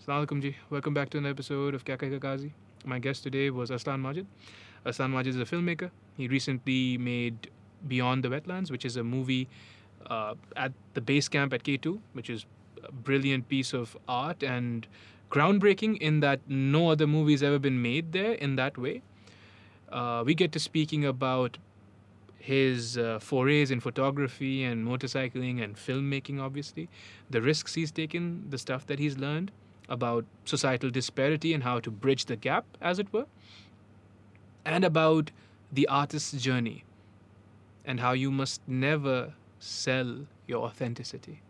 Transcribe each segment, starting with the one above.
Assalamualaikum ji. Welcome back to another episode of Kaka Kakazi. My guest today was Aslan Majid. Aslan Majid is a filmmaker. He recently made Beyond the Wetlands, which is a movie uh, at the base camp at K2, which is a brilliant piece of art and groundbreaking in that no other movie has ever been made there in that way. Uh, we get to speaking about his uh, forays in photography and motorcycling and filmmaking, obviously, the risks he's taken, the stuff that he's learned about societal disparity and how to bridge the gap, as it were, and about the artist's journey and how you must never sell your authenticity.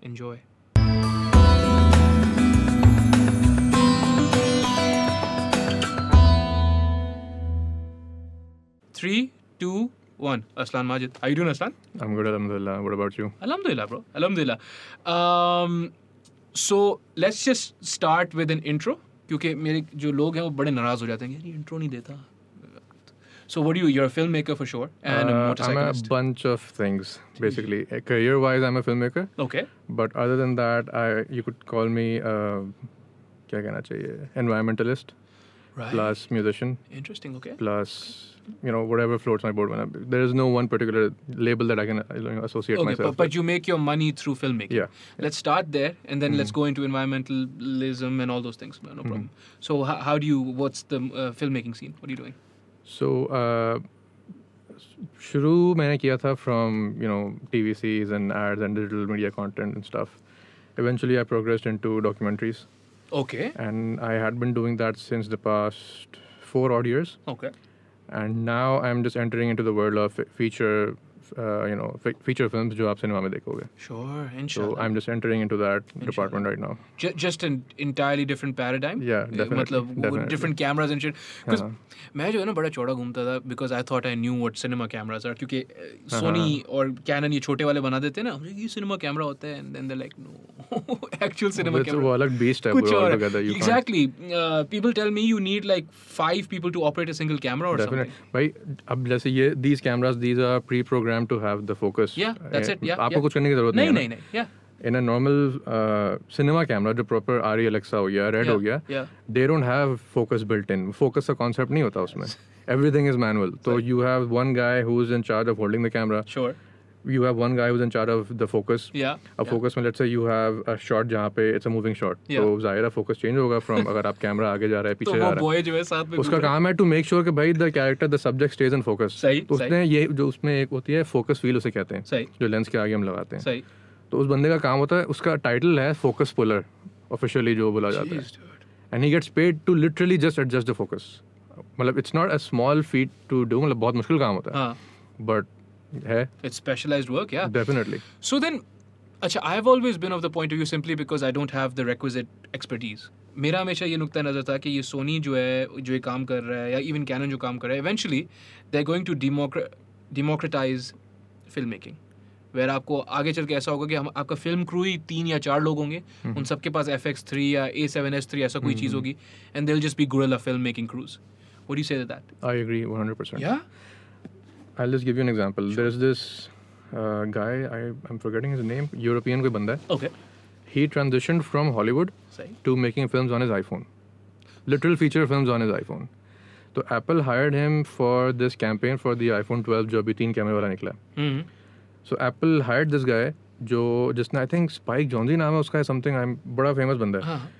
Enjoy. Three, two, one. Aslan Majid. How you doing, Aslan? I'm good, Alhamdulillah. What about you? Alhamdulillah, bro. Alhamdulillah. Um, so let's just start with an intro क्योंकि मेरे जो लोग हैं वो बड़े नाराज हो जाते हैं यार ये इंट्रो नहीं देता so what you you are a film maker for sure and a Uh, I'm a motorcyclist bunch of things, basically. Uh, Career-wise, I'm a filmmaker, okay but other than that, I you could call me uh, क्या कहना चाहिए? Environmentalist right plus musician interesting okay plus you know whatever floats my boat. When I, there is no one particular label that I can uh, you know, associate Okay, myself. but, but you make your money through filmmaking. Yeah, Mm. Let's start there, and then let's go into environmentalism and all those things. No no problem. So, how, how do you? What's the uh, filmmaking scene? What are you doing? with. So. Uh, शुरू मैंने किया था from you know TVCs and ads and digital media content and stuff. Eventually, I progressed into documentaries. Okay. and I had been doing that since the past four odd years. Okay. And now I'm just entering into the world of fe- feature, uh, you know, fe- feature films जो आप cinema में देखोगे. Sure. So Inshallah. I'm just entering into that department right now. Ju- just an entirely different paradigm. Yeah, Uh, definitely, मतलब वो definitely. Uh-huh. different cameras and shit. Because मैं जो है ना बड़ा चौड़ा घूमता था because I thought I knew what cinema cameras are क्योंकि uh, Sony और Canon ये छोटे वाले बना देते हैं ना ये cinema camera होता है and then they're like no actual cinema That's camera. वो अलग beast है कुछ पूरा और है. altogether. You can't- exactly uh, people tell me you need like five people to operate a single camera or Definitely. something भाई अब जैसे ये these cameras these are pre-programmed to have the focus. yeah that's Eh, it yeah आपको yeah. कुछ करने की जरूरत नहीं नहीं है ना. नहीं नहीं yeah In a normal uh, cinema camera जो proper RE Alexa हो गया, Red Yeah, हो गया, yeah. they don't have focus built in. Focus का concept नहीं होता उसमें. Everything is manual. So you have one guy who's in charge of holding the camera. sure You have one guy who's in charge of the focus. yeah अब focus में let's say you have a shot जहाँ पे it's a moving shot Yeah. तो जाहिर है focus change होगा from अगर आप कैमरा आगे जा रहा है तो पीछे जा वो रहा बॉय जो है साथ में है उसका घूम रहा काम है टू मेक श्योर कि भाई the character the subject stays in focus सही, तो उसने ये जो उसमें एक होती है फोकस व्हील उसे कहते हैं है। सही जो लेंस के आगे हम लगाते हैं सही तो उस बंदे का काम होता है उसका टाइटल है फोकस पुलर ऑफिशियली जो बोला जाता है Jeez, dude. And he gets paid to literally just adjust the focus मतलब it's not a small feat to do मतलब बहुत मुश्किल काम होता है हाँ बट है it's specialized work yeah definitely so then अच्छा I have always been of the point of view simply because I don't have the requisite expertise मेरा हमेशा ये नुक्ता नज़र था कि ये सोनी जो है जो ये काम कर रहा है या इवन कैनन जो काम कर रहा है eventually they are going to democratise film making where आपको आगे चल के ऐसा होगा कि हम आपका फिल्म क्रू ही तीन या चार लोग होंगे उन सबके पास एफ एक्स थ्री या ए सेवन एस थ्री ऐसा कोई चीज़ होगी and they just be guerrilla film making crews what you say that I agree 100% या I'll just give you an example. There's this uh, guy, I, I'm forgetting his name, European कोई बंदा है. Okay He transitioned from Hollywood सही to making films on his iPhone. Literal feature films on his iPhone. तो Apple hired him for this campaign for the iPhone 12 जो अभी तीन कैमरे वाला निकला है. Hmm, So Apple hired this guy जो जिसने आई थिंक स्पाइक जॉन्जी नाम है उसका है समथिंग आई एम बड़ा फेमस बंदा है हाँ हाँ,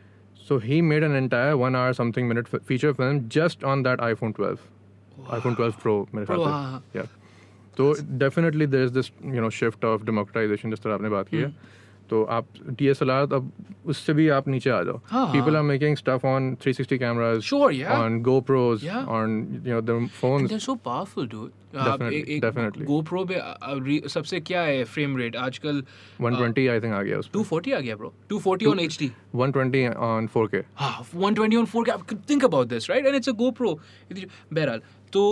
so he made an entire one hour something minute feature film just on that iPhone twelve iPhone twelve pro मेरे Pro, ख्याल हाँ, हाँ. से Yeah. तो definitely there is this you know shift of democratisation जिस तरह आपने बात की है हम्म। तो आप डी एस एल आर अब उससे भी आप नीचे आ जाओ हाँ, people are making stuff on three sixty cameras Sure, yeah. On GoPros Yeah. On you know the phone And they're so powerful, dude. आप Definitely, एक- एक definitely. GoPro पे आ- आ- re- सबसे क्या है फ्रेम रेट आजकल वन ट्वेंटी आई थिंक आ गया उस 240 आ गया bro 240 on HD one twenty on four K हाँ 120 ऑन 4K आप think about this right and it's a GoPro बहरहाल तो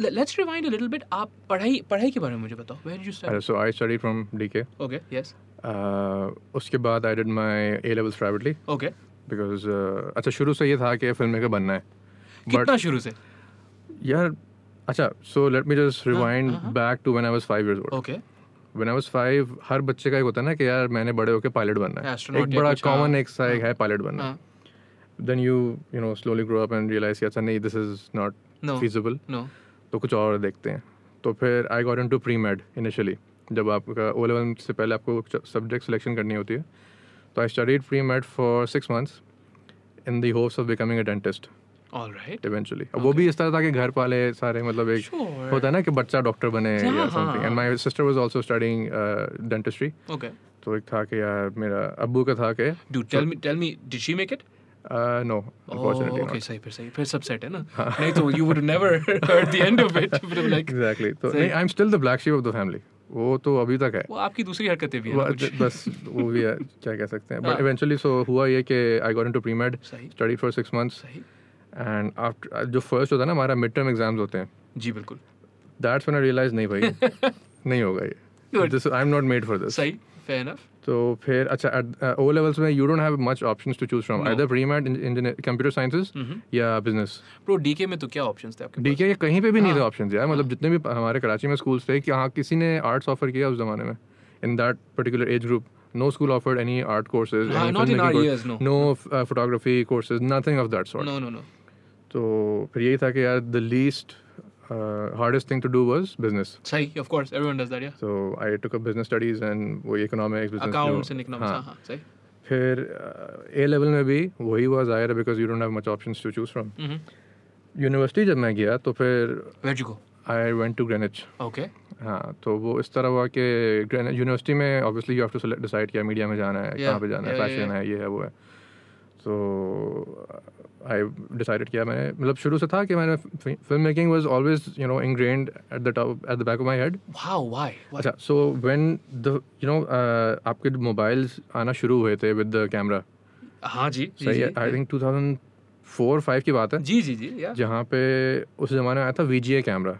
let's rewind a little bit आप पढ़ाई पढ़ाई के बारे में मुझे बताओ where you start so I study from D K okay yes Uh, उसके बाद I did my A levels privately okay because अच्छा शुरू से ये था कि फिल्म मेकर बनना है बट कितना शुरू से हाँ, Oh. यार अच्छा so let me just rewind back to when I was five years old okay when I was 5 हर बच्चे का एक होता है ना कि यार मैंने बड़े होकर पायलट बनना है Astronaut एक या बड़ा कुछ, हाँ। कॉमन एक सा एक है पायलट बनना हाँ, then you you know slowly grow up and realise अच्छा नहीं this is not No. Feasible no. तो कुछ और देखते हैं तो फिर I got into premed initially जब आपका ओ लेवल से पहले आपको सब्जेक्ट सिलेक्शन करनी होती है तो I studied premed for six months in the hopes of becoming a dentist All right. Eventually अब वो भी इस तरह था कि घर वाले सारे मतलब एक Sure. होता है ना कि बच्चा डॉक्टर बने या हाँ, something and my sister was also studying dentistry Okay. uh, तो एक था कि यार मेरा अब्बू का था कि uh, Dude, tell me, tell me, did she make it? No Oh, unfortunately okay, सही फिर सही फिर सबसेट है ना नहीं तो you would have never heard the end of it you would have like exactly तो सही। नहीं I am still the black sheep of the family वो तो अभी तक है वो आपकी दूसरी हरकतें भी हैं ना वो- कुछ बस वो भी है क्या कह सकते हैं हाँ। बट इवेंचुअली सो हुआ ये कि आई गॉट इनटू प्रीमेड सही स्टडी फॉर सिक्स मंथ्स सही एंड आफ्टर uh, जो फर्स्ट होता है ना हमारा मिड टर्म एग्जाम्स होते हैं जी बिल्कुल दैट्स व्हेन आई रियलाइज नहीं भाई नहीं होगा ये Good. This I am not made for this सही fair enough तो फिर अच्छा ओ लेवल्स में you don't have much options to choose from No. Mm-hmm। Either premed engineer computer sciences या बिजनेस bro डीके में तो क्या ऑप्शंस थे आपके डी के कहीं पे भी नहीं हाँ। थे ऑप्शंस यार मतलब जितने भी हमारे कराची में स्कूल्स थे कि हाँ किसी ने आर्ट्स ऑफर किया उस जमाने में in that particular age group no school offered any art courses हाँ, not in our years, no. No photography courses nothing of that sort no no no तो फिर यही था कि यार uh, the least hardest thing to do was business सही of course everyone does that yeah so I took up business studies and वो economics accounts and economics हाँ हाँ सही फिर ए लेवल में भी वही was Eyre because you don't have much options to choose from Mhm. University जब मैं गया तो फिर where'd you go I went to Greenwich okay हाँ तो वो इस तरह हुआ कि ग्रेन- यूनिवर्सिटी में obviously you have to decide किया मीडिया में जाना है Yeah, कहाँ पे जाना है yeah, yeah, फैशन है ये है वो है तो आई डिसाइडेड किया मैंने मतलब शुरू से था कि मैंने film making was always you know ingrained at the top at the back of my head wow why Why? अच्छा so when the you know uh, आपके मोबाइल्स आना शुरू हुए थे विद द कैमरा हाँ जी जी, अच्छा, सही जी है आई थिंक 2004 5 की बात है जी जी जी yeah जहाँ पे उस जमाने में आया था VGA कैमरा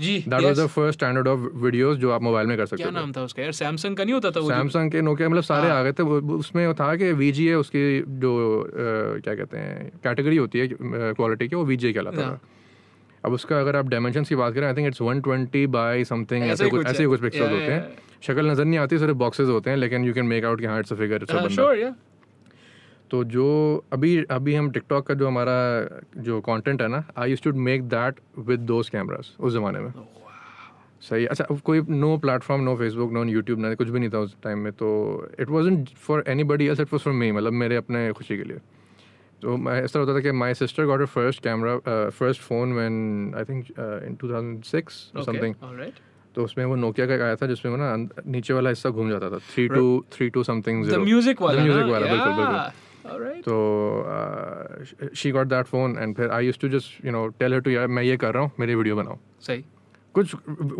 जी that was yes. The first standard of videos जो आप मोबाइल में कर सकते क्या थे नाम था उसका यार सैमसंग का नहीं होता था वो जो- सैमसंग के नोकिया मतलब सारे हाँ। आ गए थे वो- वो- उसमें वो था कि वी उसकी जो अ, क्या कहते हैं कैटेगरी होती है क्वालिटी की वो वी जी कहलाता हाँ। था अब उसका अगर आप डायमेंशन की बात करें I think it's one twenty by something ऐसा ऐसे ही कुछ कुछ ऐसे ही है। कुछ पिक्सल Yeah, होते yeah, हैं शक्ल नज़र नहीं आती सिर्फ बॉक्सेज होते हैं लेकिन यू कैन मेक आउट कि हाँ it's a figure it's a हाँ, बंदा sure yeah तो जो अभी अभी हम टिकटॉक का जो हमारा जो कंटेंट है ना I use to make that with those cameras उस जमाने में सही अच्छा अब कोई no platform no Facebook no YouTube ना कुछ भी नहीं था उस टाइम में तो it was for anybody else it was for me मतलब मेरे अपने खुशी के लिए तो मैं इस तरह होता था कि my sister got a first camera first phone when I think in two thousand six something all right तो उसमें वो नोकिया का एक आया था जिसमें वो ना अंद- नीचे वाला हिस्सा घूम जाता था three two three two something the music वाला The ना? music वाला, बिल्कुल, बिल्कुल। Yeah. all right तो uh, she got that phone and फिर I use to just you know tell her to यार मैं ये कर रहा हूँ मेरी वीडियो बनाओ सही कुछ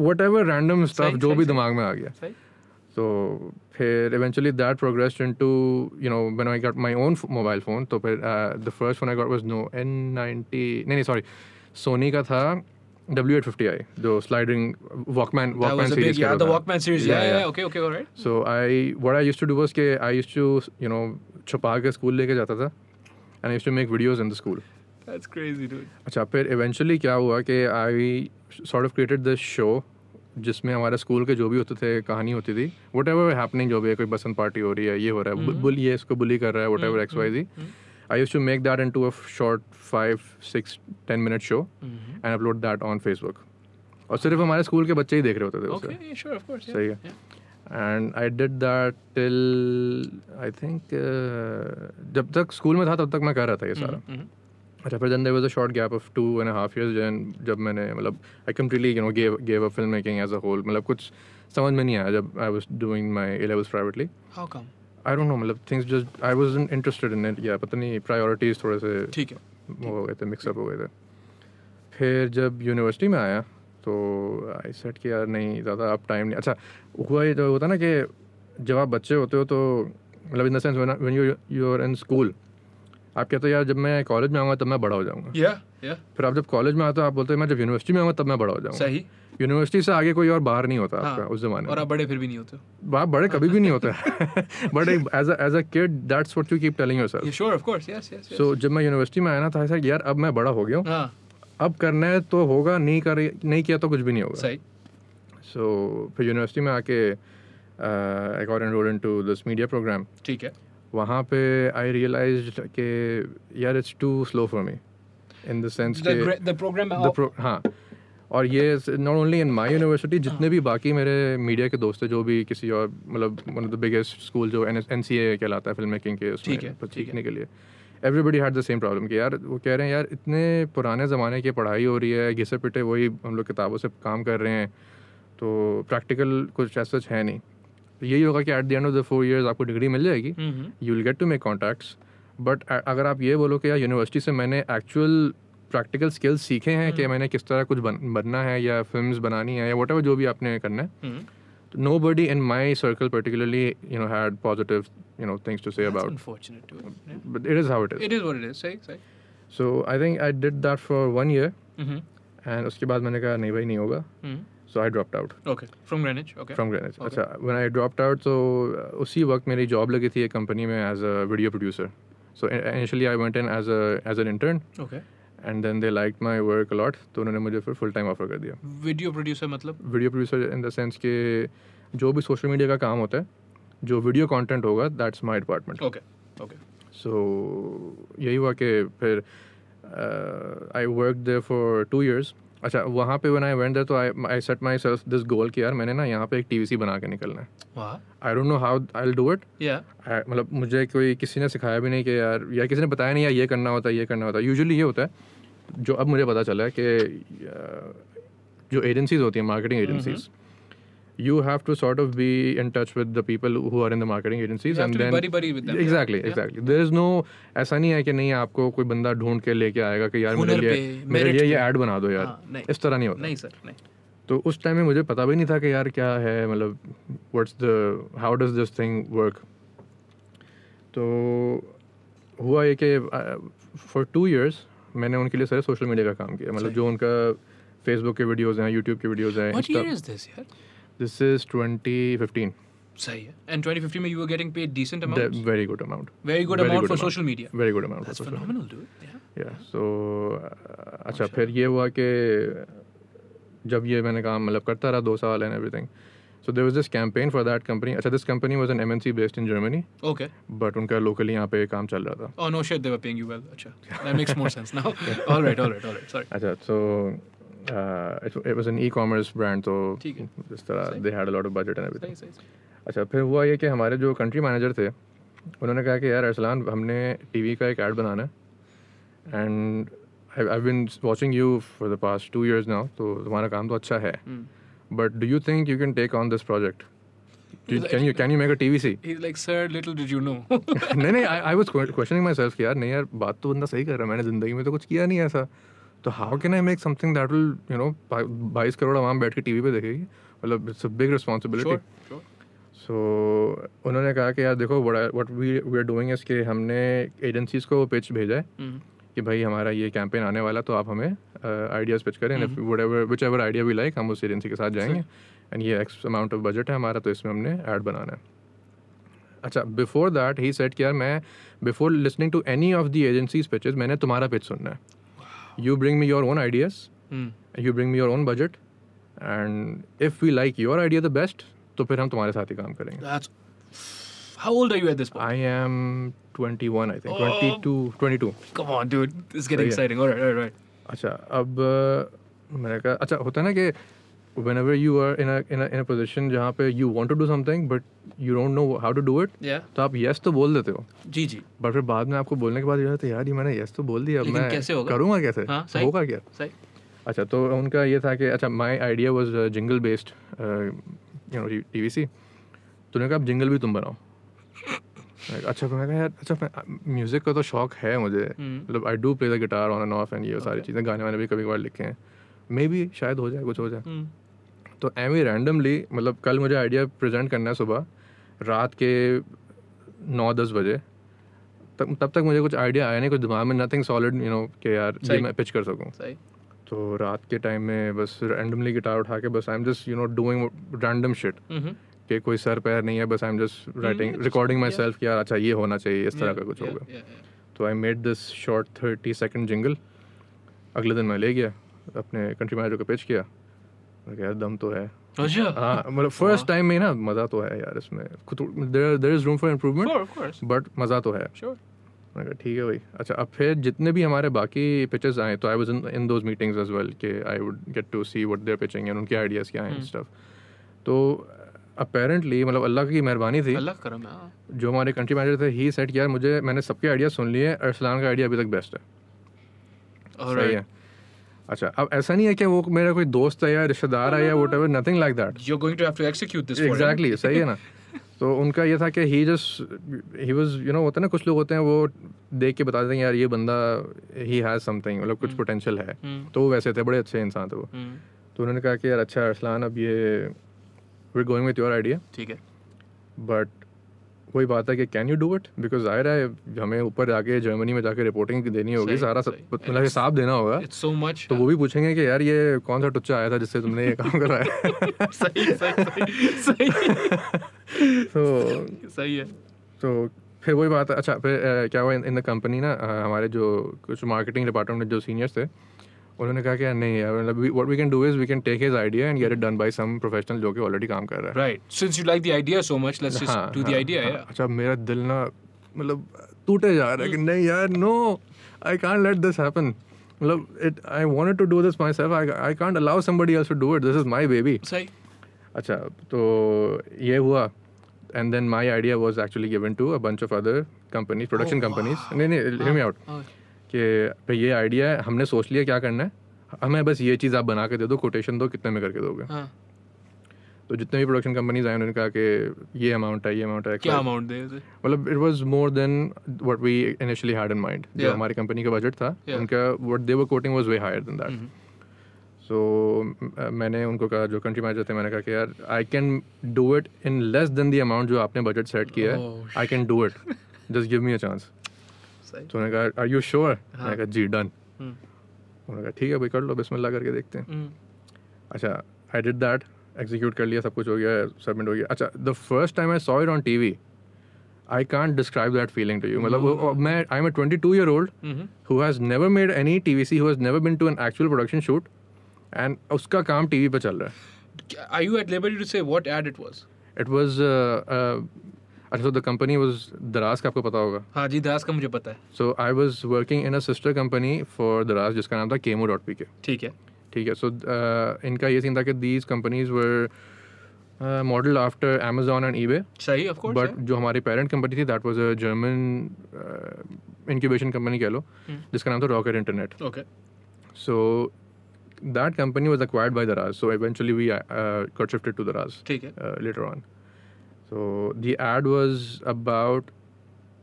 वट एवर रैंडम स्टफ सही, जो सही, भी सही। दिमाग में आ गया सही तो फिर eventually that progressed into you know when I got my own mobile phone तो फिर the first phone I got was no N ninety नहीं नहीं सॉरी सोनी का था डब्ल्यू एट फिफ्टी आई जो sliding Walkman that Walkman was a big yeah the series Walkman series Yeah, yeah yeah, yeah. okay okay all right so I what I used to do was के I used to you know छुपा के school लेके जाता था and I used to make videos in the school that's crazy dude अच्छा फिर eventually क्या हुआ कि I sort of created this show जिसमें हमारे स्कूल के जो भी होते थे कहानी होती थी वट एवर हैपनिंग जो भी है कोई बसंत पार्टी हो रही है ये हो रहा है हम्म। बुल ये इसको बुली कर रहा है whatever X Y Z I use to make that into a short five six ten minute show Mm-hmm. And upload that on Facebook और सिर्फ हमारे स्कूल के बच्चे ही देख रहे होते थे उसे okay yeah, sure of course yeah. सही है yeah. And I did that till I think uh, जब तक स्कूल में था तब तक मैं कर रहा था ये सारा Mhm. अच्छा फिर then there was a short gap of two and half years then जब मैंने मतलब I completely you know gave gave up film making as a whole मतलब कुछ समझ में नहीं आया जब I was doing my A levels privately how come I don't know मतलब things just I was interested in it या पता नहीं प्रायोरिटीज थोड़े से ठीक है वो हो गए थे मिक्सअप हो गए थे फिर जब यूनिवर्सिटी में आया तो आई सेट कि यार नहीं ज़्यादा अब टाइम नहीं अच्छा हुआ ये जो होता ना कि जब आप बच्चे होते हो तो मतलब in the sense when you you are in school आप कहते हो यार जब मैं कॉलेज में आऊँगा तब मैं बड़ा हो जाऊँगा yeah yeah फिर आप जब कॉलेज में आते हो आप बोलते हो मैं जब यूनिवर्सिटी में आऊँगा तब मैं बड़ा हो जाऊँगा सही यूनिवर्सिटी से आगे कोई और बाहर नहीं होता हाँ, आपका उस ज़माने और आप बड़े फिर भी नहीं होते हो में आप बड़े कभी भी नहीं होते but as as a kid that's what you keep telling yourself yeah sure of course yes yes yes so जब मैं यूनिवर्सिटी में आया ना था ऐसा यार अब मैं बड़ा हो गया हूँ हाँ अब करना है तो होगा नहीं कर नहीं किया तो कुछ भी नहीं होगा सही सो फिर यूनिवर्सिटी में आके I got enrolled into this media programme ठीक है वहाँ पे आई रियलाइज कि यार it's too slow for me in the sense The, gra- the program the pro- हाँ और ये not only in my university जितने भी बाकी मेरे मीडिया के दोस्त हैं जो भी किसी और मतलब one of the biggest school जो एन एन सी ए कहलाता है फिल्म मेकिंग के उसमें ठीक है, पर ठीक है। सीखने के लिए everybody had the same problem कि यार वो कह रहे हैं यार इतने पुराने ज़माने की पढ़ाई हो रही है घिसे पिटे वही हम लोग किताबों से काम कर रहे हैं तो प्रैक्टिकल कुछ ऐसा कुछ है नहीं तो यही होगा कि at the end of the four years आपको डिग्री मिल जाएगी mm-hmm. You will get to make contacts but अगर आप ये बोलो कि यार यूनिवर्सिटी से मैंने एक्चुअल प्रैक्टिकल स्किल्स सीखे हैं Hmm. कि मैंने किस तरह कुछ बन, बनना है या फिल्म बनानी है या वट जो भी आपने करना है तो Mm-hmm. Nobody in my circle particularly you know had positive you know things to say That's about unfortunate too. Yeah. But it is how it is It is what it is. Say, say. So I think I did that for one year Mm-hmm. And उसके बाद मैंने कहा नहीं भाई नहीं होगा Mm-hmm. So I drop out Okay. From Greenwich. Okay. From Greenwich Okay. अच्छा when I dropped out तो उसी वक्त मेरी जॉब लगी थी एक कंपनी में as a video producer so initially I went in as as an intern okay. And then they like my work a lot तो उन्होंने मुझे फिर फुल टाइम ऑफर कर दिया Video producer, मतलब. Video producer in the sense कि जो भी सोशल मीडिया का काम होता है जो वीडियो कंटेंट होगा that's my department Okay. Okay. So यही हुआ कि फिर uh, I work there for two years अच्छा वहाँ पे वन आई वेंट देयर तो I I set myself this goal कि यार मैंने ना यहाँ पे एक टीवीसी बना के निकलना है Wow. I don't know how I do it Yeah. मतलब मुझे कोई किसी ने सिखाया भी नहीं कि यार या किसी ने बताया नहीं यार ये करना होता है ये करना होता है यूजुअली ये होता है जो अब मुझे पता चला है कि अ, जो एजेंसीज होती हैं marketing hmm, agencies you have to sort of be in touch with the people who are in the marketing You agencies have and to be then buddy buddy with them. Exactly Yeah. Exactly there is no ऐसा नहीं है कि नहीं आपको कोई बंदा ढूंढ के लेके आएगा कि यार मेरे हुनर लिए पे, मेरे merit लिए ये पे। ऐड बना दो यार हाँ, नहीं इस तरह नहीं होता नहीं सर नहीं तो उस टाइम में मुझे पता भी नहीं था कि यार क्या है मतलब what's the how does this thing work तो हुआ ये कि फॉर टू इयर्स मैंने उनके लिए सारे सोशल मीडिया का काम किया मतलब सही। जो उनका फेसबुक के वीडियोस हैं यूट्यूब के वीडियोस व्हाट ईयर हैं इज दिस यार दिस इज ट्वेंटी फिफ्टीन सही है एंड 2015 में you were getting paid decent amount very good amount very good very amount good for amount. social media very good amount that's phenomenal dude yeah या so अच्छा फिर ये हुआ कि जब ये मैंने काम मतलब करता रहा दो साल and everything so there was this campaign for that company अच्छा this company was N M N C based in Germany okay but उनका लोकली यहाँ पे काम चल रहा था oh no shit they were paying you well अच्छा that makes more sense now all right all right all right sorry अच्छा uh, so it was an e commerce brand तो ठीक है। इस तरह they had a lot of budget and everything सही सही सही अच्छा फिर हुआ ये कि हमारे जो कंट्री मैनेजर थे उन्होंने कहा कि यार अरसलान हमने टीवी का एक ऐड बनाना है and I been watching you for the past two years now तो तुम्हारा काम तो अच्छा है Hmm. But do you think you can take on this project can you can you make a TV C he's like sir little did you know नहीं नहीं I was questioning my self यार नहीं यार बात तो बंदा सही कर रहा है मैंने ज़िंदगी में तो कुछ किया नहीं ऐसा तो how can I make something that will you know बाईस करोड़ आवाम बैठ के टीवी पे देखेगी मतलब it's a big responsibility sure sure so उन्होंने कहा कि यार देखो what we we are doing is कि हमने एजेंसीज को पिच भेजा है Mm. कि भाई हमारा ये कैंपेन आने वाला तो आप हमें आइडियाज़ पिच करें whichever idea we like हम उस एजेंसी के साथ जाएंगे एंड ये एक्स अमाउंट ऑफ बजट है हमारा तो इसमें हमने ऐड बनाना है अच्छा बिफोर दैट ही सेट कि यार मैं before listening to any of the agencies pitches मैंने तुम्हारा पिच सुनना है you bring me your own ideas Mm. You bring me your own budget and if we like your idea the best तो फिर हम तुम्हारे साथ ही काम करेंगे that's how old are you at this point I am 21, I think. Oh. 22, 22. come on dude it's getting Yeah. exciting all right all right, all right अच्छा अब अ, मैंने कहा अच्छा होता है ना कि whenever you are in in a position जहाँ पे you want to do something but you don't know how to do it yeah तो आप यस तो बोल देते हो जी जी बट फिर बाद में आपको बोलने के बाद ये होता है यार ये मैंने यस तो बोल दिया अब लेकिन मैं कैसे होगा? करूँगा कैसे हाँ, सही। होगा क्या सही अच्छा तो उनका ये था कि अच्छा my idea was jingle based uh, you know T V C तो उन्होंने कहा अब जिंगल भी तुम बनाओ मैंने कहा, अच्छा फिर मैं कहा यार अच्छा मैं म्यूज़िक का तो शौक है मुझे मतलब I do play the guitar on and off and ये सारी चीज़ें गाने वाने भी कभी कभार लिखे हैं मे भी शायद हो जाए कुछ हो जाए Mm. तो एम ही रैंडमली मतलब कल मुझे आइडिया प्रेजेंट करना है सुबह रात के नौ दस बजे तब तब तक मुझे कुछ आइडिया आया नहीं कुछ दिमाग में नथिंग सॉलिड यू नो कि यार ये सही। मैं पिच कर सकूँ सही तो रात के टाइम में बस रैंडमली गिटार उठा के बस I am just you know doing random shit Mhm. कि कोई सर पैर नहीं है बस I am just writing just- recording my Hmm, yeah. Self कि यार अच्छा ये होना चाहिए इस तरह Yeah, का कुछ yeah, होगा yeah, yeah. तो I made this short thirty second jingle अगले दिन मैं ले गया अपने कंट्री मैनेजर को पिच किया मैं कहा, यार दम तो है अच्छा हाँ मतलब फर्स्ट टाइम में ना मज़ा तो है यार इसमें there is room for improvement sure of course but मज़ा तो है sure मैं कहा, ठीक है भाई अच्छा अब फिर जितने भी हमारे बाकी पिचेस आए तो I was in in those meetings as well कि I would get to see what they are pitching and उनके आइडियाज़ क्या हम्म। हैं स्टफ तो अपेरेंटली मतलब अल्लाह की मेहरबानी थी अल्लाह करम है हाँ। जो हमारे कंट्री मैनेजर थे ही सेट यार मुझे मैंने सबके आइडिया सुन लिए अरसलान का आइडिया अभी तक बेस्ट है सही alright है अच्छा अब ऐसा नहीं है कि वो मेरा कोई दोस्त है या रिश्तेदार है या whatever nothing like that you're going to have to execute this for him. Exactly सही है ना तो उनका ये था कि he just he was you know होता है ना कुछ लोग होते हैं वो देख के बताते हैं यार ये बंदा ही हैज समथिंग मतलब कुछ पोटेंशियल है हम्म, तो वो वैसे थे बड़े अच्छे इंसान थे वो हम्म, तो उन्होंने कहा कि यार अच्छा अरसलान अब ये we going with your idea ठीक है बट वही बात है कि can you do it because जाहिर है हमें ऊपर जाके जर्मनी में जाके रिपोर्टिंग देनी होगी सही, सारा सब- सही। मतलब हिसाब देना होगा it's so much तो वो भी पूछेंगे कि यार ये कौन सा टुच्चा आया था जिससे तुमने ये काम कराया सही सही सही सही तो सही है तो फिर वही बात है अच्छा फिर अ, क्या हुआ इन द कंपनी ना अ, हमारे जो कुछ मार्केटिंग डिपार्टमेंट में जो सीनियर्स थे उन्होंने कहा कि यार नहीं यार मतलब what we can do is we can take his idea and get it done by some professional जो कि ऑलरेडी काम कर रहा है right since you like the idea so much let's just do the idea हाँ। yeah अच्छा मेरा दिल ना मतलब टूटे जा रहा है कि नहीं यार no I can't let this happen मतलब it I wanted to do this myself I I can't allow somebody else to do it this is my baby सही अच्छा तो ये हुआ and then my idea was actually given to a bunch of other companies production companies नहीं नहीं hear me out Oh, कि भाई ये आइडिया है हमने सोच लिया क्या करना है हमें बस ये चीज़ आप बना के दे दो कोटेशन दो कितने में करके दोगे हाँ तो जितने भी प्रोडक्शन कंपनीज आए उन्होंने कहा कि ये अमाउंट है ये अमाउंट है क्या अमाउंट दे दे मतलब it was more than what we initially had in mind जो Yeah. हमारी कंपनी का बजट था Yeah. उनका what they were quoting was way higher than that Mm-hmm. So मैंने उनको कहा जो कंट्री मैनेजर थे मैंने कहा कि यार I can do it in less than the amount जो आपने बजट सेट किया है Oh, I can do it just give me a chance सही तो उन्होंने कहा आर यू श्योर हाँ। मैंने कहा जी डन हम्म, उन्होंने कहा ठीक है भाई कर लो बिस्मिल्लाह करके देखते हैं हम्म, अच्छा आई डिड दैट एग्जीक्यूट कर लिया सब कुछ हो गया सबमिट हो गया अच्छा the first time I saw it on T V I can't describe that feeling to you मतलब वो- वो- मैं I am a twenty two year old हम्म, who has never made any T V C who has never been to an actual production shoot and उसका काम T V पर चल रहा है Are you at liberty to say what ad it was? It was uh, अच्छा the company was Daraz का आपको पता होगा हाँ जी दास का मुझे पता है so I was working in a sister company for Daraz जिसका नाम था केमो डॉट पी के ठीक है ठीक है सो इनका ये सीन था कि these companies were model after uh, amazon and eBay सही ऑफ कोर्स बट जो हमारी पेरेंट कंपनी थी that was a German incubation company uh, कह लो जिसका नाम था Rocket Internet okay so that company was acquired by Daraz so eventually we uh, got shifted to Daraz ठीक है uh, later on so the ad was about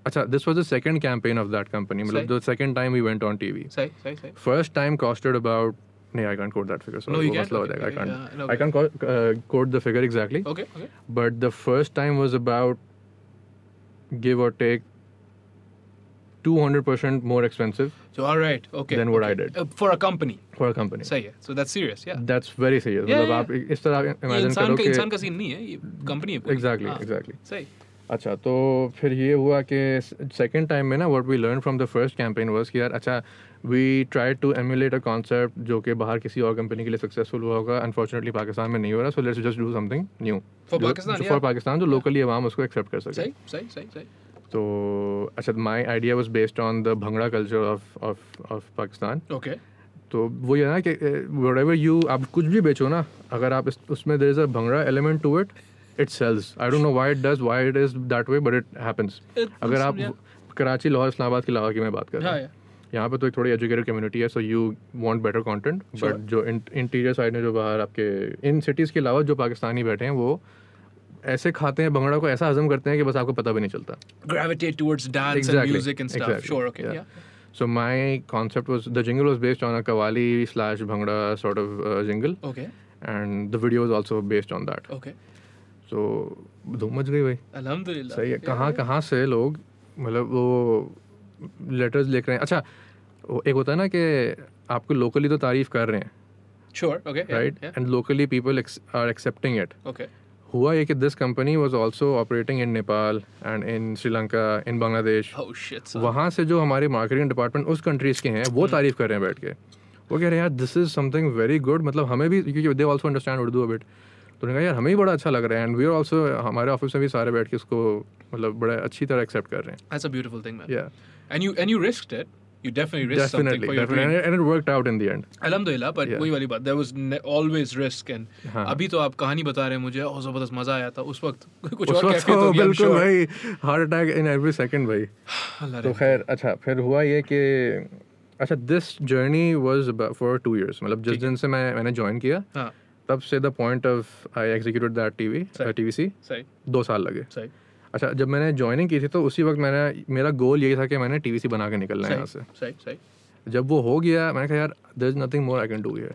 अच्छा this was the second campaign of that company मतलब सही। the second time we went on TV सही सही सही first time costed about no i can't quote that figure sorry No, you वो can't? मसला हो Okay, जाएगा, i okay, can't yeah, no i can't quote, uh, quote the figure exactly okay okay but the first time was about give or take 200% more expensive so alright okay Then what I did. For a company for a company सही है so that's serious या that's very serious Yeah, मतलब yeah, आप इस तरह imagine इंसान करो का कि इंसान का सीन नहीं है ये कंपनी है पूरी। exactly हाँ, exactly सही अच्छा तो फिर ये हुआ कि सेकेंड टाइम में ना what we learn from the first campaign was कि यार अच्छा we try to emulate a concept जो कि बाहर किसी और कंपनी के लिए सक्सेसफुल हुआ होगा अनफॉर्चुनेटली पाकिस्तान में नहीं हो रहा so let's just do something new For Pakistan, for yeah. Pakistan जो लोकली आवाम उसको एक्सेप्ट कर सके सही सही सही सही तो अच्छा my idea was based on the bhangra culture of of of Pakistan okay तो वो ये है ना कि वट एवर यू आप कुछ भी बेचो ना अगर आप इस, उसमें there is a bhangra element to it it sells I don't know why it does why it is that way but it happens It- अगर आप yeah. कराची लाहौर इस्लामाबाद की लाहौर की मैं बात कर रहा हाँ हूँ या यहाँ पे तो एक थोड़ी एजुकेटेड कम्युनिटी है so you want better content Sure. But जो इंटीरियर साइड में जो बाहर आपके इन सिटीज़ के अलावा जो पाकिस्तानी बैठे हैं वो ऐसे खाते हैं भंगड़ा को ऐसा हजम करते हैं कि बस आपको पता भी नहीं चलता gravitate towards dance and Exactly, music and stuff. exactly, Sure, okay, yeah. yeah. So my concept was the jingle was based on a kawali slash bhangra sort of uh, jingle, Okay, and the video was also based on that. okay. So धूम मच गई भाई Alhamdulillah. सही है Yeah. कहाँ कहाँ से लोग मतलब वो लेटर्स लिख रहे हैं अच्छा वो एक होता है ना कि आपको लोकली तो तारीफ कर रहे हैं Sure, okay. Yeah. Right Yeah. And locally people are accepting it Okay. हुआ ये कि this company was also operating in Nepal and in Sri Lanka in Bangladesh Oh shit. Son. Hmm. वहाँ से जो हमारे मार्केटिंग डिपार्टमेंट उस कंट्रीज के हैं वो तारीफ कर रहे हैं बैठ के वो कह रहे हैं यार this is something very good मतलब हमें भी क्योंकि they also understand Urdu a bit तो उन्होंने कहा यार हमें भी बड़ा अच्छा लग रहा है एंड वी आर ऑल्सो हमारे ऑफिस में भी सारे बैठ के इसको मतलब बड़ा अच्छी तरह एक्सेप्ट कर रहे हैं That's a beautiful thing, man. या And you and you risked it. You definitely risked something for definitely your dream. And it worked out in the end अलहमदुल्ला बट Yeah. वही वाली बात there was always risk and हाँ। अभी तो आप कहानी बता रहे हैं मुझे और जबरदस्त मजा आया था उस वक्त कुछ उस और वक्त कैफियत तो होगी I'm बिल्कुल sure. भाई heart attack in every second भाई अल्लाह तो रहम खैर अच्छा फिर हुआ ये कि अच्छा this journey was for two years मतलब जिस ठीक है। दिन से मैं मैंने ज्वाइन किया करे। हाँ तब से the point of I executed that TV सही। टीवीसी सही दो साल लगे सही अच्छा जब मैंने ज्वाइनिंग की थी तो उसी वक्त मैंने मेरा गोल यही था कि मैंने टीवीसी बना के निकलना है यहाँ सही से सही सही जब वो हो गया मैंने कहा यार there is nothing more I can do here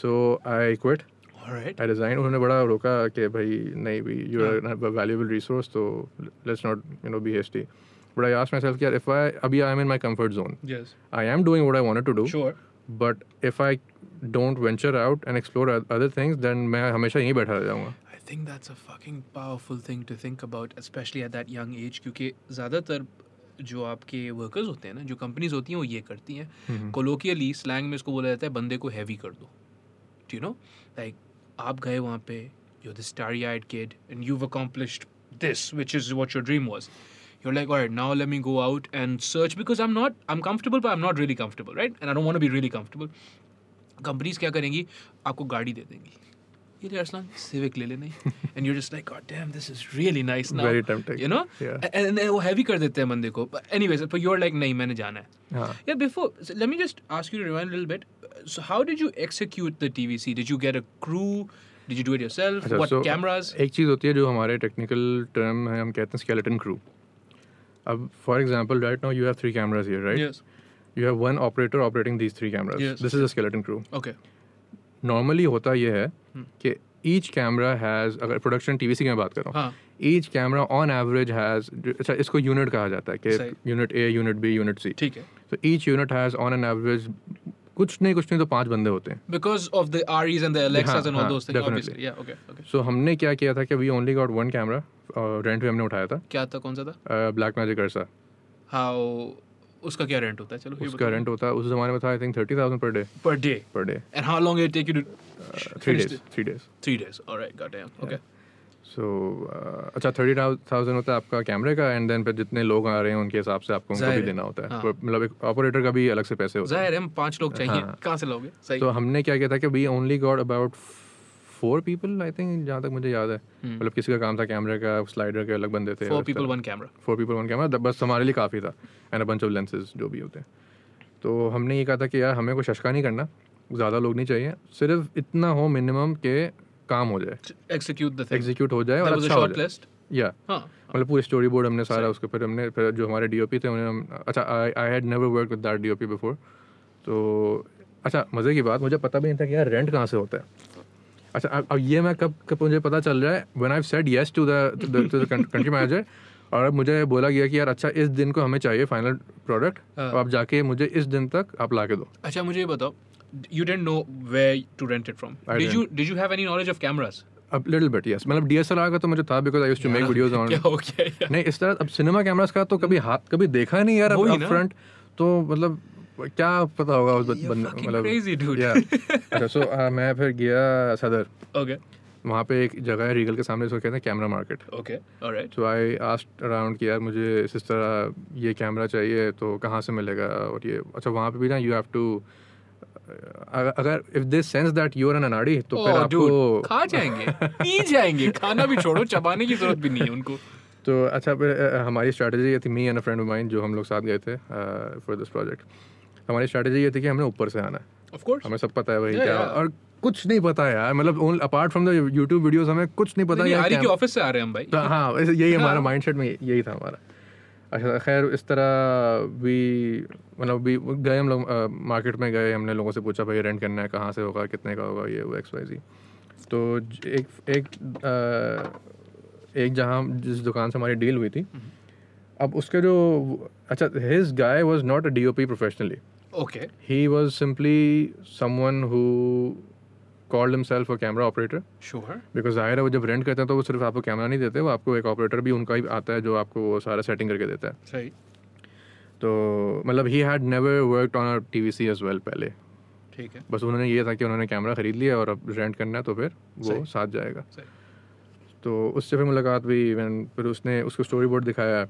so I quit alright I resign उन्होंने बड़ा रोका कि भाई नहीं भी यू आर वैल्यूएबल रिसोर्स तो let's not you know be hasty but I ask my self यार इफ आई अभी I am in my comfort zone yes I am doing what I want to do sure but if I don't venture out and explore other things then मैं हमेशा यहीं बैठा रह जाऊंगा I think that's a fucking powerful thing to think about, especially at that young age, क्योंकि ज़्यादातर जो आपके workers होते हैं ना जो कंपनीज होती हैं वो ये करती हैं कोलोकियली स्लैंग में इसको बोला जाता है बंदे को हैवी कर दो यू नो लाइक आप गए वहाँ पे you this starry eyed kid and you accomplished this which is what your dream was you're like all right now let me go out and search because i'm not i'm comfortable but i'm not really comfortable right and i don't want to be really comfortable companies क्या करेंगी आपको गाड़ी दे देंगी ये ले Arsalan civic ले लेना and you just like goddamn this is really nice now Very tempting. You know Yeah. And वो हैवी कर देते हैं बंदे को anyways but you are like नहीं मैंने जाना है हाँ Yeah, before, so let me just ask you to rewind a little bit. So, how did you execute the TVC? Did you get a crew? Did you do it yourself? अच्छा, what so cameras? एक चीज़ होती है जो हमारे technical term है हम कहते हैं स्केलेटन क्रू अब for example right now you have three cameras here right Yes. You have one operator operating these three cameras Yes. This is a skeleton crew Okay. Normally होता यह है Hmm. कि each camera has अगर production TVC की मैं बात कर रहा हाँ. हूँ each camera on average has अच्छा इसको यूनिट कहा जाता है सही। कि unit A unit B unit C ठीक है. तो each unit has on an average कुछ नहीं कुछ नहीं तो पांच बंदे होते हैं Because of the REs and the Alexas हाँ, and all हाँ, those things, definitely. obviously. Yeah. Okay. Okay. सो हमने क्या किया था कि we only got one camera rent पे uh, हमने उठाया था uh, क्या था कौन सा था? Black magic अर्सा How? उसका क्या रेंट होता है? चलो. ये उसका बताओ. रेंट होता है उस जमाने में था I think thirty thousand per day Per day. Per day And how long did it take you to? Three finish days it? Three days Three days. All right. Goddamn. Okay. So अच्छा thirty thousand होता है आपका कैमरे का and then फिर जितने लोग आ रहे हैं उनके हिसाब से आपको उनको जाहिर भी है, देना होता है हाँ। पर- मतलब एक ऑपरेटर का भी अलग से पैसे होते जाहिर है हम पांच लोग चाहिए हाँ। कहाँ से लाओगे हैं सही तो हमने क्या किया था कि we only got about four people I think जहाँ तक मुझे याद है हम्म। मतलब किसी का काम था कैमरे का स्लाइडर के अलग बंदे थे four people one camera four people one camera बस हमारे लिए काफ़ी था and a bunch of lenses जो भी होते हैं तो हमने ये कहा था कि यार हमें कोई शशका नहीं करना ज़्यादा लोग नहीं चाहिए सिर्फ इतना हो मिनिमम के काम हो जाए execute the thing एग्जीक्यूट हो जाए that और was a अच्छा हो short जाए list या हाँ मतलब पूरे स्टोरी बोर्ड हमने सारा उसके फिर हमने फिर जो हमारे डीओपी थे उन्हें हम अच्छा I I had never work with that DOP before तो अच्छा मज़े की बात मुझे पता भी नहीं था कि यार रेंट कहाँ से होता है अच्छा अब अब ये मैं कब कब मुझे पता चल रहा है when I said yes to the country manager और अब मुझे बोला गया कि यार अच्छा इस दिन को हमें चाहिए फाइनल प्रोडक्ट हाँ। अब आप जाके मुझे इस दिन तक आप ला के दो अच्छा मुझे ये बताओ you didn't know where to rent it from I did you did you have any knowledge of cameras अब लिटिल बिट यस मतलब डी का तो मुझे था because I use to make videos on क्या हो गया यार? नहीं इस तरह अब सिनेमा कैमरास का तो कभी हाथ कभी देखा नहीं यार हम्म। वही अब ना। फ्रंट तो मतलब क्या पता होगा उस बंद- You're बंदे fucking crazy, dude. Yeah. अच्छा सो मैं फिर गया सदर okay वहाँ पे एक जगह है रीगल के सामने इसको कहते हैं camera market okay all right so I asked around कि यार मुझे इस इस तरह ये कैमरा चाहिए तो कहाँ से मिलेगा और ये अच्छा वहाँ पे भी ना यू हैव टू अगर if they sense that you are an अनाड़ी तो फिर oh dude आपको खा जाएंगे पी जाएंगे खाना भी छोड़ो चबाने की जरूरत भी नहीं है उनको तो अच्छा फिर अ, हमारी स्ट्रैटेजी ये थी me and a friend of mind जो हम लोग साथ गए थे फॉर दिस प्रोजेक्ट हमारी स्ट्रैटेजी ये थी कि हमें ऊपर से आना है of course हमें सब पता है भाई Yeah, क्या yeah. और कुछ नहीं पता यार मतलब apart from the YouTube videos हमें कुछ नहीं पता नहीं, यार आरी के क्या- ऑफिस से आ रहे हैं हम भाई तो हाँ वैसे यही हमारा माइंडसेट में यही था हमारा अच्छा खैर इस तरह भी मतलब भी गए हम लोग मार्केट में गए हमने लोगों से पूछा भाई रेंट करना है कहाँ से होगा कितने का होगा ये वो एक्स वाई जी तो ज- एक एक अ, एक जहाँ जिस दुकान से हमारी डील हुई थी अब उसके जो अच्छा his guy was not a DOP professionally okay he was simply someone who called himself a camera operator sure because जाहिर है वो जब रेंट करते हैं तो वो सिर्फ आपको कैमरा नहीं देते वो आपको एक ऑपरेटर भी उनका ही आता है जो आपको वो सारा सेटिंग करके देता है सही तो मतलब he had never worked on T V C as well पहले ठीक है बस उन्होंने ये था कि उन्होंने कैमरा ख़रीद लिया और अब रेंट करना है तो फिर वो सही। साथ जाएगा सही। तो उससे फिर मुलाकात हुई मैंने फिर उसने उसको स्टोरी बोर्ड दिखाया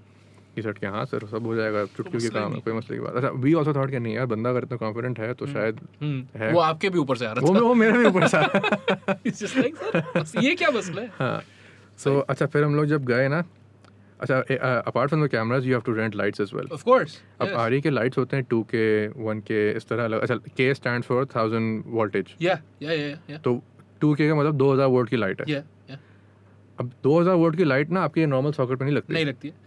कि सर के हाँ सर सब हो जाएगा चुटकी के तो मसला ही काम है नहीं। कोई मसले की बात अच्छा वी ऑल्सो थॉट कि नहीं यार बंदा अगर इतना कॉन्फिडेंट है तो शायद हम्म है वो आपके भी ऊपर से आ वो रहा था वो मेरे भी ऊपर था It's just like, "Sir, बस ये क्या मसला है हाँ सो अच्छा फिर हम लोग जब गए ना अच्छा apart from the cameras you have to rent lights as well of course अब आर के लाइट्स होते हैं टू के वन के इस तरह अलग अच्छा K stand for thousand voltage या या या या तो टू के का मतलब दो हज़ार वोल्ट की लाइट है या या अब दो हज़ार वोल्ट की लाइट ना आपके नॉर्मल सॉकेट पे नहीं लगती नहीं लगती है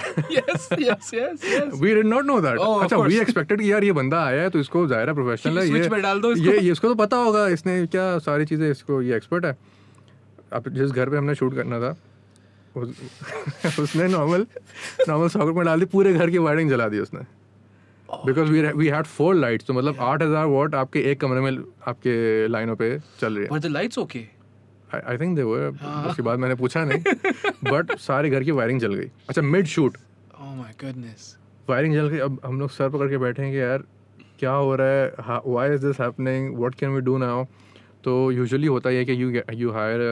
yes yes yes yes we did not know that Oh, of अच्छा course. वी एक्सपेक्टेड कि यार ये बंदा आया है तो इसको जाहिर है प्रोफेशनल है स्विच ये पे डाल दो इसको ये ये इसको तो पता होगा इसने क्या सारी चीज़ें इसको ये एक्सपर्ट है अब जिस घर पे हमने शूट करना था उस, उसने नॉर्मल नॉर्मल सॉकेट में डाल दी पूरे घर की वायरिंग जला दी उसने because we we had four lights तो मतलब आठ हज़ार वॉट आपके एक कमरे में आपके लाइनों पे चल रही है but the lights okay I think they were हाँ। उसके बाद मैंने पूछा नहीं बट सारे घर की वायरिंग जल गई अच्छा mid shoot oh my goodness wiring जल गई अब हम लोग सर पकड़ के बैठे हैं कि यार क्या हो रहा है why is this happening what can we do now तो यूजुअली होता है कि you you hire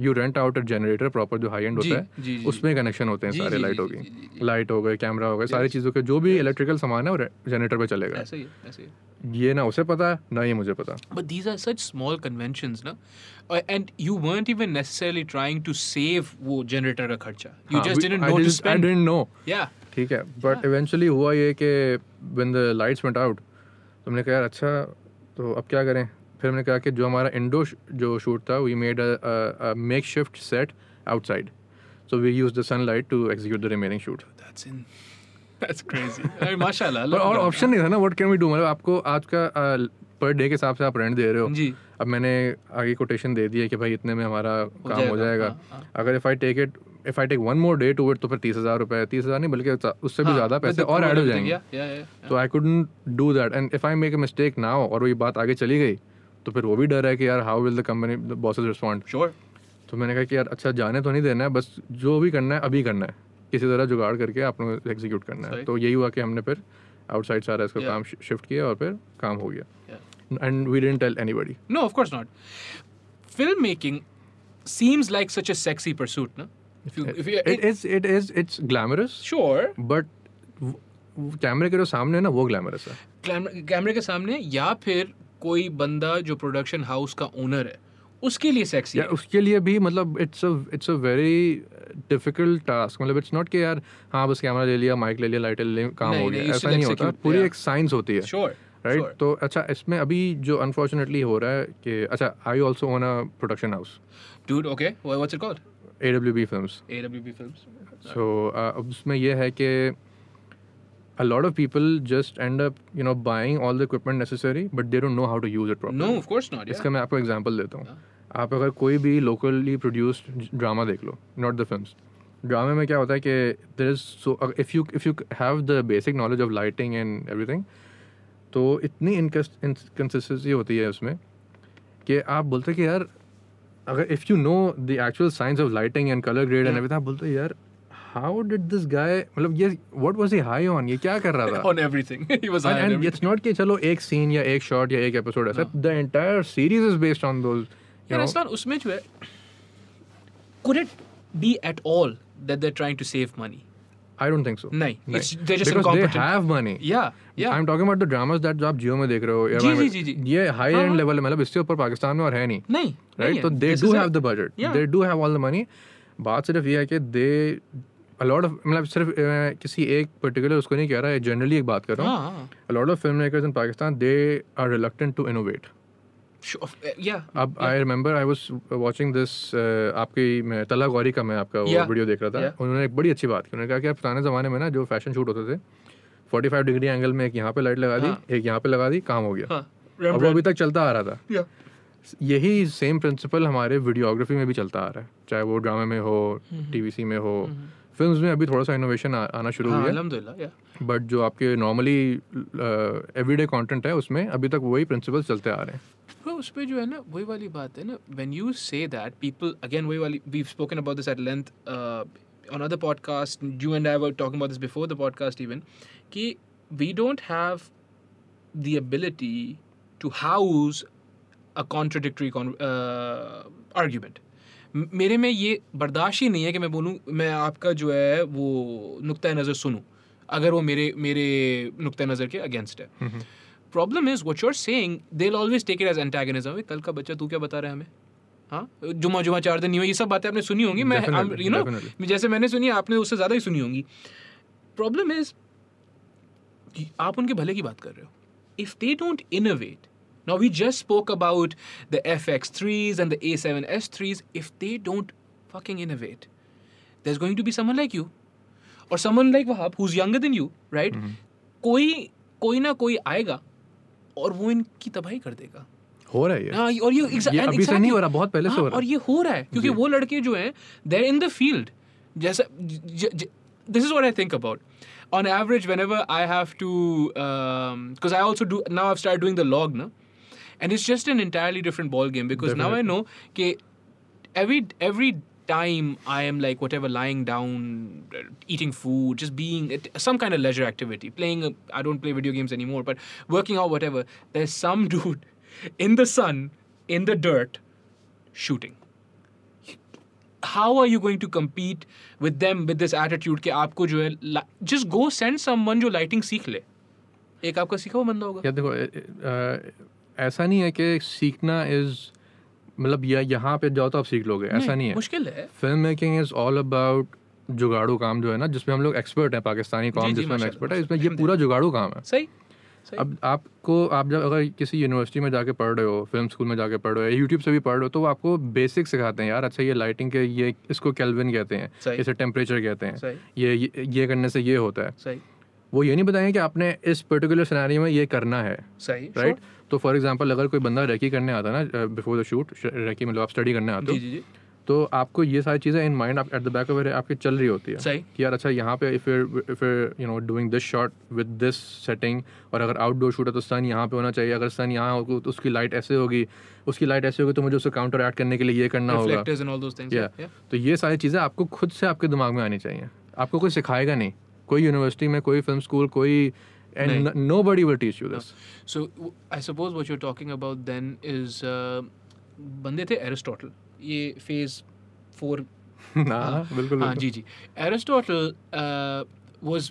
you rent out a generator proper जो हाई एंड जी होता है जी जी उसमें कनेक्शन होते हैं जी, सारे जी, लाइटों जी, की जी, जी, लाइट हो गए कैमरा हो गए सारी चीज़ों के जो भी इलेक्ट्रिकल सामान है वो जनरेटर पे जी। चलेगा ऐसा ही है ऐसा ही है ये ना उसे पता है ना ये मुझे पता But these are such small conventions, na? Uh, and you weren't even necessarily trying to save wo generator ka kharcha. You हाँ, just didn't know to spend. No Yeah. ठीक है अच्छा। बट इवेंचुअली हुआ ये कि when the lights went out हमने कहा यार अच्छा तो अब क्या करें फिर हमने कहा कि जो हमारा इंडो जो शूट था we made a makeshift set outside so we use the sunlight to execute the remaining shoot That's in. That's crazy. I mean, mashallah. पर और ऑप्शन नहीं था ना व्हाट कैन वी डू मतलब आपको आज का पर डे के हिसाब से आप रेंट दे रहे हो जी अब मैंने आगे कोटेशन दे दिया कि भाई इतने में हमारा काम जाएगा, हो जाएगा हाँ, हाँ। अगर if I take it if I take one more day to it तो फिर तीस हज़ार रुपये तीस हज़ार नहीं बल्कि उससे हाँ, भी ज़्यादा मतलब पैसे और ऐड हो जाएंगे Yeah, yeah, yeah. yeah. तो I couldn't do that and if I make a mistake now और वो ये बात आगे चली गई तो फिर वो भी डर है कि यार how will the company the bosses respond Sure. तो मैंने कहा कि यार अच्छा जाने तो नहीं देना है बस जो भी करना है अभी करना है किसी तरह जुगाड़ करके आपने एग्जीक्यूट करना है सही। तो यही हुआ कि हमने फिर आउटसाइड सारा इसका Yeah. काम शिफ्ट किया और फिर काम हो गया Yeah. And we didn't tell anybody No, of course not. Filmmaking seems like such a sexy pursuit, no? If you, if you, it is it is it's glamorous sure. But कैमरे के जो सामने है ना वो glamorous है कैमरे कैमरे के सामने या फिर कोई बंदा जो प्रोडक्शन हाउस का ओनर है उसके लिए सेक्सी यार उसके लिए भी मतलब it's a it's a very difficult task मतलब इट्स नॉट कि यार हाँ बस कैमरा ले लिया माइक ले लिया लाइट ले लिया काम नहीं, हो नहीं, गया you ऐसा still नहीं होता execute, पूरी yeah. एक साइंस होती है Sure. Right sure. तो अच्छा इसमें अभी जो अनफॉर्चुनेटली हो रहा है कि अच्छा I also own a production house Dude, okay. Wha- What's it called? A W B film AWB Films. So uh, अब उसमें यह है कि a lot of people just end up you know buying all the equipment necessary but they don't know how to use it proper No, of course not. Yeah. इसका मैं आपको example देता हूँ हाँ। आप अगर कोई भी लोकली प्रोड्यूस्ड ड्रामा देख लो नॉट द फिल्म ड्रामे में क्या होता है कि there is so if you if you have the basic knowledge of lighting and everything तो इतनी इनकन्सिस्टेंसी होती है उसमें कि आप बोलते हैं कि यार अगर if you know the actual science of lighting and colour grade and everything आप बोलते हो यार हाउ डिड दिस गाय मतलब ये what was he high on ये क्या कर रहा था On everything. he was high on and everything. It's not कि चलो एक सीन या एक शॉट या एक एपिसोड ऐसा the entire series is based on those Yeah, हाँ। it's not उसमें जो है could it be at all that they're trying to save money? I don't think so नहीं, it's- they're just they incompetent. Have money Yeah, yeah. I am talking about the dramas that जो आप जियो में देख रहे हो या जी, वहाँ जी, में- जी, ये हाई हाँ, एंड हाँ। लेवल है मतलब इससे ऊपर पाकिस्तान में और है नहीं नहीं, नहीं राइट है. तो they This do is have it. The budget Yeah. They do have all the money बात सिर्फ ये है कि दे अलॉट ऑफ मतलब सिर्फ अ, किसी एक पर्टिकुलर उसको नहीं कह रहा है जनरली एक बात कर रहा हूँ हाँ, हाँ. A lot of filmmakers in Pakistan they are reluctant to innovate Sure. Uh, Yeah. अब I remember I was watching this uh, आपकी मैं तला गौरी का मैं आपका वो Yeah. वीडियो देख रहा था Yeah. उन्होंने एक बड़ी अच्छी बात की उन्होंने कहा कि आप पुराने ज़माने में ना जो फैशन शूट होते थे 45 डिग्री एंगल में एक यहाँ पे लाइट लगा दी हाँ। एक यहाँ पे लगा दी काम हो गया हाँ. और वो Rembrandt. अभी तक चलता आ रहा था Yeah. यही सेम प्रिंसिपल हमारे वीडियोग्राफी में भी चलता आ रहा है चाहे वो ड्रामे में हो Mm-hmm. टीवीसी में हो फिल्म में अभी थोड़ा सा इनोवेशन आना शुरू हाँ, हुआ है alhamdulillah, yeah. बट जो आपके नॉर्मली एवरीडे कंटेंट है उसमें अभी तक वही प्रिंसिपल चलते आ रहे हैं Bro, उस पे जो है ना वही वाली बात है ना when you say that people again वही वाली we spoken about this at length uh, on other podcast you and I were talking about this before the podcast even कि we don't have the ability to house a contradictory con- uh, argument. म- मेरे में ये बर्दाश्त ही नहीं है कि मैं बोलूँ मैं आपका जो है वो नुक़ नज़र सुनूँ अगर वो मेरे मेरे नुक़ नज़र के अगेंस्ट है हम्म, problem is what you're saying they always take it as antagonism कल का बच्चा तू क्या बता रहा है हमें हाँ जुमा जुमा चार दिन नहीं हुआ ये सब बातें आपने सुनी होंगी मैं Definitely, यू नो definitely. जैसे मैंने सुनी आपने उससे ज़्यादा ही सुनी होंगी प्रॉब्लम इज आप उनके भले की बात कर रहे हो if they don't innovate now we just spoke about the F X threes and the A seven S threes if they don't fucking innovate there's going to be someone like you or someone like Wahab who's younger than you, right? Mm-hmm. कोई कोई ना कोई आएगा और वो इनकी तबाही कर देगा हो रहा है ये हाँ, और ये exa- ये and अभी से नहीं exactly- हो रहा, बहुत पहले से हाँ, हो रहा है। और ये हो रहा है क्योंकि जी। वो लड़के जो हैं देर इन द फील्ड जैसा this is what I think about on average whenever I have to because I also do now I start doing the log ना and it's just an entirely different ball game because now I know कि every every time I am like whatever lying down, uh, eating food, just being at some kind of leisure activity, playing. A, I don't play video games anymore, but working out, whatever. There's some dude in the sun, in the dirt, shooting. How are you going to compete with them with this attitude? कि आपको जो है ला- just go send someone जो lighting सीख ले एक आपका सीखा हुआ बंदा होगा या देखो ए- ए- अ, ऐसा नहीं है कि सीखना इज मतलब या यहाँ पे जाओ तो आप सीख लोगे ऐसा नहीं है मुश्किल है film making is all about जुगाड़ू काम जो है ना जिसमें हम लोग एक्सपर्ट हैं पाकिस्तानी जी, कौम जिसमें हम माशाल्लाह, एक्सपर्ट है इसमें ये पूरा जुगाड़ू काम है सही सही अब आपको आप जब अगर किसी यूनिवर्सिटी में जाके पढ़ रहे हो फिल्म स्कूल में जाके पढ़ रहे हो यूट्यूब से भी पढ़ रहे हो तो वो आपको बेसिक सिखाते हैं यार अच्छा ये लाइटिंग के ये इसको कैल्विन कहते हैं सही। इसे टेम्परेचर कहते हैं सही। ये ये- ये करने से ये होता है सही वो ये नहीं बताएंगे कि आपने इस पर्टिकुलर सिनारी में ये करना है सही राइट तो फॉर एग्जांपल अगर कोई बंदा रेकी करने आता है ना uh, before the shoot recce मतलब आप स्टडी करने आते जी हो जी जी तो आपको ये सारी चीज़ें इन माइंड आप एट द बैक ऑफ आपकी चल रही होती है सही। कि यार अच्छा यहाँ पे if if you know doing this shot with this setting और अगर आउटडोर शूट है तो सन यहाँ पे होना चाहिए अगर सन यहाँ होगा तो उसकी लाइट ऐसे होगी उसकी लाइट ऐसे होगी तो मुझे उसे काउंटर ऐड करने के लिए ये करना होगा reflectors and all those things या yeah. तो ये सारी चीज़ें आपको खुद से आपके दिमाग में आनी चाहिए आपको कोई सिखाएगा नहीं कोई यूनिवर्सिटी में कोई फिल्म स्कूल कोई and nobody will teach you this So w- I suppose what you're talking about then is uh, बंदे थे एरिस्टोटल ये फेज फोर ना बिल्कुल हाँ जी जी uh, Aristotle was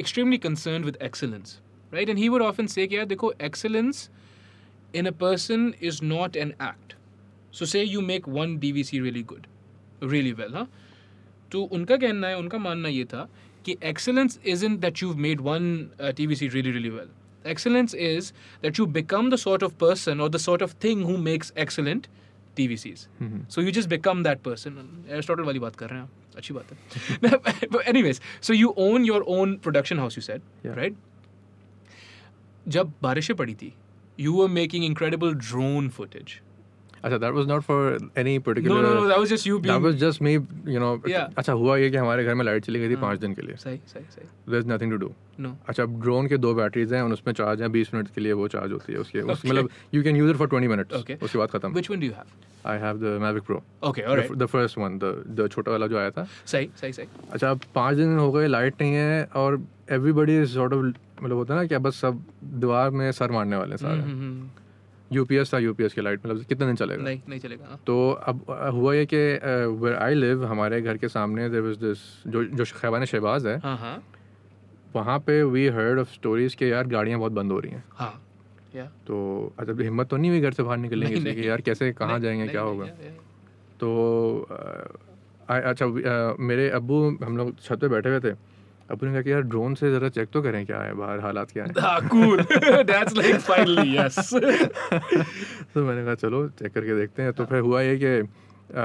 extremely concern with excellence right and he would often say यार देखो excellence in a person is not an act so say you make one D V C really good really well हाँ तो उनका कहना है उनका मानना ये था कि excellence is in that you made one T V C really really well excellence is that you become the sort of person और the sort of thing who makes excellent T we Cs Mm-hmm. So you just become that person Aristotle वाली बात कर रहे हैं आप अच्छी बात है anyways so you own your own production house you set Yeah. Right जब बारिशें पड़ी थी you are making incredible drone footage अच्छा that was not for any no particular no no that was just you uh, That being was just me, you know. Yeah. हाँ। अच्छा हुआ ये कि हमारे घर में लाइट चली गई थी पाँच दिन के लिए सही सही सही there is nothing to do no अच्छा ड्रोन के दो बैटरीज हैं और उसमें चार्ज हैं बीस मिनट के लिए वो चार्ज होती है उसके उस- मतलब you can use it for twenty minutes Okay. उसके बाद खत्म which one do you have I have the Mavic Pro okay alright the first one the छोटा वाला जो आया था सही सही सही अच्छा अब पाँच दिन हो गए लाइट नहीं है और एवरीबडी इज सॉर्ट ऑफ मतलब होता है ना कि अब बस सब दीवार में सर मारने वाले हैं Mm-hmm, सारे हम्म, यूपीएस था यूपीएस की लाइट मतलब कितने दिन चलेगा नहीं नहीं चलेगा हाँ। तो अब अ, हुआ ये कि वेर आई लिव हमारे घर के सामने देर वॉज दिस जो जो खैबान शहबाज है हाँ हाँ वहाँ पे वी हर्ड ऑफ स्टोरीज के यार गाड़ियाँ बहुत बंद हो रही हैं हाँ या तो अच्छा अभी हिम्मत तो नहीं हुई घर से बाहर निकलने नहीं, की नहीं। कि यार कैसे कहाँ जाएंगे क्या होगा तो अ, आ- अच्छा वी- अ, मेरे अबू हम लोग छत पे बैठे हुए थे अबू ने कहा कि यार ड्रोन से ज़रा चेक तो करें क्या है बाहर हालात क्या है हाँ cool that's like finally yes तो मैंने कहा चलो चेक करके देखते हैं तो फिर हुआ ये कि अ,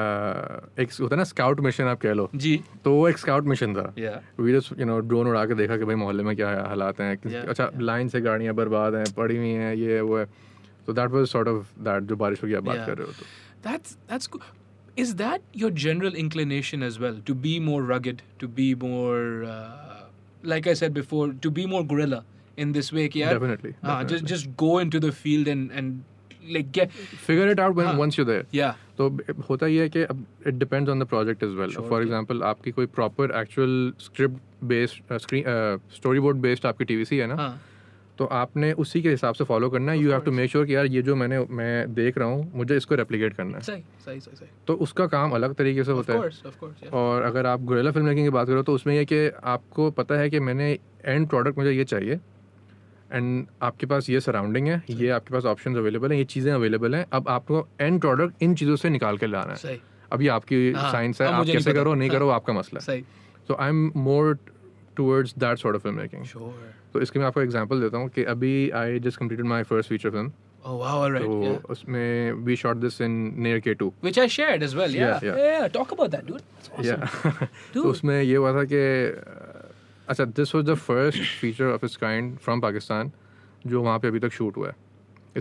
एक होता है ना स्काउट मिशन आप कह लो जी तो वो एक स्काउट मिशन था या we just you know drone उड़ा के देखा कि भाई मोहल्ले में क्या हालात हैं किस- Yeah, अच्छा लाइन से गाड़ियाँ बर्बाद हैं पड़ी हुई हैं ये है, वो है तो that was sort of that जो बारिश हो गई आप बात Yeah. कर रहे हो तो That's that's good. Is that your general inclination as well to be more rugged, to be more, uh, like I said before, to be more gorilla in this way? Yeah, Definitely, just just go into the field and and like get figure it out when हाँ. Once you there yeah तो ब- होता ये है कि it depends on the project is well Sure, for yeah. Example आपकी कोई uh, proper actual script based storyboard based आपकी टीवीसी है ना हाँ तो आपने उसी के हिसाब से फॉलो करना है you have to make sure कि यार ये जो मैंने मैं देख रहा हूँ मुझे इसको रेप्लिकेट करना है सही सही सही सही तो उसका काम अलग तरीके से ऑफ होता है कोर्स ऑफ कोर्स और अगर आप गुरेला फिल्म मेकिंग की बात करो तो उसमें यह कि आपको पता है कि मैंने एंड प्रोडक्ट मुझे ये चाहिए एंड आपके पास ये सराउंडिंग है ये आपके पास ऑप्शन अवेलेबल हैं ये चीज़ें अवेलेबल हैं अब आपको एंड प्रोडक्ट इन चीज़ों से निकाल के लाना है सही अब ये आपकी हाँ, साइंस है अब आप मुझे नहीं कैसे पता। करो नहीं हाँ। करो आपका मसला है सही so I am more towards that sort of film making sure तो इसके मैं आपको एग्जांपल देता हूँ कि अभी I just completed my first feature film Oh wow, all right. तो yeah. उसमें we shot this in near K two Which I shared as well. Yeah. Yeah, Yeah, yeah. yeah, Talk about that, dude. That's awesome. या तो Dude. उसमें ये हुआ था कि अ, अच्छा this was the first feature of its kind from Pakistan जो वहाँ पे अभी तक शूट हुआ है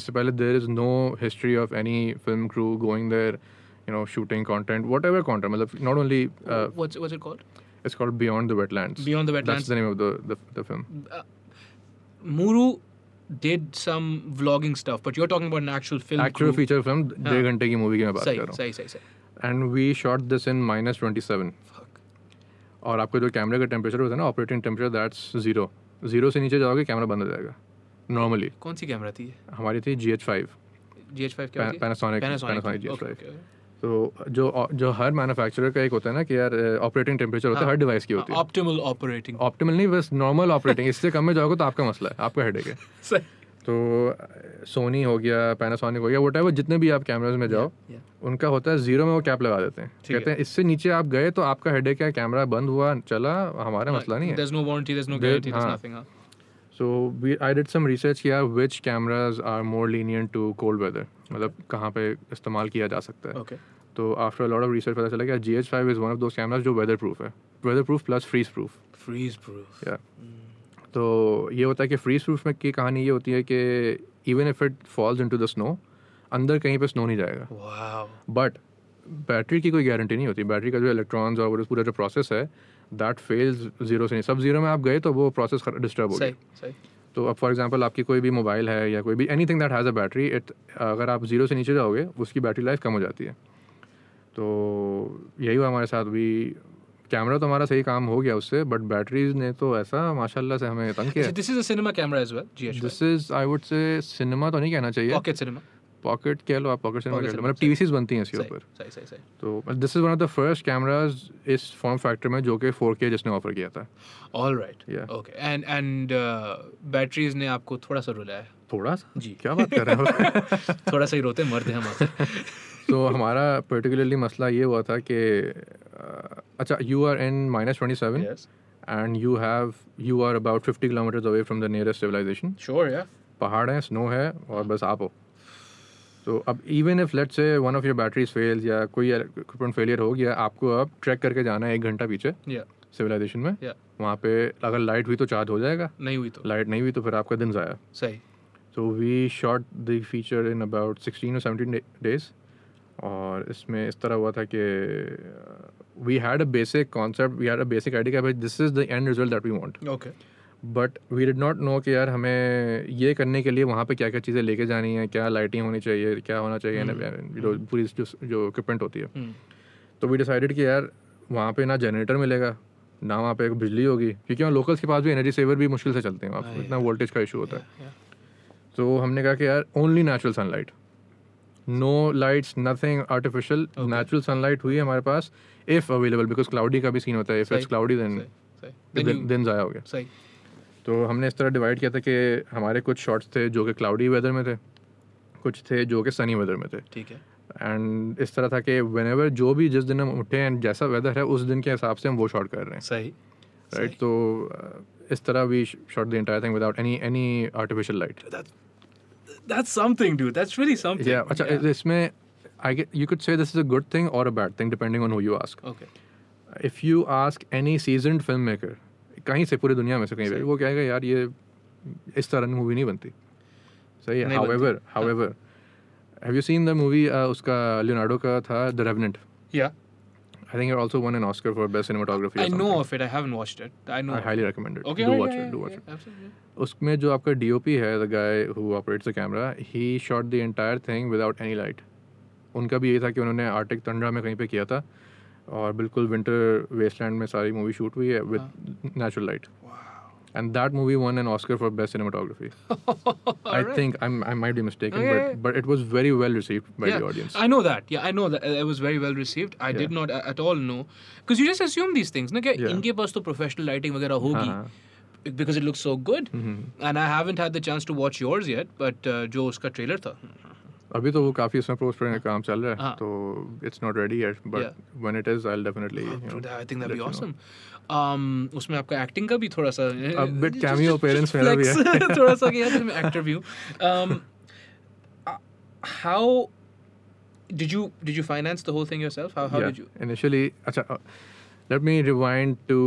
इससे पहले there is no history of any film crew going there you know shooting content whatever content मतलब not only it's what's what's it called? Called Beyond the Wetlands Beyond the that's Wetlands. The name of the the film Muru did some vlogging stuff, but you're talking about an actual film. Actual crew. हाँ. Feature film डेढ़ घंटे की movie की मैं बात कर Say, रहा हूँ say, say, say. And we shot this in minus twenty seven Fuck. और आपका जो कैमरे का टेम्परेचर होता है ना operating temperature that's zero zero से नीचे जाओगे कैमरा बंद हो जाएगा नॉर्मली कौन सी कैमरा थी हमारी थी G H five G H five क्या होती है? Panasonic Panasonic. Panasonic G H Okay, five okay. तो जो जो हर मैन्युफैक्चरर का एक होता है ना कि यार ऑपरेटिंग टेम्परेचर होता है हाँ। हर डिवाइस की होती है Optimal operating. ऑप्टिमल नहीं बस नॉर्मल ऑपरेटिंग इससे कम में जाओगे तो आपका मसला है आपका हेडेक है Say. तो सोनी हो गया पैनासोनिक हो गया वट जितने भी आप कैमराज में जाओ Yeah. उनका होता है जीरो में वो कैप लगा देते हैं है। कहते हैं इससे नीचे आप गए तो आपका हेडेक है कैमरा बंद हुआ चला हमारा मसला नहीं है हाँ, There's no warranty. There's no There- guarantee. There's हाँ. nothing. Huh? So we I did some research किया which cameras are more lenient to cold weather मतलब कहाँ पे इस्तेमाल किया जा सकता है Okay. तो आफ्टर लॉट ऑफ रिसर्च पता चला कि G H five is one of those cameras जो वेदर प्रूफ है weather proof plus freeze proof Freeze proof. या तो ये होता है कि फ्रीज प्रूफ में की कहानी ये होती है कि even if it falls into the snow अंदर कहीं पे स्नो नहीं जाएगा Wow. बट बैटरी की कोई गारंटी नहीं होती बैटरी का जो इलेक्ट्रॉन्स और वो जो पूरा जो प्रोसेस है दैट फेल्स जीरो से नहीं सब जीरो में आप गए तो वो प्रोसेस डिस्टर्ब हो गया Say, say. तो अब फॉर एग्जांपल आपकी कोई भी मोबाइल है या कोई भी anything that has a battery it अगर आप जीरो से नीचे जाओगे उसकी बैटरी लाइफ कम हो जाती है तो यही हुआ हमारे साथ भी कैमरा तो हमारा सही काम हो गया उससे बट बैटरीज ने तो ऐसा माशाल्लाह से हमें तंग किया So this is a cinema camera as well. GH. This is I would say cinema तो नहीं कहना चाहिए Pocket cinema. पॉकेट कह लो आप पॉकेट सिनेमा Pocket कह लो cinema, मतलब टीवीसीज बनती हैं इसके Say, ऊपर say, say, say. तो this is one of the first cameras इस फॉर्म फैक्टर में जो कि फोर के जिसने ऑफर किया था All right. Yeah. Okay. And and uh, batteries ने आपको थोड़ा सा रुलाया. थोड़ा सा जी. क्या बात कर रहे हो थोड़ा सा ही रोते हैं, मरते हैं हम आपसे. तो हमारा पर्टिकुलरली मसला ये हुआ था कि अ, अच्छा you are in minus twenty seven Yes. And you have you are about fifty kilometres away from the nearest civilisation Sure. Yeah. पहाड़ है स्नो है और बस आप हो तो अब even if let's say one of your batteries fail या कोई इक्विपमेंट फेलियर हो गया आपको अब ट्रैक करके जाना है एक घंटा पीछे Yeah. सिविलाइजेशन में Yeah. वहाँ पे अगर लाइट हुई तो चार्ज हो जाएगा नहीं हुई तो. लाइट नहीं हुई तो फिर आपका दिन ज़ाया सही. तो we shot the feature in about 16 और 17 डेज और इसमें इस तरह हुआ था कि uh, we had a basic concept we had a basic idea भाई this is the end result that we want Okay. But we did not know कि यार हमें ये करने के लिए वहाँ पे क्या क्या चीज़ें लेके जानी है क्या लाइटिंग होनी चाहिए क्या होना चाहिए and, you know, पूरी जो जो इक्विपमेंट होती है Hmm. तो वी डिसाइडेड कि यार वहाँ पे ना जनरेटर मिलेगा ना वहाँ पे बिजली होगी क्योंकि वहाँ लोकल्स के पास भी एनर्जी सेवर भी मुश्किल से चलते हैं वहाँ पे इतना वोल्टेज का इशू होता है हाँ, Yeah. तो हमने कहा कि यार only natural sunlight no lights nothing artificial natural sunlight हुई है हमारे पास इफ अवेलेबल बिकॉज क्लाउडी का भी सीन होता है इफ इट्स सही, क्लाउडी देन सही. सही. Then you. दिन दिन ज़ाया हो गया सही. तो हमने इस तरह डिवाइड किया था कि हमारे कुछ शॉट्स थे जो कि क्लाउडी वेदर में थे कुछ थे जो कि सनी वेदर में थे ठीक है. एंड इस तरह था कि वेन एवर जो भी जिस दिन हम उठे एंड जैसा वेदर है उस दिन के हिसाब से हम वो शॉट कर रहे हैं सही. राइट तो अ, इस तरह we shot the entire thing without any any artificial light That's that's something, dude. That's really something. Yeah, अच्छा इसमें I get you could say this is a good thing और a bad thing depending on who you ask Okay. If you ask any season film maker कहीं से पूरी दुनिया में से कहीं पे सही। वो कहेगा यार ये इस तरह की मूवी नहीं बनती सही है नहीं बनती। हाँ। However however have you seen the movie उसका लियोनार्डो का था the Revenant Yeah. I think also won an Oscar for best cinematography I know of it. I haven't watched it. I know. I of it. Highly recommended Okay. Do alright, watch yeah, it do yeah, watch yeah, Absolutely. उसमें जो आपका DOP है the guy who operates the camera he shot the entire thing without any light उनका भी ये था कि उन्होंने आर्टिक तंडरा में कहीं पे किया था और बिल्कुल विंटर वेस्टलैंड में सारी मूवी शूट हुई है with natural light and that movie won an Oscar for best cinematography. I Alright. think I'm, I might be mistaken, Okay, yeah, yeah. but but it was very well received by yeah. the audience. I know that. Yeah, I know that uh, it was very well received. I did Yeah. not a- at all know because you just assume these things. Na कि Yeah. Uh-huh. इनके पास तो professional lighting वगैरह होगी हाँ. because it looks so good. Mm-hmm. And I haven't had the chance to watch yours yet, but uh, जो उसका trailer था. अभी तो वो काफी उसमें पोस्ट का काम चल रहा हाँ. है तो it's not ready yet Yeah. But when it is I will definitely Bro, that- I think that'd be let awesome. Um, उसमें आपका एक्टिंग का भी थोड़ा सा A bit eh, just- cameo just- appearance just मेरा भी flex, थोड़ा सा कि यार मैं एक्टर भी हूँ. Um, uh, how did you did you finance the whole thing yourself? How how did you? Initially अच्छा let me rewind to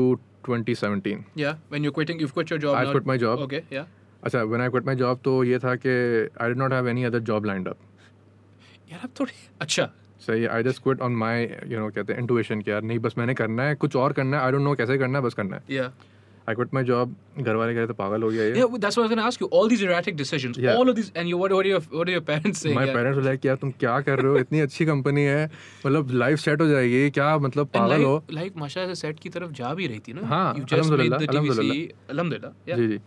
2017 Yeah, when you're quitting, you've quit your job. I now. quit my job. Okay, yeah. अच्छा when I quit my job तो ये था कि I did not have any other job lined up यार अब थोड़ी अच्छा सही I just quit on my you know कहते हैं इंटुएशन कि यार नहीं बस मैंने करना है कुछ और करना है आई डोंट नो कैसे करना है बस करना है yeah I quit my job घर वाले कह रहे थे पागल हो गया ये yeah well, that's what I was gonna ask you all these erratic decisions Yeah. all of these and you what, what are your what are your parents saying my yeah? Parents like यार तुम क्या कर रहे हो इतनी अच्छी company है मतलब लाइफ सेट हो जाएगी क्या मतलब And पागल हो like, like Masha से सेट की तरफ जा भी रही थी ना हाँ, you just made अलहम्दुलिल्लाह, the TVC alhamdulillah yeah जी जी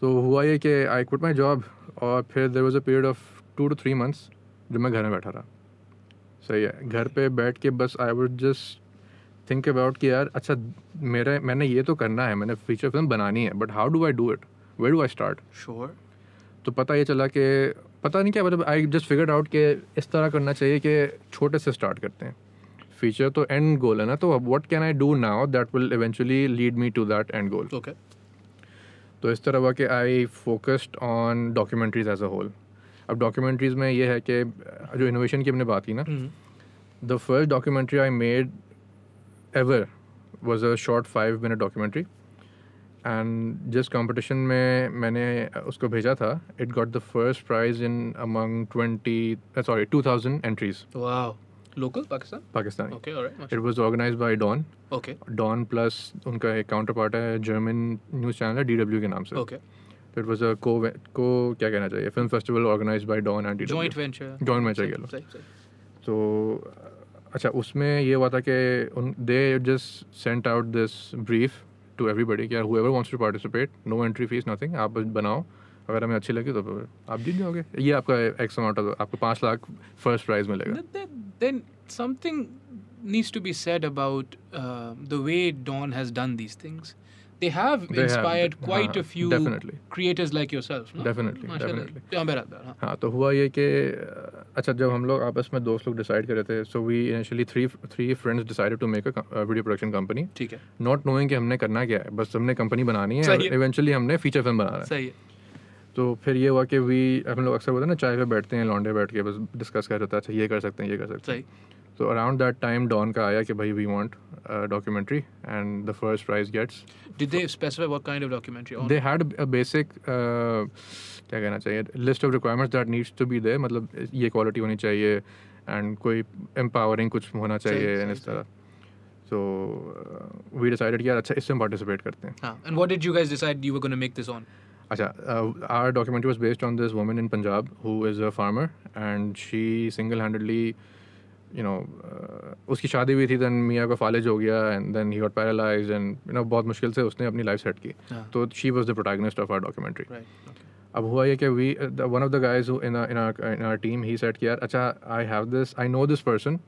तो हुआ ये कि आई क्विट माई जॉब और फिर there was a period of two two three months जो मैं घर में बैठा रहा सही है घर पे बैठ के बस I would just think about कि यार अच्छा मेरे मैंने ये तो करना है मैंने फीचर फिल्म बनानी है but how do I do it where do I start sure तो पता ये चला कि पता नहीं क्या मतलब आई जस्ट फिगर आउट कि इस तरह करना चाहिए कि छोटे से स्टार्ट करते हैं फीचर तो एंड गोल है ना तो what can I do now that will eventually lead me to that end goal okay तो इस तरह हुआ कि I focused on documentaries as a whole अब डॉक्यूमेंट्रीज में ये है कि जो इनोवेशन की हमने बात की ना the first documentary I made ever was a short five minute documentary and जिस कंपटीशन में मैंने उसको भेजा था it got the first prize in among twenty sorry two thousand entries wow local Pakistan Pakistani okay all right Masha. It was organise by Dawn okay Dawn plus उनका एक counterpart है German news channel है D W के नाम से okay it was a को को क्या कहना चाहिए film festival organise by Dawn and joint venture Joint venture कह लो। सही सही तो अच्छा उसमें ये हुआ था कि उन they just sent out this brief to everybody कि यार whoever wants to participate no entry fees nothing आप बस बनाओ अगर हमें अच्छी लगी तो फिर आप जीत जाओगे ये आपका एक्स अमाउंट आपको पाँच लाख फर्स्ट प्राइज मिलेगा Th- th- then something needs to be said about uh, the way Dawn has done these things. They have They have, inspired d- quite हाँ, a few definitely. creators like yourself. No? Definitely, MashaAllah. definitely. Yeah, बराबर, हाँ. हाँ तो हुआ ये कि अच्छा जब हम लोग आपस में दोस्त लोग डिसाइड कर रहे थे so we initially three three friends decided to make a video production company ठीक है नॉट नोइंग कि हमने करना क्या है बस हमने कंपनी बनानी है सही है। इवेंचुअली हमने फीचर फिल्म बनाना है सही है तो फिर ये हुआ कि वी हम लोग अक्सर बोलते हैं ना चाय पे बैठते हैं लॉन्डे बैठ के बस डिस्कस कर रहे थे अच्छा ये कर सकते हैं ये कर सकते सही हैं तो अराउंड दैट टाइम डॉन का आया कि भाई we want documentary and the first prize gets Did they specify what kind of documentary? On? They had a basic uh, क्या कहना चाहिए list of requirements that needs to be there मतलब ये quality होनी चाहिए एंड कोई empowering कुछ होना चाहिए सही, and इस तरह सो वी डिसाइडेड कि यार अच्छा इसमें पार्टिसिपेट करते हैं हाँ. And what did you guys decide you were going to make this on? Acha, uh, our documentary was based on this woman in Punjab who is a farmer, and she single-handedly, you know, uh, उसकी शादी हुई थी, then मियाँ का फालेज हो गया, and then he got paralyzed, and you know बहुत मुश्किल से उसने अपनी life set की. हाँ. तो she was the protagonist of our documentary. Right. Okay. अब हुआ ये कि we uh, the, one of the guys who in our in our in our team he said कि यार अच्छा I have this I know this person.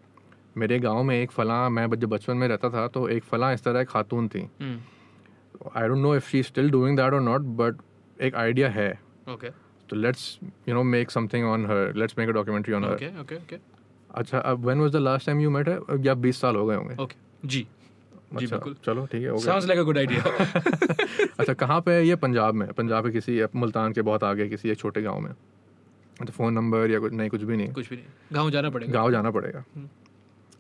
मेरे गांव में एक फलां मैं जब बचपन में रहता था तो एक फलां इस तरह एक खातून थी Hmm. I don't know if she still doing that और नॉट बट एक आइडिया है Okay. तो let's you know make something on her let's make a documentary on her Okay. Okay. Okay. अच्छा अब when was the last time you met है या 20 साल हो गए होंगे Okay. G. जी, अच्छा बिल्कुल। चलो ठीक है हो गया Sounds like a good idea. अच्छा कहाँ पे है ये पंजाब में है। पंजाब के किसी मुल्तान के बहुत आगे किसी एक छोटे गांव में तो फ़ोन नंबर या कुछ नहीं कुछ भी नहीं कुछ भी नहीं हम्म। गाँव जाना पड़ेगा गांव जाना पड़ेगा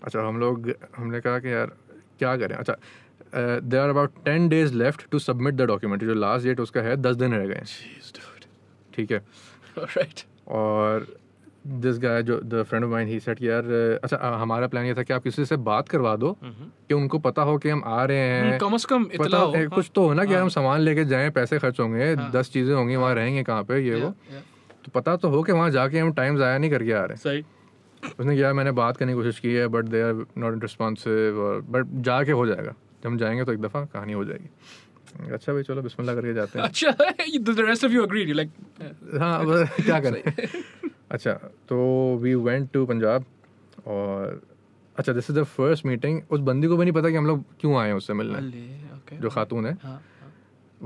अच्छा हम लोग हमने कहा कि यार क्या करें अच्छा there are about ten days left to submit the documentary जो लास्ट डेट उसका है दस दिन रह गए हैं। Jeez, dude. ठीक है All right. और दिस गाय जो the friend of mine he set यार अ, अच्छा अ, हमारा प्लान ये था कि आप किसी से बात करवा दो कि उनको पता हो कि हम आ रहे हैं हम्म। कम से कम पता इतना हो हाँ। ए, कुछ तो हो ना कि यार हम सामान लेके जाएं पैसे खर्च होंगे दस चीज़ें होंगी हाँ। वहाँ रहेंगे कहाँ पे ये वो Yeah, yeah. तो पता तो हो कि वहाँ जाके हम टाइम ज़ाया नहीं करके आ रहे सही हैं उसने कहा यार मैंने बात करने की कोशिश की है but they are not responsive और बट जाके हो जाएगा जब हम जाएंगे तो एक दफ़ा कहानी हो जाएगी अच्छा भाई चलो बिस्मिल्लाह करके जाते हैं अच्छा the rest of you agreed. You're like, yeah. हाँ बस क्या करें अच्छा तो वी वेंट टू पंजाब और अच्छा this is the first meeting उस बंदी को भी नहीं पता कि हम लोग क्यों आए हैं उससे मिलने अल्ले, okay. Ah, जो खातून है हाँ, हाँ.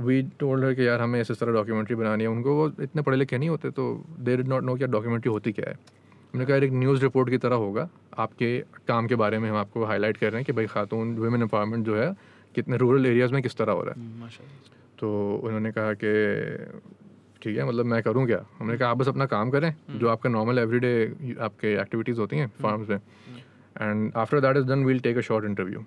वी टोल्ड हर कि यार हमें इस तरह डॉक्यूमेंट्री बनानी है उनको वो इतने पढ़े लिखे नहीं होते तो दे डिड नॉट नो कि डॉक्यूमेंट्री होती क्या है हमने कहा यार, एक न्यूज़ रिपोर्ट की तरह होगा आपके काम के बारे में हम आपको हाईलाइट कर रहे हैं कि भाई खातून वुमेन एम्पावरमेंट जो है कितने रूरल एरियाज़ में किस तरह हो रहा है हम्म, माशाल्लाह. तो उन्होंने कहा कि ठीक है मतलब मैं करूं क्या हमने कहा आप बस अपना काम करें जो आपका नॉर्मल एवरीडे आपके एक्टिविटीज़ होती हैं फार्म्स में and after that is done we'll take a short interview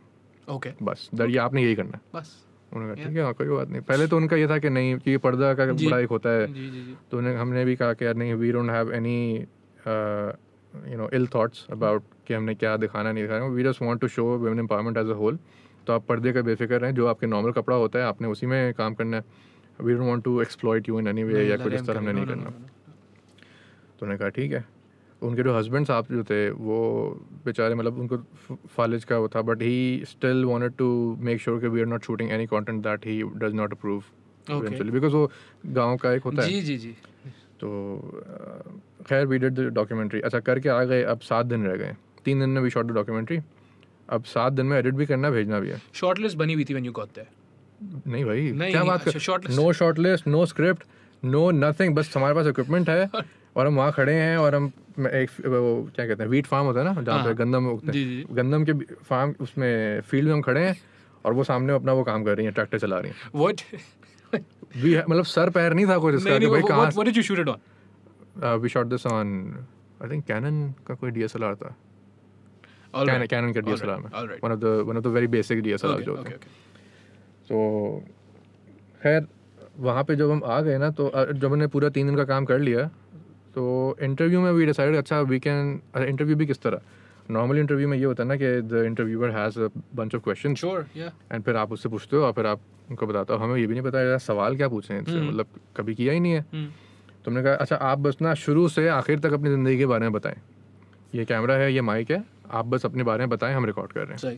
Okay. बस दर ये आपने यही करना है बस उन्होंने कहा ठीक है हाँ, कोई बात नहीं पहले तो उनका ये था कि नहीं कि ये पर्दा का जी। बड़ा एक होता है जी जी जी तो उन्हें हमने भी कहा कि यार नहीं we don't have any uh, you know ill thoughts about कि हमने क्या दिखाना नहीं दिखाना we just want to show women empowerment as a whole तो आप पर्दे का बेफिक्र रहें जो आपके नॉर्मल कपड़ा होता है आपने उसी में काम करना है we don't want to exploit you in any way या कुछ इस तरह हमने नहीं करना तो उन्होंने कहा ठीक है उनके जो हस्बैंड साहब जो थे वो बेचारे मतलब उनको फ- फालिज का वो था but he still wanted to make sure कि we are not shooting any content that he does not approve Okay. Because वो गांव का एक होता है जी जी जी तो अ, खैर वी डिड डॉक्यूमेंट्री अच्छा करके आ गए अब सात दिन रह गए तीन दिन में वी शॉट द डॉक्यूमेंट्री अब सात दिन में एडिट भी करना है, भेजना भी है शॉर्टलिस्ट बनी हुई थी व्हेन यू गॉट देयर नहीं भाई नहीं, क्या नहीं, बात अच्छा, short कर list। No short list no script no nothing बस हमारे पास इक्विपमेंट है और हम वहाँ खड़े हैं और हम मैं एक वो क्या कहते हैं वीट फार्म होता है ना जहाँ पे हाँ। गंदम उगते जी, जी। हैं गंदम के फार्म उसमें फील्ड में हम खड़े हैं और वो सामने अपना वो काम कर रही हैं ट्रैक्टर चला रही हैं व्हाट वी मतलब सर पैर नहीं था कुछ इसका नहीं कि नहीं भाई व्हाट कहाँ what did you shoot it on we shot this on I think Canon का कोई डीएसएलआर था ऑल कैनन कैनन का Alright, डीएसएलआर में alright. One of the one of the very basic DSLR okay जो होते okay हैं तो खैर वहाँ पे जब हम आ गए ना तो अ, जब हमने पूरा तीन दिन का काम कर लिया तो इंटरव्यू में वी डिसाइडेड अच्छा वी कैन इंटरव्यू भी किस तरह नॉर्मल इंटरव्यू में ये होता है ना कि the interviewer has a bunch of question sure या एंड फिर आप उससे पूछते हो और फिर आप उनको बताते हो हमें ये भी नहीं पता यार सवाल क्या पूछे हैं इनसे हम्म। मतलब कभी किया ही नहीं है Hmm. तुमने कहा अच्छा आप बस ना शुरू से आखिर तक अपनी ज़िंदगी के बारे में बताएं ये कैमरा है ये माइक है आप बस अपने बारे में बताएं हम रिकॉर्ड कर रहे हैं सही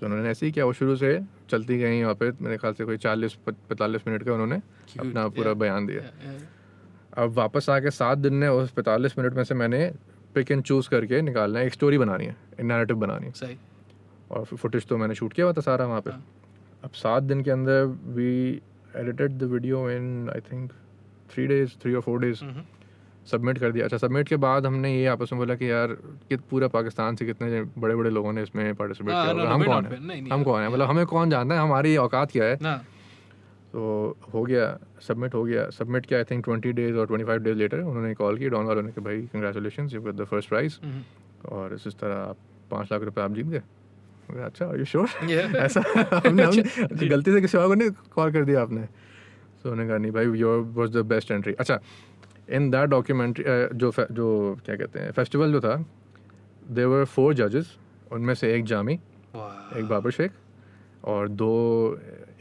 तो उन्होंने ऐसे ही किया वो शुरू से चलती गई वहाँ पे मेरे ख्याल से कोई चालीस पैंतालीस मिनट का उन्होंने Cute, अपना पूरा yeah. बयान दिया Yeah, yeah. अब वापस आके सात दिन में उस पैंतालीस मिनट में से मैंने पिक एंड चूज़ करके निकालना है एक स्टोरी बनानी है एक नैरेटिव बनानी है सही और फुटेज तो मैंने शूट किया हुआ था सारा वहाँ पे हाँ। अब सात दिन के अंदर we edited the video in I think three days three और फोर डेज मम्हम. सबमिट कर दिया अच्छा सबमिट के बाद हमने ये आपस में बोला कि यार कि पूरा पाकिस्तान से कितने बड़े बड़े लोगों ने इसमें पार्टिसिपेट हाँ, किया Ah, no, no, we're होगा। हम कौन not bad. नहीं, है नहीं, हम कौन है मतलब हमें कौन जानता है हमारी औकात क्या है ना तो हो गया सबमिट हो गया सबमिट किया आई थिंक ट्वेंटी डेज और ट्वेंटी फाइव डेज लेटर उन्होंने कॉल की डॉन वालों ने कि भाई congratulation you the first prize Mm-hmm. और इस इस तरह आप पाँच लाख रुपए आप जीत गए मैंने कहा, अच्छा यू श्योर Yeah. ऐसा हमने हमने गलती से किसी और को नहीं कॉल कर दिया आपने तो उन्होंने कहा नहीं भाई your was the best entry अच्छा इन दैट डॉक्यूमेंट्री जो fe- जो क्या कहते हैं फेस्टिवल जो था देवर फोर जजेस उनमें से एक जामी वाह एक बाबर शेख और दो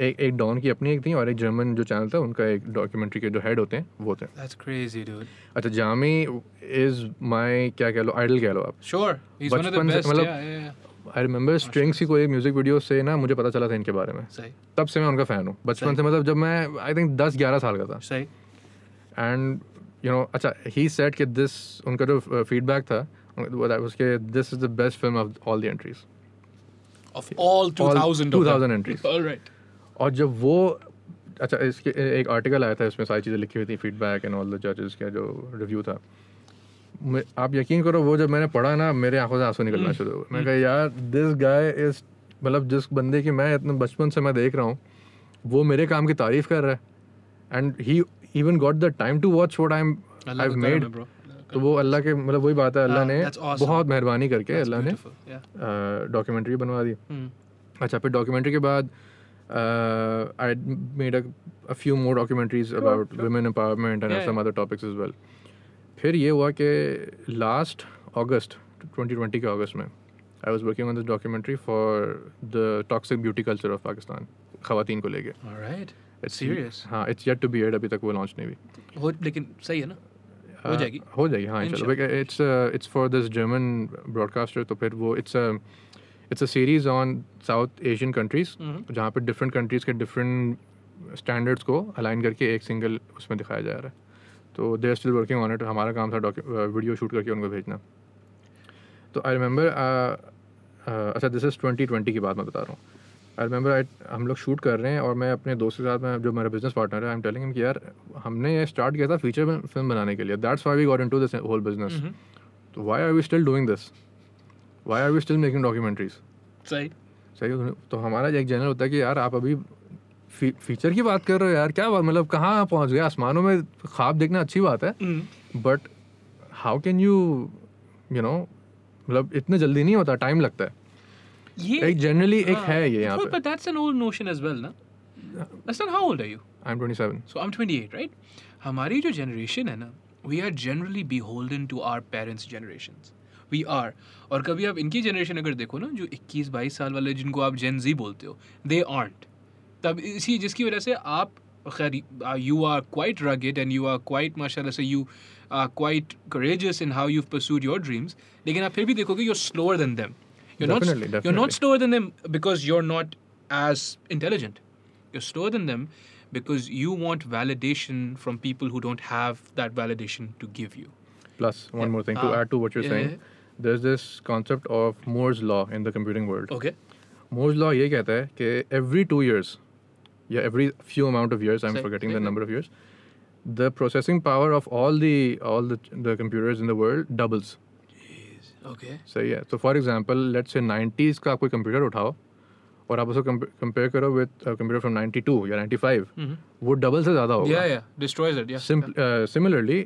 एक एक डॉन की अपनी एक थी और एक जर्मन जो चैनल था उनका एक डॉक्यूमेंट्री के जो हेड होते हैं वो थे दैट्स क्रेजी डूड अच्छा जामी इज माय क्या कह लो आइडल कह लो आप sure he is one of the बचपन से- बेस्ट मतलब- या या आई रिमेंबर स्ट्रिंग्स की कोई म्यूजिक वीडियो से ना मुझे पता चला था इनके बारे में सही तब से मैं उनका फ़ैन हूँ बचपन से मतलब जब मैं आई थिंक दस ग्यारह साल का सही था एंड यू नो अच्छा ही सेट कि दिस उनका जो फीडबैक था उन- उसके this is the best film of all the entries of all 2000 two thousand entries alright और जब वो अच्छा इसके एक आर्टिकल आया था इसमें सारी चीज़ें लिखी हुई थी फीडबैक एंड ऑल द जजेस का जो रिव्यू था मैं- आप यकीन करो वो जब मैंने पढ़ा ना मेरे आंखों से आंसू निकलना हम्म। शुरू हो गए मैं कहा यार दिस गाय इज मतलब जिस बंदे की मैं इतने बचपन से मैं देख रहा हूँ वो मेरे काम की तारीफ कर रहा है and he even got the time to watch what I am I made bro तो वो अल्लाह के मतलब वही बात है अल्लाह हाँ, ने that's awesome. बहुत मेहरबानी करके अल्लाह ने या डॉक्यूमेंट्री बनवा दी Hmm. अच्छा फिर डॉक्यूमेंट्री के बाद uh, I made a few more documentaries about women empowerment and Yeah, some other topics as well फिर ये हुआ कि लास्ट अगस्त 2020 के अगस्त में I was working on this documentary for the toxic beauty culture of Pakistan खातन को लेके alright It's- serious हाँ it's yet to be aired अभी तक वो लॉन्च नहीं हुई हो लेकिन सही है ना हो Uh, जाएगी हो जाएगी हाँ इंशाल्लाह it's it's for this German broadcaster तो फिर वो it's it's a series on South Asian countries Mhm. जहाँ पे डिफरेंट कंट्रीज के डिफरेंट स्टैंडर्ड्स को अलाइन करके एक सिंगल उसमें दिखाया जा रहा है तो they are still working on it हमारा काम था वीडियो शूट करके उनको भेजना तो आई रिमेंबर अच्छा दिस इज़ ट्वेंटी ट्वेंटी की बात मैं बता रहा हूँ आई रिमेंबर आई हम लोग शूट कर रहे हैं और मैं अपने दोस्त के साथ मैं जो मेरा बिजनेस पार्टनर है आई एम टेलिंग हिम कि यार हमने ये स्टार्ट किया था फीचर फिल्म बनाने के लिए that's why we got into this whole business तो why are we still doing this why are we still making documentaries सही सही है तुमने- तो हमारा एक जनरल होता है कि यार आप अभी फी, फीचर की बात कर रहे हो यार क्या बात मतलब कहाँ पहुँच गए आसमानों में ख्वाब देखना अच्छी बात है Hmm. But how can you you know मतलब इतने जल्दी नहीं होता टाइम लगता है ये एक जनरली एक हाँ, है ये यहाँ well, पे Ah. but that's an old notion as well ना Aslan, how old are you? I am twenty seven So I'm 28, right? हमारी जो generation है ना we are generally beholden to our parents' generations. We are. और कभी आप इनकी generation अगर देखो ना जो 21, 22 साल वाले जिनको आप Gen Z बोलते हो they aren't. तब इसी जिसकी वजह से आप खैर uh, you are quite rugged and you are quite माशाल्लाह से you are quite courageous in how you've pursued your dreams लेकिन आप फिर भी देखोगे you're slower than them. You're Definitely, not, you're not definitely. slower than them because you're not as intelligent. You're slower than them because you want validation from people who don't have that validation to give you. plus one more thing to Ah. add to what you're Yeah, saying yeah, Oh. there's this concept of moore's law in the computing world Okay. moore's law ये कहता है कि every two years या every few amount of years i'm Same, forgetting same, the same. number of years the processing power of all the all the the computers in the world doubles Okay. सही है तो for example let's say 90s का आप कोई computer उठाओ और आप उसको कंपेयर करो uh, विद कंप्यूटर फ्रॉम 92 या 95 Mhm. वो डबल से ज़्यादा होगा uh, Yeah, yeah. Destroys it. Yeah. Similarly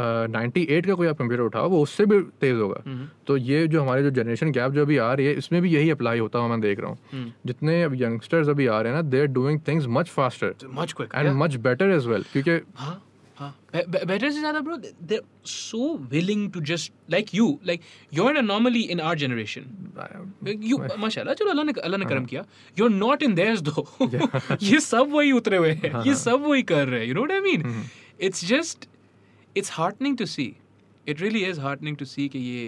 ninety eight uh, का कोई आप कंप्यूटर उठाओ वो उससे भी तेज़ होगा हम्म। तो ये जो हमारे जो जनरेशन गैप जो अभी आ रही है इसमें भी यही अप्लाई होता हुआ मैं देख रहा हम्म। हूँ जितने अब यंगस्टर्स अभी आ रहे हैं ना they are doing things much faster It's much quicker. And much better as well क्योंकि हाँ हाँ Be- be- better is another bro they- they're so willing to just like you like you're an anomaly in our generation Like, you माशाल्लाह चलो अल्लाह ने अल्लाह ने करम किया you're not in theirs though ये सब वही उतरे हुए हैं ये सब वही कर रहे हैं you know what I mean it's just it's heartening to see it really is heartening to see कि ये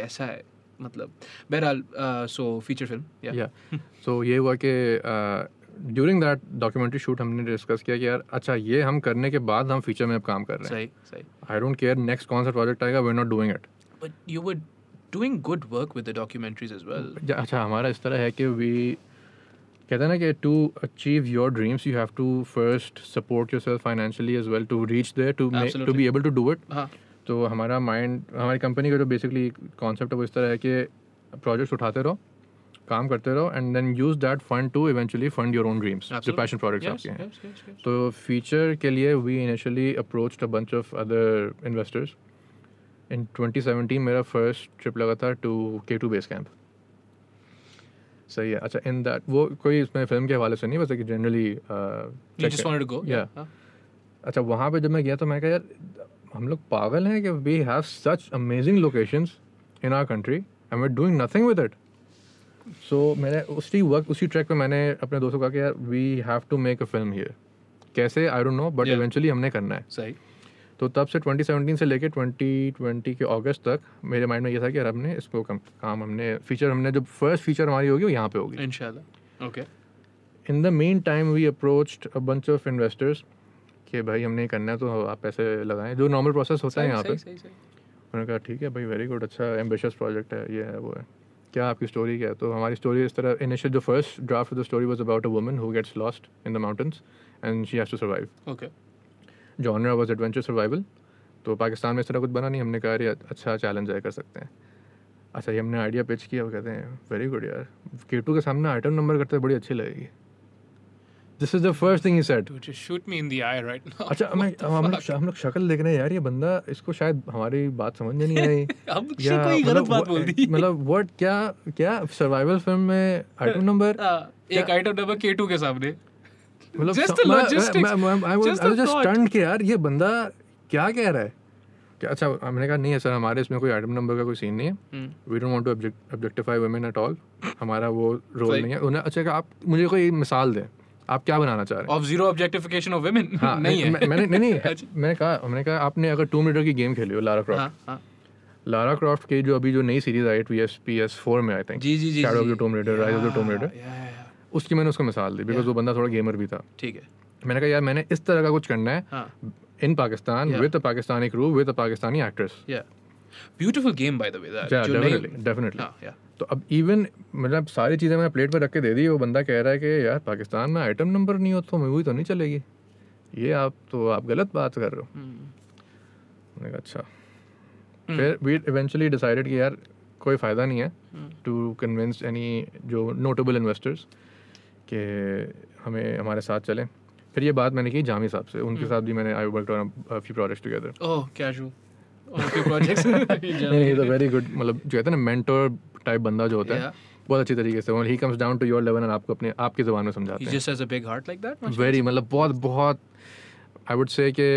कैसा है मतलब बहरहाल uh, सो फीचर फिल्म या या सो ये हुआ कि ड्यूरिंग दैट डॉक्यूमेंट्री शूट हमने डिस्कस किया कि यार अच्छा ये हम करने के बाद हम फीचर में अब काम कर रहे सही सही हैं आई डोंट केयर नेक्स्ट कौन सा प्रोजेक्ट आएगा we are not doing it but you were doing good work with the documentaries as well या- अच्छा हमारा इस तरह है कि वी कहते हैं ना कि to achieve your dreams you have to first support yourself financially as well to reach there to to Absolutely. Be able to do it हाँ तो हमारा माइंड हमारी कंपनी का जो बेसिकली कॉन्सेप्ट है वो इस तरह है कि प्रोजेक्ट्स उठाते रहो काम करते रहो and then use that fund to eventually fund your own dreams जो Absolutely. पैशन प्रोजेक्ट्स yes, आपके हैं yes, yes, yes. तो फीचर के लिए we initially approached a bunch of other investors in 2017 मेरा फर्स्ट ट्रिप लगा था to K two base camp सही है अच्छा इन दैट वो कोई इसमें फिल्म के हवाले से नहीं बस एक uh, generally You just wanted to go? Yeah. अच्छा वहाँ पे जब मैं गया तो मैं कहा यार हम लोग पागल हैं कि we have such amazing locations in our country and we doing nothing with it so मैंने उसी वक्त उसी ट्रैक पे मैंने अपने दोस्तों को कहा कि यार we have to make a film here कैसे I don't know but Yeah. Eventually हमने करना है सही तो तब से 2017 से लेके 2020 के अगस्त तक मेरे माइंड में ये था कि यार हमने इसको कम, काम हमने फीचर हमने जो फर्स्ट फीचर हमारी होगी वो यहाँ पे होगी इंशाल्लाह okay in the meantime we approached a bunch of investors कि भाई हमने ये करना है तो आप पैसे लगाएं जो नॉर्मल प्रोसेस होता है यहाँ पे सही सही उन्होंने कहा ठीक है भाई वेरी गुड अच्छा एम्बिशियस प्रोजेक्ट है ये है वो है क्या आपकी स्टोरी क्या है तो हमारी स्टोरी इस तरह इनिशियल जो first draft of the story was about a woman who gets lost in the mountains and she has to survive okay genre was adventure survival तो पाकिस्तान में इस तरह कुछ बना नहीं हमने कहा अरे अच्छा चैलेंज है कर सकते हैं अच्छा ये हमने आइडिया पिच किया वो कहते हैं वेरी गुड यार के के सामने आइटम नंबर करते बड़ी अच्छी लगेगी this is the first thing he said do just shoot me in the eye right now अच्छा हमें हम लोग हम लोग शक्ल देख रहे हैं यार ये बंदा इसको शायद हमारी बात समझ में नहीं आई अब से कोई मतलब गलत बात वो- बोल दी मतलब वर्ड क्या क्या सर्वाइवल फिल्म में आइटम नंबर हाँ, एक आइटम नंबर K2 के सामने मतलब Just the सम- मैं- logistics, मैं- मैं- मैं- I was- just I the was just thought. stunned कि यार ये बंदा क्या कह रहा है क्या अच्छा हमने कहा नहीं है सर हमारे इसमें कोई आइटम नंबर का कोई सीन नहीं Hmm. है we don't want to objectify women at all हमारा वो रोल Right. नहीं है उन्हें अच्छा कहा, आप मुझे कोई मिसाल दें आप क्या बनाना चाह रहे हैं of zero objectification of women हाँ, Oh, नहीं है अच्छा। मैं- मैंने नहीं नहीं मैंने कहा हमने कहा आपने अगर टूम रेडर की गेम खेली हो लारा हाँ क्रॉफ्ट हाँ लारा क्रॉफ्ट की जो अभी जो नई सीरीज आई P S P S four में आई थिंक जी जी जी शैडो ऑफ जी। The Tomé raider rise of the Tomé raider Yeah, yeah, yeah. उसकी मैंने उसको मिसाल दी बिकॉज वो बंदा थोड़ा गेमर भी था ठीक है मैंने कहा यार मैंने इस तरह का कुछ करना है हाँ in Pakistan with a Pakistani crew with a Pakistani actress yeah beautiful game by the way that Uh, जो नई- डेफिनेटली डेफिनेटली हाँ yeah तो अब इवन मतलब सारी चीज़ें मैंने प्लेट पर रख के दे दी वो बंदा कह रहा है कि यार पाकिस्तान में आइटम नंबर नहीं हो तो मूवी तो नहीं चलेगी ये आप तो आप गलत बात कर रहे हो Hmm. मैंने कहा अच्छा हम्म। फिर वी इवेंचुअली डिसाइडेड कि यार कोई फ़ायदा नहीं है हम्म। टू कन्विंस एनी जो नोटेबल इन्वेस्टर्स कि हमें हमारे साथ चलें फिर ये बात मैंने की जामी साहब से हम्म। उनके साथ भी मैंने I work on few projects together oh casual on a few projects नहीं नहीं तो वेरी गुड मतलब जो कहते हैं ना मेंटोर टाइप बंदा जो होता है Yeah. बहुत अच्छी तरीके से he comes down to your level and आपको अपने आपकी जबान में he समझाते हैं just has a big heart like that much very मतलब बहुत बहुत आई वुड से कि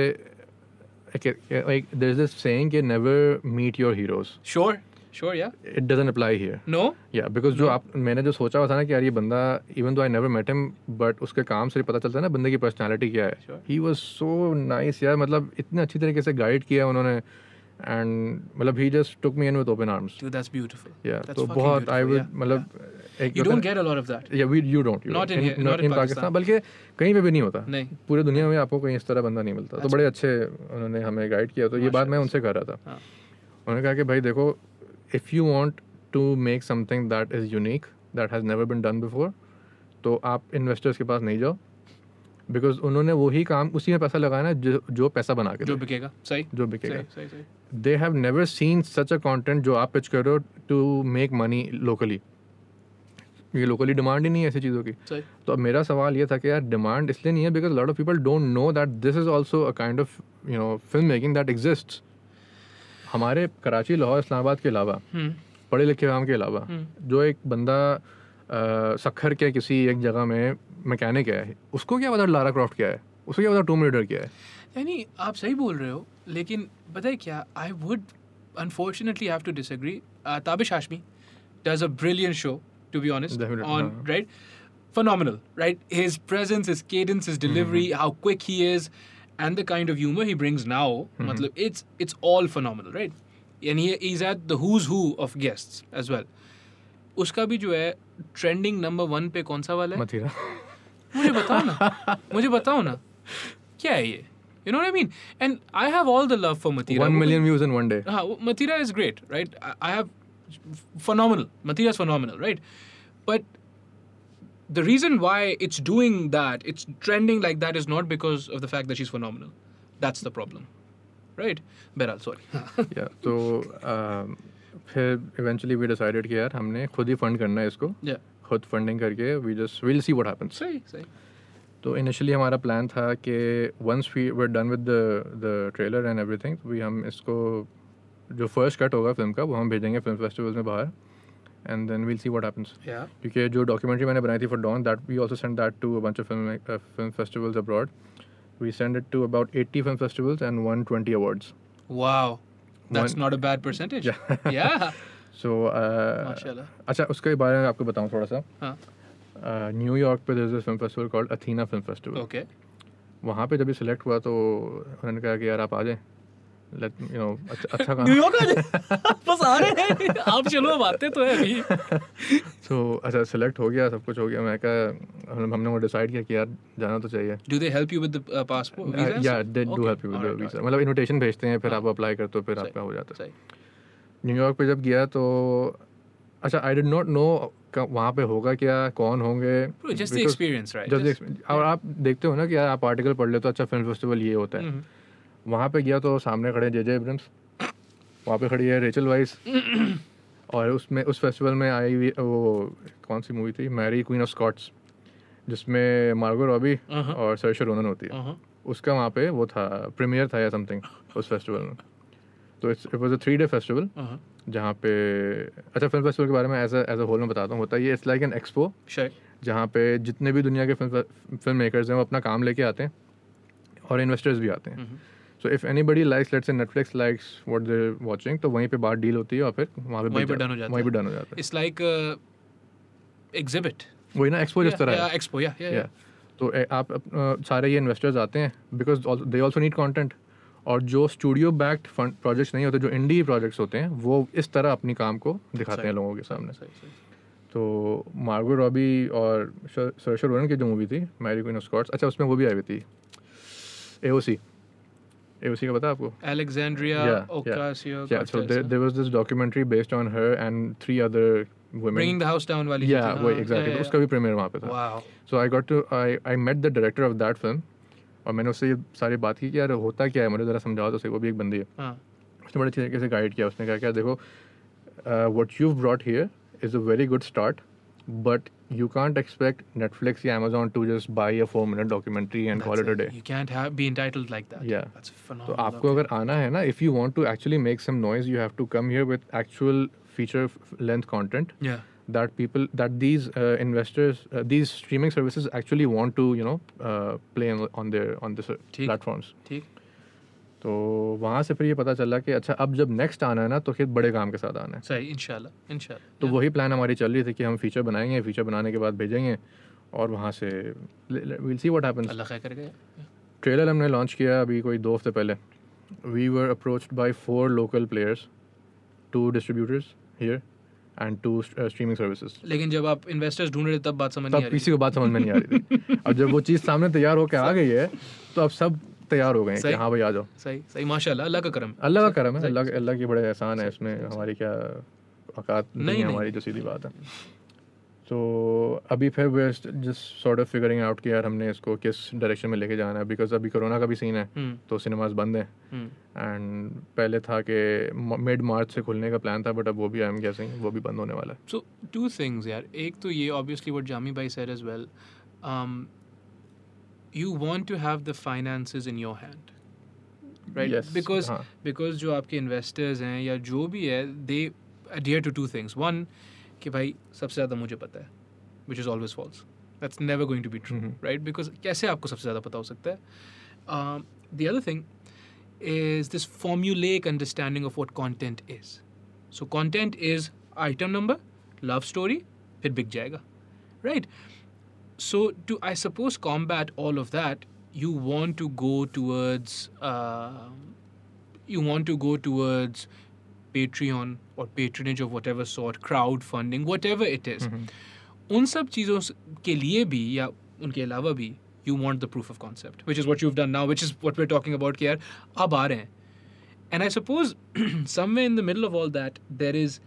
like there is this saying कि never meet your heroes sure sure yeah it doesn't apply here no या बिकॉज जो आप मैंने जो सोचा हुआ था ना कि यार ये बंदा even though I never met him but उसके काम से पता चलता है ना बंदे की पर्सनालिटी क्या है ही वॉज सो नाइस यार मतलब इतने अच्छी तरीके से गाइड किया उन्होंने एंड मतलब he just took me in with open arms dude that's beautiful Yeah, that's तो fucking बहुत आई beautiful, वुड yeah. मतलब एक you होता don't है get a lot of that ना- yeah, we- you don't, you Not don't. in here, not in in Pakistan. Pakistan बल्कि कहीं पे भी नहीं होता नहीं पूरी दुनिया में आपको कहीं इस तरह बंदा नहीं मिलता तो बड़े अच्छे उन्होंने हमें गाइड किया तो ये बात मैं उनसे कर रहा था हाँ। उन्होंने कहा कि भाई देखो if you want to make something that is unique that has never been done before तो आप इन्वेस्टर्स के पास नहीं जाओ बिकॉज उन्होंने वही काम उसी में पैसा लगाना है जो जो पैसा बना के जो दे, बिकेगा सही जो सही बिकेगा सही सही they have never seen such a content जो आप पिच करो टू मेक मनी लोकली ये लोकली डिमांड ही नहीं है ऐसी चीज़ों की सही तो अब मेरा सवाल ये था कि यार डिमांड इसलिए नहीं है because lot of people don't know that this is also a kind of you know film making that exist हमारे कराची लाहौर इस्लामाबाद के अलावा हम्म पढ़े लिखे आवाम के अलावा जो एक बंदा अ, सखर के किसी एक जगह में मैकेनिक है उसको क्या पता लारा क्रॉफ्ट क्या है उसको क्या पता टूम रेडर क्या है यानी आप सही बोल रहे हो लेकिन पता है क्या I would unfortunately have to disagree Tabish Hashmi does a brilliant show to be honest Definitely, on हाँ. right phenomenal right his presence his cadence his delivery how quick he is and the kind of humor he brings now matlab, it's it's all phenomenal right and he, he's at the who's who of guests as well उसका भी जो है trending number one पे कौन सा वाला है मथीरा मुझे बताओ ना मुझे बताओ ना क्या है ये you know I mean and I have all the love for Mathira one million views in one day हाँ Mathira is great right I have phenomenal Mathira is phenomenal right but the reason why it's doing that, it's trending like that, is not because of the fact that she's phenomenal. That's the problem, right? Beral, sorry. या तो अम, फिर eventually we decided कि यार हमने खुद ही fund करना है इसको yeah. खुद फंडिंग करके we just will see what happens Say, say. तो इनिशियली हमारा प्लान था कि once we were done with the the trailer and everything we हम इसको जो फर्स्ट कट होगा फिल्म का वो हम भेजेंगे फिल्म फेस्टिवल्स में बाहर and then will see what happens Yeah. क्योंकि जो डॉक्यूमेंट्री मैंने बनाई थी for don that we also send that to bunch of film film festivals abroad we send it to about eighty film festivals and one twenty awards Wow. That's One- not a bad percentage. Yeah. yeah. So Mashallah. अच्छा उसके बारे में आपको बताऊँ थोड़ा सा Huh. अ, New York पे this film festival called Athena film festival Okay. वहाँ पे जब ये सिलेक्ट हुआ तो उन्होंने कहा कि यार आप आ जाएं लेट यू नो अच्छा अच्छा न्यू काम यॉर्क आ जाए बस आ रहे हैं आप चलो अब आते तो है अभी सो अच्छा सिलेक्ट हो गया सब कुछ हो गया मैं कहा हम- हमने वो डिसाइड किया कि यार जाना तो चाहिए Uh, do they help you with the passport visa या they do help you visa मतलब इनविटेशन भेजते हैं फिर आप अप्लाई करते हो फिर आपका हो जाता है हाँ। सही न्यूयॉर्क पे जब गया तो अच्छा आई डिड नॉट नो वहाँ पे होगा क्या कौन होंगे Bro, just the because- experience, right? जब देख- और आप देखते हो ना कि यार आप आर्टिकल पढ़ लेते हो अच्छा फिल्म फेस्टिवल ये होता है Mm-hmm. वहाँ पे गया तो सामने खड़े जे जे इब्रम्स वहाँ पे खड़ी है रेचल वाइस Mm-hmm. और उसमें उस फेस्टिवल में आई हुई वो कौन सी मूवी थी मैरी क्वीन ऑफ स्कॉट्स जिसमें मार्गो रॉबी और सरशा रोनन होती है Uh-huh. उसका वहाँ पे वो था प्रीमियर था या समथिंग उस फेस्टिवल में तो it's it was a three day festival Uh-huh. जहाँ पे अच्छा फिल्म फेस्टिवल के बारे में एज एज अ होल में बताता हूँ होता है ये it's like an expo Sure. जहाँ पे जितने भी दुनिया के फिल्म मेकर्स हैं वो अपना काम लेके आते हैं और इन्वेस्टर्स भी आते हैं so if anybody likes let's Netflix likes what they're watching तो वहीं पे बात डील होती है और फिर वहाँ पे वहीं बन पे done हो जाता वहीं पे है। डन हो जाता It's like a exhibit. है वही ना एक्सपो जिस yeah, तरह yeah, है expo. Yeah, yeah, yeah. Yeah. तो ए, आप अप- अ, सारे ये इन्वेस्टर्स आते हैं because they also need content और जो स्टूडियो बैक्ड फंड प्रोजेक्ट्स नहीं होते जो इंडी प्रोजेक्ट्स होते हैं वो इस तरह अपनी काम को दिखाते हैं लोगों के सामने सही सही तो मार्गो रॉबी और सरशर वरन की जो मूवी थी मैरी क्वीन ऑफ स्कॉट्स अच्छा उसमें वो भी आई हुई थी A O C A O C का पता है आपको Alexandria Yeah, yeah. Ocasio yeah, so अच्छा। there, there was this documentary based on her and three other women. Bringing the house down वाली yeah, जो थी, वही हाँ, exactly. yeah, तो yeah. उसका भी प्रीमियर वहाँ पे था Wow. So I got to I I met the director of that film और मैंने उससे ये सारी बात की कि यार होता क्या है मुझे ज़रा समझाओ तो सही वो भी एक बंदी है हाँ, उसने बड़े अच्छे तरीके से गाइड किया उसने कहा क्या देखो uh, what you brought here is a very good start but you can't expect Netflix या Amazon to just buy a four minute documentary and that's call it a it. Day You can't have be entitled like that. Yeah. That's तो phenomenal. आपको अगर आना है ना if you want to actually make some noise you have to come here with actual feature length content Yeah. that people that these uh, investors uh, these streaming services actually want to you know uh, play on, on their on the ser- ठीक। platforms ठीक. तो वहाँ से फिर ये पता चला कि अच्छा अब जब नेक्स्ट आना है ना तो फिर बड़े काम के साथ आना है सही इंशाल्लाह इंशाल्लाह तो वही प्लान हमारी चल रही थी कि हम फीचर बनाएंगे फीचर बनाने के बाद भेजेंगे और वहाँ से विल सी व्हाट हैपेंस अल्लाह खैर करेगा यार. ट्रेलर हमने लॉन्च किया अभी कोई दो हफ्ते पहले we were approached by four local players two distributors here and two streaming services लेकिन जब आप इन्वेस्टर्स ढूंढ रहे थे, तब बात समझ नहीं तब आ रही तो किसी को बात समझ में नहीं आ रही थी अब जब वो चीज़ सामने तैयार होकर आ गई है तो अब सब तैयार हो गए हैं कि सही। हाँ भाई आ जाओ थी. सही सही माशाल्लाह अल्लाह का करम है. अल्लाह का करम है अल्लाह अल्लाह की बड़े एहसान है इसमें हमारी क्या औकात नहीं नहीं, है नहीं। हमारी जो सीधी बात है तो अभी फिर वेस्ट just sort of figuring out कि यार हमने इसको किस डायरेक्शन में लेके जाना है बिकॉज अभी कोरोना का भी सीन है हम्म, तो सिनेमाज बंद हैं हम्म. एंड पहले था कि मिड मार्च से खुलने का प्लान था बट अब वो भी आई एम गेसिंग वो भी बंद होने वाला है So two things, yeah. Ek to ye obviously what Jami Bhai said as well. Um, you want to have the finances in your hand, right? Yes, Because हाँ। because जो आपके investors हैं या जो भी है, they adhere to two things. One कि भाई सबसे ज़्यादा मुझे पता है, which is always false. That's never going to be true, Mhm. right? Because कैसे आपको सबसे ज़्यादा पता हो सकता है? Um, the other thing is this formulaic understanding of what content is. So content is item number, love story, फिर बिक जाएगा, right? So to I suppose combat all of that, you want to go towards um you want to go towards Patreon or patronage of whatever sort, crowdfunding, whatever it is. Mm-hmm. उन सब चीज़ों से- के लिए भी या उनके अलावा भी you want the proof of concept which is what you done now which is what we talking about कि यार अब आ रहे हैं and I suppose someway in the middle of all that there is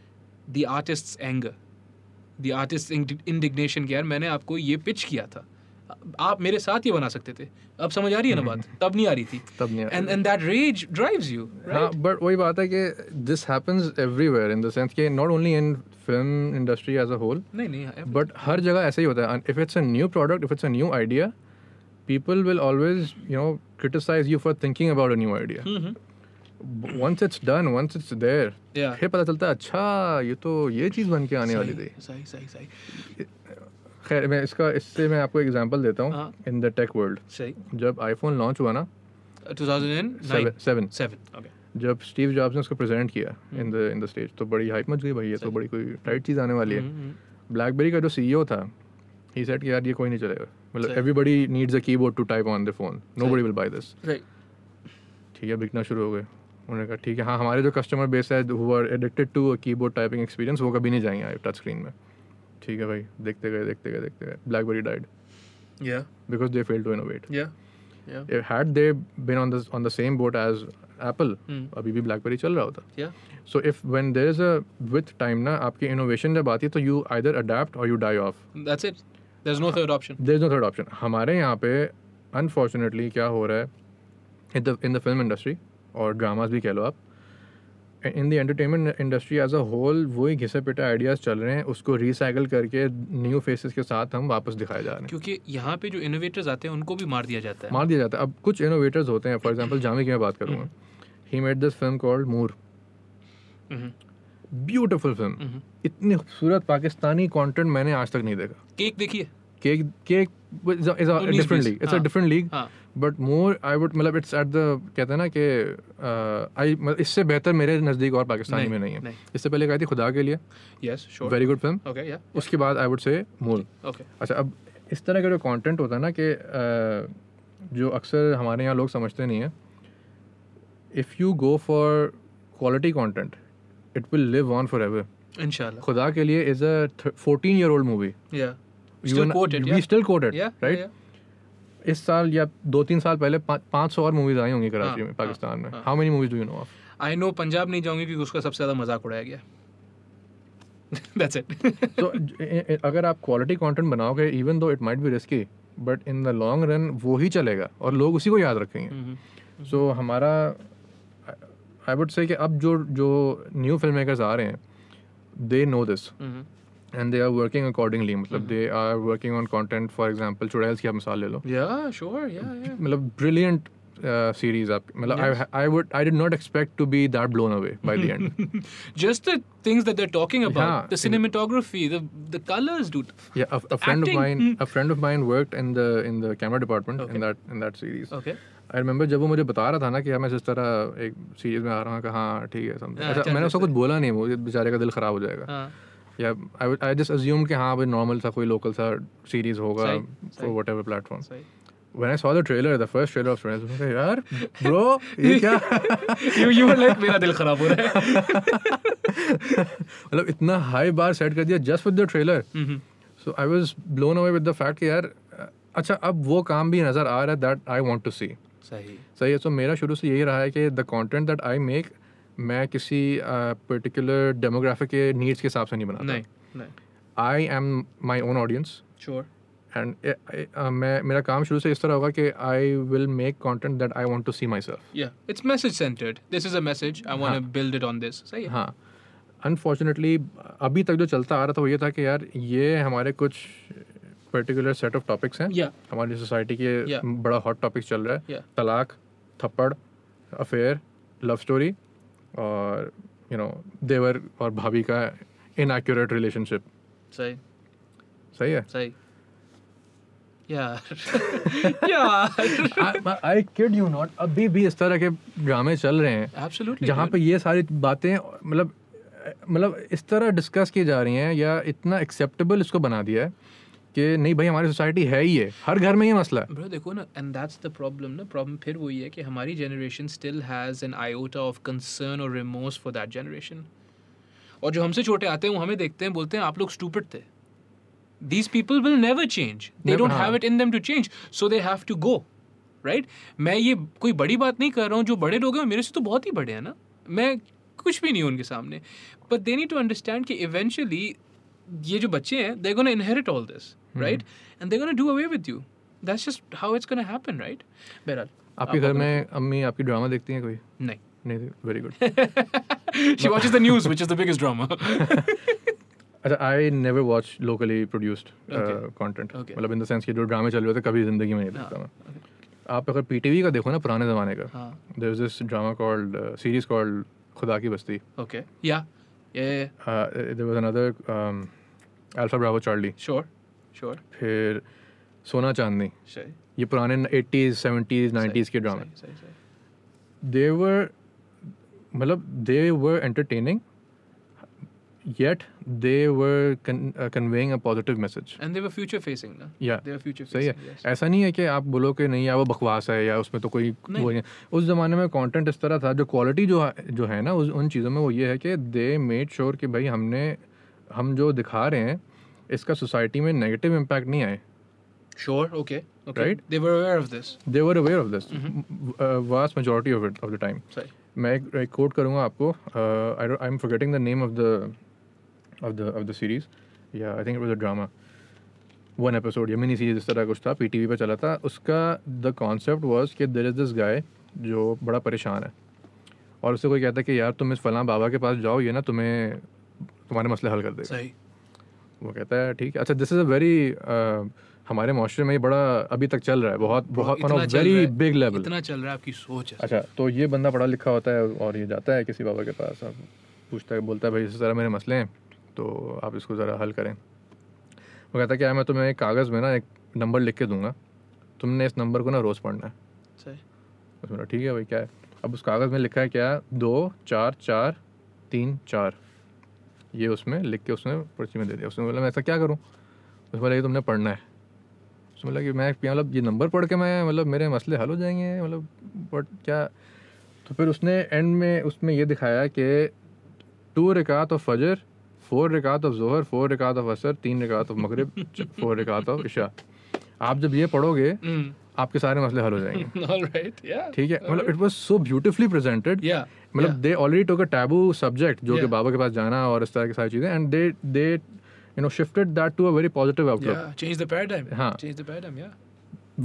the artist anger the artist indignation कि यार मैंने आपको ये पिच किया था आप मेरे साथ ये बना सकते थे अब समझ आ रही है ना बात तब नहीं आ रही थी हम्म। तब नहीं आ रही। And and that rage drives you हाँ बट वही बात है कि this happens everywhere in the sense कि not only in film industry as a whole नहीं नहीं हाँ, बट हर जगह ऐसा ही होता है if it's a new product if it's a new idea people will always you know criticise you for thinking about a new idea once it's done once it's there Mm-hmm. Yeah. फिर पता चलता है अच्छा ये तो ये चीज़ बन के आने वाली सही, थी सही सही सही खैर मैं इसका इससे मैं आपको एग्जांपल देता हूँ हाँ। इन द टेक वर्ल्ड सही जब आईफोन लॉन्च हुआ ना two thousand and nine seven seven okay जब स्टीव जॉब्स ने उसको प्रेजेंट किया Hmm. In the in the stage तो बड़ी हाइप मच गई भाई ये तो बड़ी कोई टाइट चीज़ आने वाली Hmm. है Mm-hmm. ब्लैकबेरी का जो सीईओ था ही सेट कि यार ये कोई नहीं चलेगा मतलब everybody needs a keyboard to type on the phone nobody will buy this right ठीक है बिकना शुरू हो गए उन्होंने कहा ठीक है हाँ हमारे जो कस्टमर बेस है who are addicted to keyboard typing experience वो कभी नहीं जाएंगे टच स्क्रीन में ठीक है भाई देखते गए देखते गए देखते गए BlackBerry died Yeah, because they fail to innovate yeah, yeah, had they been on the on the same boat as Apple अभी भी ब्लैकबेरी चल रहा होता yeah. So if when there is a with time ना आपकी innovation जब आती है तो you either adapt or you die off That's it. There's no third option. There is no third option हमारे यहाँ पे अनफॉर्चुनेटली क्या हो रहा है in the in the film industry और ड्रामाज भी कह लो आप in the entertainment industry as a whole वही घिसे पिटे आइडियाज चल रहे हैं उसको रिसाइकल करके न्यू फेसेस के साथ हम वापस दिखाए जा रहे हैं क्योंकि यहाँ पे जो इनोवेटर्स आते हैं उनको भी मार दिया जाता है मार दिया जाता है अब कुछ इनोवेटर्स होते हैं फॉर एग्जाम्पल जामी की मैं बात हम्म। करूँगा ही made this film called Moor Mhm. Beautiful hmm. Film इतनी खूबसूरत पाकिस्तानी कंटेंट मैंने आज तक नहीं देखा केक देखिए केक केक इज अ उन्नीस डिफरेंट बीस, लीग इट्स अ हाँ, डिफरेंट लीग हाँ। बट मोर आई वुड मतलब इट्स एट द कहते हैं ना कि आई इससे बेहतर मेरे नज़दीक और पाकिस्तानी नहीं, में नहीं है नहीं। इससे पहले एक आई थी खुदा के लिए Yes, sure. Very good film Okay, yeah, उसके बाद I would say more okay. अच्छा अब इस तरह का जो uh, कंटेंट होता है ना कि अ, जो अक्सर हमारे यहाँ लोग समझते नहीं हैं if you go for quality content, it will live on forever. Inshallah. Khuda ke liye is a th- 14 year old movie. Yeah. You Still and- quoted. We Yeah. still quoted. Yeah. Right. Yeah. इस साल या दो तीन साल पहले पाँच सौ और मूवीज आई होंगी कराची हाँ, में हाँ, पाकिस्तान में हाँ। How many movies do you know of I know Punjab नहीं जाऊंगी क्योंकि उसका सबसे ज्यादा मजाक उड़ाया गया दैट्स इट तो अगर आप क्वालिटी कंटेंट बनाओगे even though it might be risky but in the long run वो ही चलेगा और लोग उसी को याद हम्म, रखेंगे सो हमारा आई वुड से कि अब जो जो न्यू फिल्म मेकर्स आ रहे हैं they know this and they are working accordingly हम्म, मतलब they are working on content for example Churails की आप मिसाल ले लो या श्योर या या मतलब ब्रिलियंट सीरीज आप मतलब I would I did not expect to be that blown away by the and just the things that they're talking about Yeah. the cinematography the the colors dude Yeah, a, a friend of acting. Hmm. mine, a friend of mine worked in the in the camera department in Okay. Oh. that in that series. okay I remember जब वो मुझे बता रहा था ना कि यार मैं जिस तरह एक सीरीज में आ रहा हूँ कहा हाँ ठीक है समझ हाँ, ऐसा चल मैंने उसको जैसे। कुछ बोला नहीं वो बेचारे का दिल खराब हो जाएगा हाँ या आई आई जस्ट अज्यूम कि हाँ भाई नॉर्मल सा कोई लोकल सा सीरीज होगा सही, फॉर सही। वट एवर प्लेटफॉर्म सही when I saw the trailer the first trailer of friends मैंने कहा यार ब्रो ये क्या you you were like मेरा दिल खराब हो रहा है मतलब इतना हाई बार सेट कर दिया just with the trailer so I was blown away with the fact कि यार अच्छा अब वो काम भी नज़र आ रहा है that I want to see सही सही है तो मेरा शुरू से यही रहा है कि the content that I make मैं किसी पर्टिकुलर डेमोग्राफिक के नीड्स के हिसाब से नहीं नहीं बनाता नहीं I am my own audience sure and मैं मेरा काम शुरू से इस तरह होगा कि I will make content that I want to see myself yeah it's message centered this is a message I want to build it on this सही है हाँ अनफॉर्चुनेटली अभी तक जो चलता आ रहा था वो ये था कि यार ये हमारे कुछ पर्टिकुलर सेट ऑफ टॉपिक्स हैं Yeah. हमारी सोसाइटी के Yeah. बड़ा हॉट टॉपिक चल रहा है Yeah. तलाक थप्पड़ अफेयर लव स्टोरी और यू नो देवर और भाभी का इनएक्यूरेट रिलेशनशिप सही सही है सही yeah yeah I kid you not अभी भी इस तरह के ड्रामे चल रहे हैं absolutely जहाँ dude. पे ये सारी बातें मतलब मतलब इस तरह डिस्कस की जा रही हैं या इतना एक्सेप्टेबल इसको बना दिया है कि नहीं भाई हमारी सोसाइटी है ही है हर घर में ये मसला है ब्रो देखो ना एंड दैट्स द प्रॉब्लम ना प्रॉब्लम फिर वही है कि हमारी generation still has an iota of concern और रिमोर्स फॉर दैट जनरेशन और जो हमसे छोटे आते हैं वो हमें देखते हैं बोलते हैं आप लोग स्टूपिड थे these people will never change they Never, don't हाँ। Have it in them to change so they have to go right मैं ये कोई बड़ी बात नहीं कर रहा हूँ जो बड़े लोग हैं मेरे से तो बहुत ही बड़े हैं ना मैं कुछ भी नहीं हूँ उनके सामने but they need to understand कि इवेंचुअली ये जो बच्चे हैं they gonna inherit all this Hmm. Right and they gonna do away with you that's just how it's gonna happen right बहरहाल आपके घर में अम्मी आपकी ड्रामा देखती हैं कोई नहीं नहीं very good she watches the news which is the biggest drama अच्छा I never watch locally produced Okay. Content Okay. uh, हाँ, मतलब इन द सेंस कि जो ड्रामे चल रहे थे कभी जिंदगी में नहीं देखता मैं आप अगर पीटीवी का देखो ना पुराने ज़माने का हाँ there is this drama called series called uh, Khuda की बस्ती Uh, ओके या ये there was another alpha Bravo Charlie sure sure फिर सोना चांदनी सही ये पुराने एटीज़ सेवेंटीज़ नाइन्टीज़ के ड्रामे सही सही सही देवर मतलब they were entertaining yet they were conveying a positive message And they were future facing, no? Yeah. They were future सही facing. है ऐसा नहीं है कि आप बोलो कि नहीं यार वो बकवास है या उसमें तो कोई वो नहीं। नहीं है। उस ज़माने में कंटेंट इस तरह था जो क्वालिटी जो है- जो है ना उस उन चीज़ों में वो ये है कि दे मेड श्योर कि भाई हमने हम जो दिखा रहे हैं इसका सोसाइटी में नेगेटिव इम्पैक्ट नहीं आए Sure. Okay. Okay. Right? They were aware of this. They were aware of this Mm-hmm. Vast majority of it of the time Sorry. मैं एक, एक कोट करूँगा आपको uh, I am forgetting the name of the of the of the series या I think it was a drama one episode या mini series इस तरह कुछ था पीटीवी पे चला था उसका द कॉन्सेप्ट वाज कि देर इज़ दिस गाय जो बड़ा परेशान है और उससे कोई कहता है कि यार तुम इस फलां बाबा के पास जाओ ये ना तुम्हें तुम्हारे मसले हल कर देगा Sorry. वो कहता है ठीक है अच्छा this is a very uh, हमारे माशरे में ये बड़ा अभी तक चल रहा है बहुत बहुत इतना चल रहा वेरी है, बिग लेवल इतना चल रहा है आपकी सोच है अच्छा तो ये बंदा पढ़ा लिखा होता है और ये जाता है किसी बाबा के पास और पूछता है बोलता है भाई इस तरह मेरे मसले हैं तो आप इसको ज़रा हल करें वो कहता है कि यार मैं तुम्हें एक कागज़ में ना एक नंबर लिख के दूंगा तुमने इस नंबर को ना रोज़ पढ़ना है सही उसने बोला ठीक है भाई क्या है अब उस कागज़ में लिखा है क्या दो चार चार तीन चार ये उसमें लिख के उसने पर्ची में दे दिया उसने बोला मैं ऐसा क्या करूँ उसने बोला ये तुमने पढ़ना है उसने बोला कि मैं क्या मतलब ये नंबर पढ़ के मैं मतलब मेरे मसले हल हो जाएंगे मतलब बट क्या तो फिर उसने एंड में उसमें ये दिखाया कि टू रिकात ऑफ फजर फोर रिकात ऑफ जोहर फोर रिकात ऑफ असर तीन रिकात ऑफ मगरब फोर रिकात ऑफ इशा आप जब ये पढ़ोगे Mm. आपके सारे मसले हल हो जाएंगे All right. Yeah. ठीक है मतलब it was so beautifully presented Yeah. मतलब they already took a taboo subject जो कि Yeah. बाबा के पास जाना और इस तरह की सारी चीज़ें and they they you know shifted that to a very positive outlook Yeah. Change the paradigm. Huh. Change the paradigm. Yeah.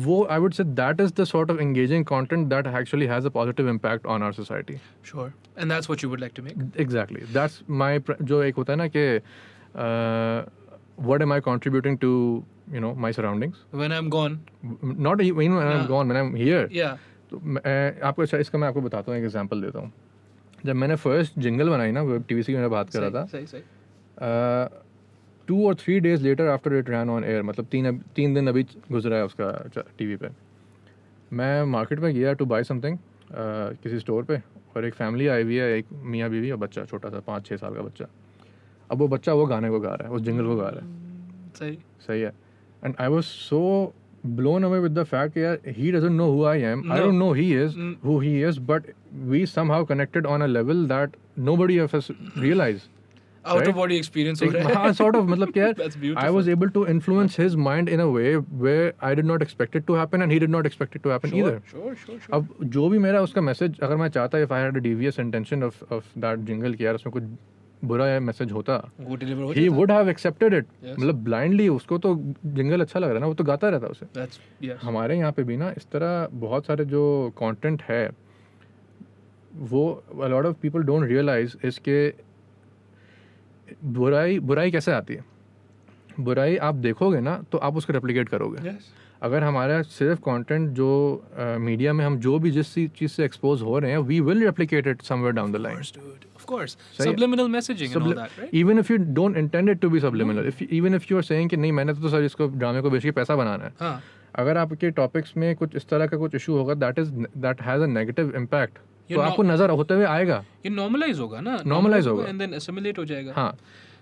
वो I would say that is the sort of engaging content that actually has a positive impact on our society Sure. And that's what you would like to make. Exactly that's my जो एक होता है ना कि uh, what am I contributing to you know my surroundings When I'm gone. Not when I am Yeah. Gone when I am here Yeah. तो मैं आपको अच्छा इसका मैं आपको बताता हूँ एक एग्जांपल देता हूँ जब मैंने फर्स्ट जिंगल बनाई ना वेब टीवी की मैंने बात करा था Say, say. टू और three days later after it run on air मतलब तीन अब- तीन दिन अभी गुजरा है उसका टीवी पे मैं मार्केट में गया टू बाई समथिंग किसी स्टोर पे और एक फैमिली आई हुई है एक मियाँ बीवी और बच्चा छोटा सा पाँच छः साल का बच्चा अब वो बच्चा वो गाने को गा रहा है उस जिंगल को गा रहा है Say. सही है and I was so blown away with the fact कि यार he doesn't know who I am I No. don't know he is Mm. who he is but we somehow connected on a level that nobody of us realized Out Right? of body experience. हो एक- रहा है. हाँ sort of मतलब क्या That's यार beautiful. I was able to influence his mind in a way where I did not expect it to happen and he did not expect it to happen Sure. either Sure. Sure. Sure. अब जो भी मेरा उसका message अगर मैं चाहता if I had a devious intention of of that jingle कि यार उसमें कुछ बुरा मैसेज होता Go deliver. हो ही जाता. Would have accepted it Yes. मतलब ब्लाइंडली उसको तो जिंगल अच्छा लग रहा है ना वो तो गाता रहता उसे That's yes. हमारे यहाँ पे भी ना इस तरह बहुत सारे जो कंटेंट है वो lot of people don't realise इसके बुराई बुराई कैसे आती है बुराई आप देखोगे ना तो आप उसको रेप्लिकेट करोगे Yes. अगर हमारा सिर्फ कंटेंट जो मीडिया में हम जो भी जिस चीज़ से एक्सपोज हो रहे हैं we will replicate it somewhere down the Of line course, dude. Of course. Say- Subliminal messaging and all Sublim- that, right? Hmm. Even if you don't intended to be subliminal if even if you are saying कि नहीं मैंने तो sir इसको ड्रामे को बेच के पैसा बनाना है Huh. अगर आपके टॉपिक्स में कुछ इस तरह का कुछ इशू होगा that is that has a negative impact You're तो not- आपको नजर होते हुए आएगा ये normalize होगा ना Normalize होगा। and then assimilate हो जाएगा हाँ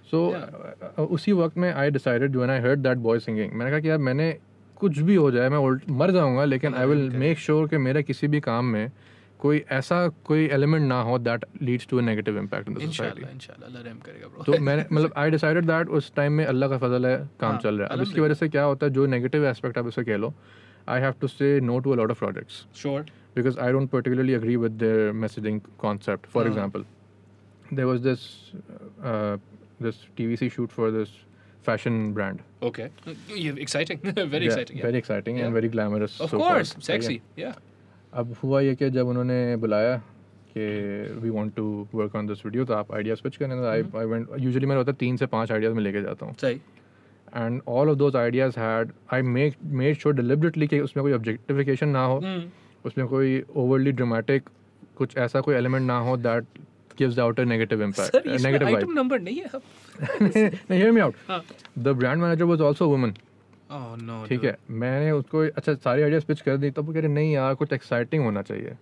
सो उसी वक्त में I decided when I heard that boy singing मैंने कहा कि यार मैंने कुछ भी हो जाए मैं उल्ट मर जाऊंगा लेकिन आई विल मेक श्योर कि मेरे किसी भी काम में कोई ऐसा कोई एलिमेंट ना हो that leads to a negative impact in the society इंशाल्लाह इंशाल्लाह अल्लाह रहम करेगा ब्रो तो मैंने मतलब आई डिसाइडेड दैट उस टाइम में अल्लाह का फजल है काम हाँ, चल रहा है अब इसकी अलहम्दुलिल्लाह। वजह से क्या होता है जो नेगेटिव एस्पेक्ट आप इसे कह लो I have to say no to a lot of projects sure because I don't particularly agree with their messaging concept. For Uh-huh. example, there was this uh, this TVC shoot for this fashion brand. Okay exciting very Yeah, exciting yeah. Very exciting and Yeah. very glamorous. of so-called. course So, sexy yeah yeah. अब हुआ ये कि जब उन्होंने बुलाया कि we want to work on this video तो आप आइडिया पिच करें I Mm-hmm. I went usually मेरा होता है तीन से पांच आइडियाज मैं लेके जाता हूँ सही and all of those ideas had I make made sure deliberately कि उसमें कोई ऑब्जेक्टिफिकेशन ना हो हम्म, उसमें कोई ओवरली ड्रामेटिक कुछ ऐसा कोई एलिमेंट ना हो that gives out a negative sir impact इसमें नेगेटिव आइटम नंबर नहीं है वाइब हियर मी आउट हाँ। The brand manager was also woman oh no ठीक है मैंने उसको अच्छा सारी आइडियाज पिच कर दी तब वो कह रहे नहीं यार कुछ एक्साइटिंग होना चाहिए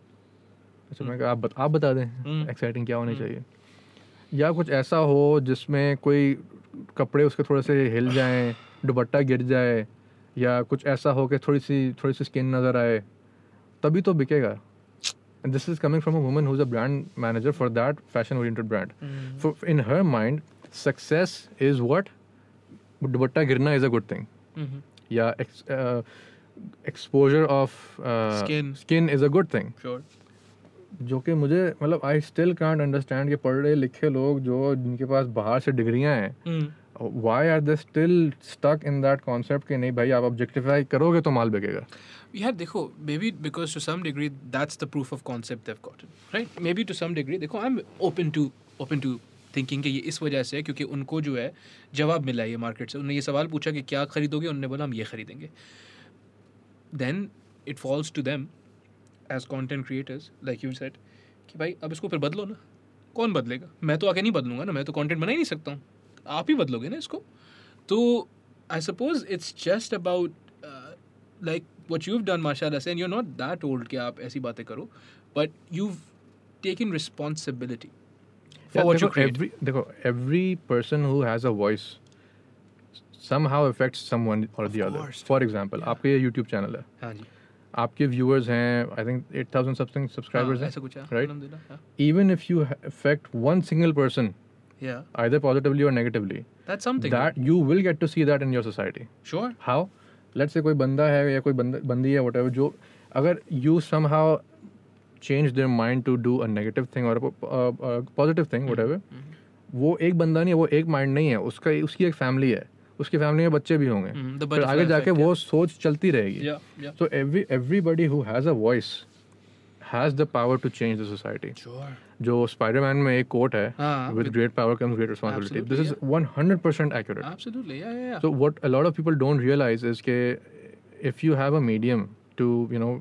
अच्छा मैं कहा आप बत, आप बता दें हम्म। एक्साइटिंग क्या होनी चाहिए या कुछ ऐसा हो जिसमें कोई कपड़े उसके थोड़े से हिल जाएं दुपट्टा गिर जाए या कुछ ऐसा हो कि थोड़ी सी थोड़ी सी स्किन नज़र आए तभी तो बिकेगा this is coming from a woman who's a brand manager for that fashion oriented हम्म। Brand in her mind success is what dupatta गिरना is a good thing Mm-hmm. या uh, exposure of Skin. Skin is a good thing sure जो कि मुझे मतलब I still can't understand कि पढ़े लिखे लोग जो जिनके पास बाहर से डिग्रियां हैं Hmm. Why are they still stuck in that concept कि नहीं भाई आप ऑब्जेक्टिफाई करोगे तो माल बिकेगा यार देखो maybe because to some degree that's the proof of concept they've gotten right maybe to some degree देखो I am open to open to thinking कि ये इस वजह से है क्योंकि उनको जो है जवाब मिला ये मार्केट से उन्होंने ये सवाल पूछा कि क्या खरीदोगे उन्होंने बोला हम ये खरीदेंगे then it falls to them as content creators like you said कि भाई अब इसको फिर बदलो ना कौन बदलेगा मैं तो आके नहीं बदलूंगा ना मैं तो कंटेंट बना ही नहीं सकता हूँ आप ही बदलोगे ना इसको तो I suppose it's just about uh, like what you done माशाला से and you not that old कि आप ऐसी बातें करो but you taken responsibility for what you create every देखो every person who has a voice somehow affects someone or the other course. for example आपका ये यूट्यूब चैनल है हाँ जी आपके व्यूअर्स हैं I think eight thousand something subscribers हाँ, हैं ऐसा कुछ है हाँ। right? अल्हम्दुलिल्लाह, even if you ha- affect one single person yeah. yeah either positively or negatively that's something that you will get to see that in your society sure how let's say कोई बंदा है या कोई बंद- बंदी है whatever जो अगर you somehow change their mind to do a negative thing or a, po- a, a positive thing Mm-hmm. whatever वो एक बंदा नहीं है वो एक माइंड नहीं है उसका उसकी एक फैमिली है उसकी फैमिली में बच्चे भी होंगे Mhm, the फिर आगे butterfly जाके effect, वो सोच चलती रहेगी yeah yeah So every everybody who has a voice has the power to change the society. sure जो स्पाइडरमैन में एक कोट है हाँ, with great power comes great responsibility this is 100% accurate absolutely yeah yeah, yeah. So what a lot of people don't realise is के if you have a medium to you know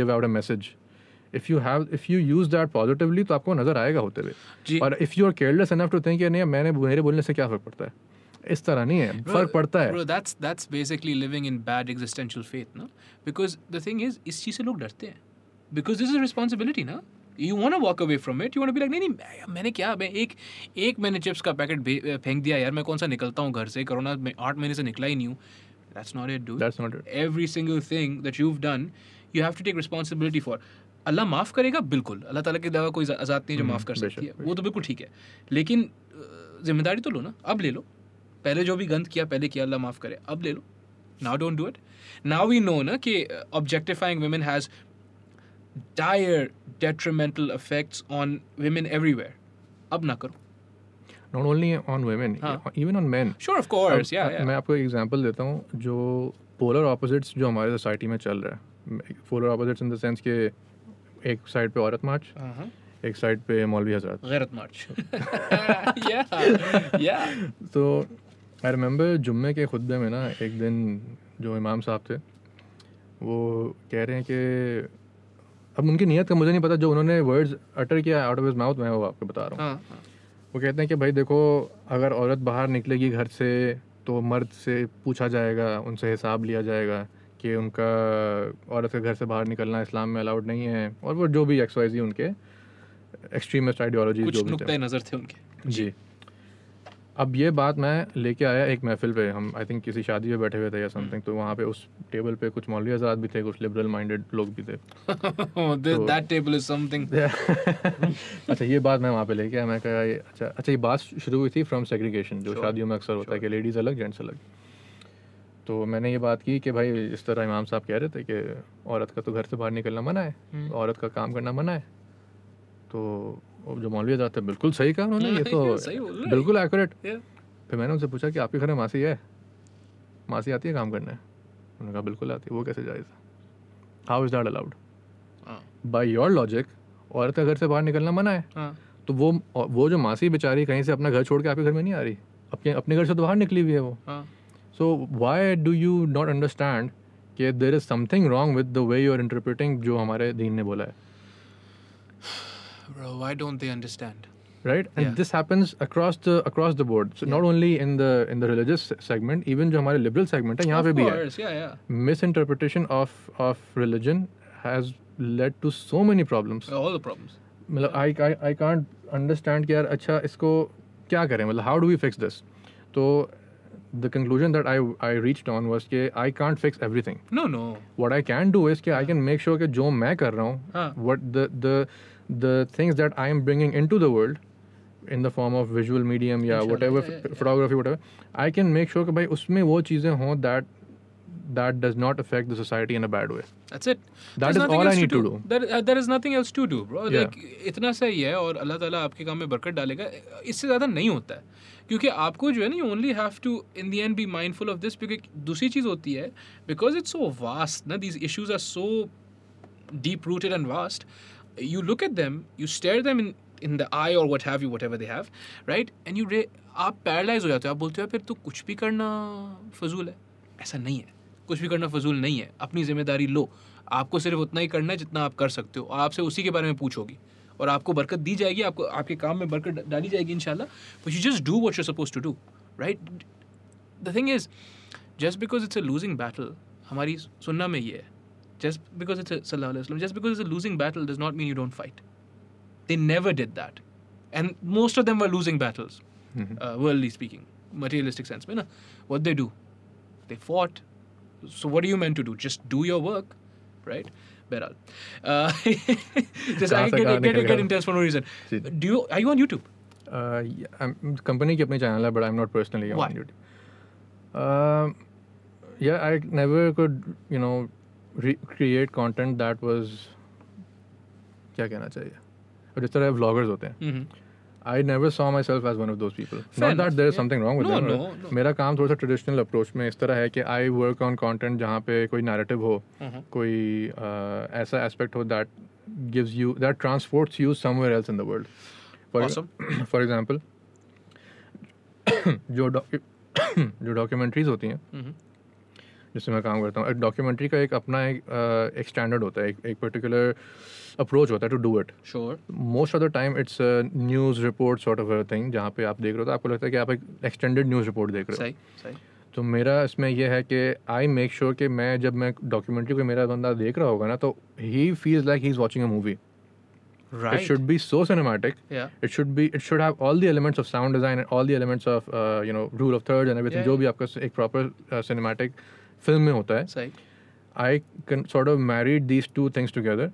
give out a message if you have if you use that positively तो आपको नजर आएगा होते हुए जी। और if you are careless enough to think नहीं मैंने मेरे बोलने से क्या फर्क पड़ता है इस तरह नहीं है फर्क पड़ता है Bro, that's that's basically living in bad existential faith, no? Because the thing is, इस चीज़ से लोग डरते हैं. Because this is a responsibility, ना? You want to walk away from it. You want to be like, नहीं नहीं मैं- मैंने क्या मैं एक एक मैंने चिप्स का पैकेट फेंक दिया यार मैं कौन सा निकलता हूँ घर से कोरोना में आठ महीने से निकला ही नहीं हूँ That's not it, dude. That's not it Every single thing that you've done, you have to take responsibility for. Allah माफ़ करेगा बिल्कुल अल्लाह ताला के अलावा कोई आज़ाद नहीं है जो हम्म, माफ़ कर सकती है वो तो बिल्कुल ठीक है लेकिन अ, जिम्मेदारी तो लो ना अब ले लो पहले जो भी गंद किया पहले किया अल्लाह माफ़ करे अब ले लो now don't do it now we know ना कि objectifying women has dire detrimental effects on women everywhere अब ना करो नॉट ओनली ऑन वुमेन हाँ। Even on men sure of course या अब मैं आपको एक एग्जांपल देता हूँ जो पोलर ऑपोजिट्स जो हमारे सोसाइटी में चल रहा है polar opposites in the sense के एक साइड पे औरत मार्च एक साइड पे मौलवी हजरत गैरत मार्च या या तो आई रिमेंबर जुम्मे के खुतबे में ना एक दिन जो इमाम साहब थे वो कह रहे हैं कि अब उनकी नीयत का मुझे नहीं पता जो उन्होंने वर्ड्स अटर किया आउट ऑफ हिज माउथ मैं वो आपको बता रहा हूँ हाँ हाँ वो कहते हैं कि भाई देखो अगर औरत बाहर निकलेगी घर से तो मर्द से पूछा जाएगा उनसे हिसाब लिया जाएगा कि उनका औरत के घर से बाहर निकलना इस्लाम में अलाउड नहीं है और वो जो भी एक्सवाइजी उनके एक्सट्रीमिस्ट आइडियोलॉजी कुछ जो भी नुक्ता नज़र थे उनके थे। जी अब ये बात मैं लेके आया एक महफिल पे हम आई थिंक किसी शादी में बैठे हुए थे या समथिंग तो वहाँ पे उस टेबल पे कुछ मौलवी आजाद भी थे कुछ लिबरल माइंडेड लोग भी थे oh, this, तो- that table is something. अच्छा ये बात मैं वहाँ पे लेके आया मैं कहा ये अच्छा अच्छा ये बात शुरू हुई थी फ्रॉम सेग्रीगेशन जो शादियों में अक्सर होता है कि लेडीज़ अलग जेंट्स अलग तो मैंने ये बात की कि भाई इस तरह इमाम साहब कह रहे थे कि औरत का तो घर से बाहर निकलना मना Hmm. है हम्म। औरत का काम करना मना है तो वो जो मौलवी आजाद थे बिल्कुल सही कहा उन्होंने ये तो सही बोल रहे हैं। बिल्कुल एक्यूरेट Yeah. फिर मैंने उनसे पूछा कि आपके घर में मासी है मासी आती है काम करना है उन्होंने कहा बिल्कुल आती है वो कैसे जायज़ how is that allowed Oh. हाँ, बाई योर लॉजिक औरत का घर से बाहर निकलना मना है हाँ, तो वो वो जो मासी बेचारी कहीं से अपना घर छोड़ के आपके घर में नहीं आ रही अपने अपने घर से तो बाहर निकली हुई है वो हाँ, so why do you not understand कि there is something wrong with the way you are interpreting जो हमारे दीन ने बोला है Bro, why don't they understand? Right and this happens across the across the board not only in the in the religious segment even जो हमारे liberal segment है यहाँ पे Of भी है course, yeah, yeah. Misinterpretation of of religion has led to so many problems All the problems. मतलब I I I can't understand कि यार अच्छा इसको क्या करें मतलब how do we fix this तो the conclusion that I I reached on was कि I can't fix everything No, no. What I can do is कि आई कैन मेक श्योर कि जो मैं कर रहा हूँ हाँ। What the the the things that I am bringing into the world in the form of visual medium या whatever photography what I can make sure कि भाई उसमें वो चीज़ें हों that that does not affect the society in a bad way That's it. That is all I need to do. There, uh, there is nothing else to do, bro. Yeah. Like, इतना सही है और अल्लाह ताला आपके काम में बरकत डालेगा इससे ज़्यादा नहीं होता है क्योंकि आपको जो है ना you only have to in the end be mindful of this क्योंकि दूसरी चीज़ होती है बिकॉज इट्स सो वास्ट ना these issues are so deep rooted and vast you look at them you stare them in in the eye or what have you whatever they have right and you re- आप paralyse हो जाते हो आप बोलते हो फिर तो कुछ भी करना फजूल है ऐसा नहीं है कुछ भी करना फजूल नहीं है अपनी जिम्मेदारी लो आपको सिर्फ उतना ही करना है जितना आप कर सकते हो और आपसे उसी के बारे में पूछोगी और आपको बरकत दी जाएगी आपको आपके काम में बरकत डाली जाएगी इंशाल्लाह but you just do what you suppose to do right the thing is just because it's a losing battle हमारी सुनना में ये है जस्ट बिकॉज इट्स सल्लम just because it's a losing battle does not mean you don't fight they never did that and most of them were losing battles Mm-hmm. Worldly speaking materialistic sense में ना what they do they fought so what you man to do just do your work right? Beral. Uh, just कहाँ I से get, कहाँ get, निकल get गया? intense for no reason. जी। Do you are you on YouTube? Uh, company की अपनी channel है but I am not personally Why? On duty या I never could you know create content that was क्या कहना चाहिए और जिस तरह व्लॉगर्स होते हैं Mm-hmm. I never saw myself as one of those people Fair not that enough, there is yeah. Something wrong No, no, with no. मेरा काम थोड़ा सा ट्रेडिशनल अप्रोच में इस तरह है कि आई वर्क ऑन कंटेंट जहाँ पे कोई नैरेटिव हो Uh-huh. कोई uh, ऐसा एस्पेक्ट हो that gives you that transports you somewhere else in the world Awesome. For example जो docu- जो डॉक्यूमेंट्रीज होती हैं Mm-hmm. जिससे मैं काम करता हूँ डॉक्यूमेंट्री का एक अपना एक uh, एक स्टैंडर्ड होता है एक एक पर्टिकुलर अप्रोच होता है to do it Sure. Most of the time it's news report sort of thing जहाँ पे आप देख रहे हो तो आपको लगता है कि आप एक एक्सटेंडेड न्यूज़ रिपोर्ट देख रहे हो Sai. Sai. तो मेरा इसमें यह है कि आई मेक श्योर कि मैं जब मैं डॉक्यूमेंट्री को मेरा बंदा देख रहा होगा ना तो ही feels like he is watching a movie it Right. Should be so cinematic Yeah. it should be it should have all the elements of sound design and all the elements of uh, you know rule of thirds and everything Yeah, yeah. जो भी आपका स- एक proper cinematic film में होता है Sai. I can sort of married these two things together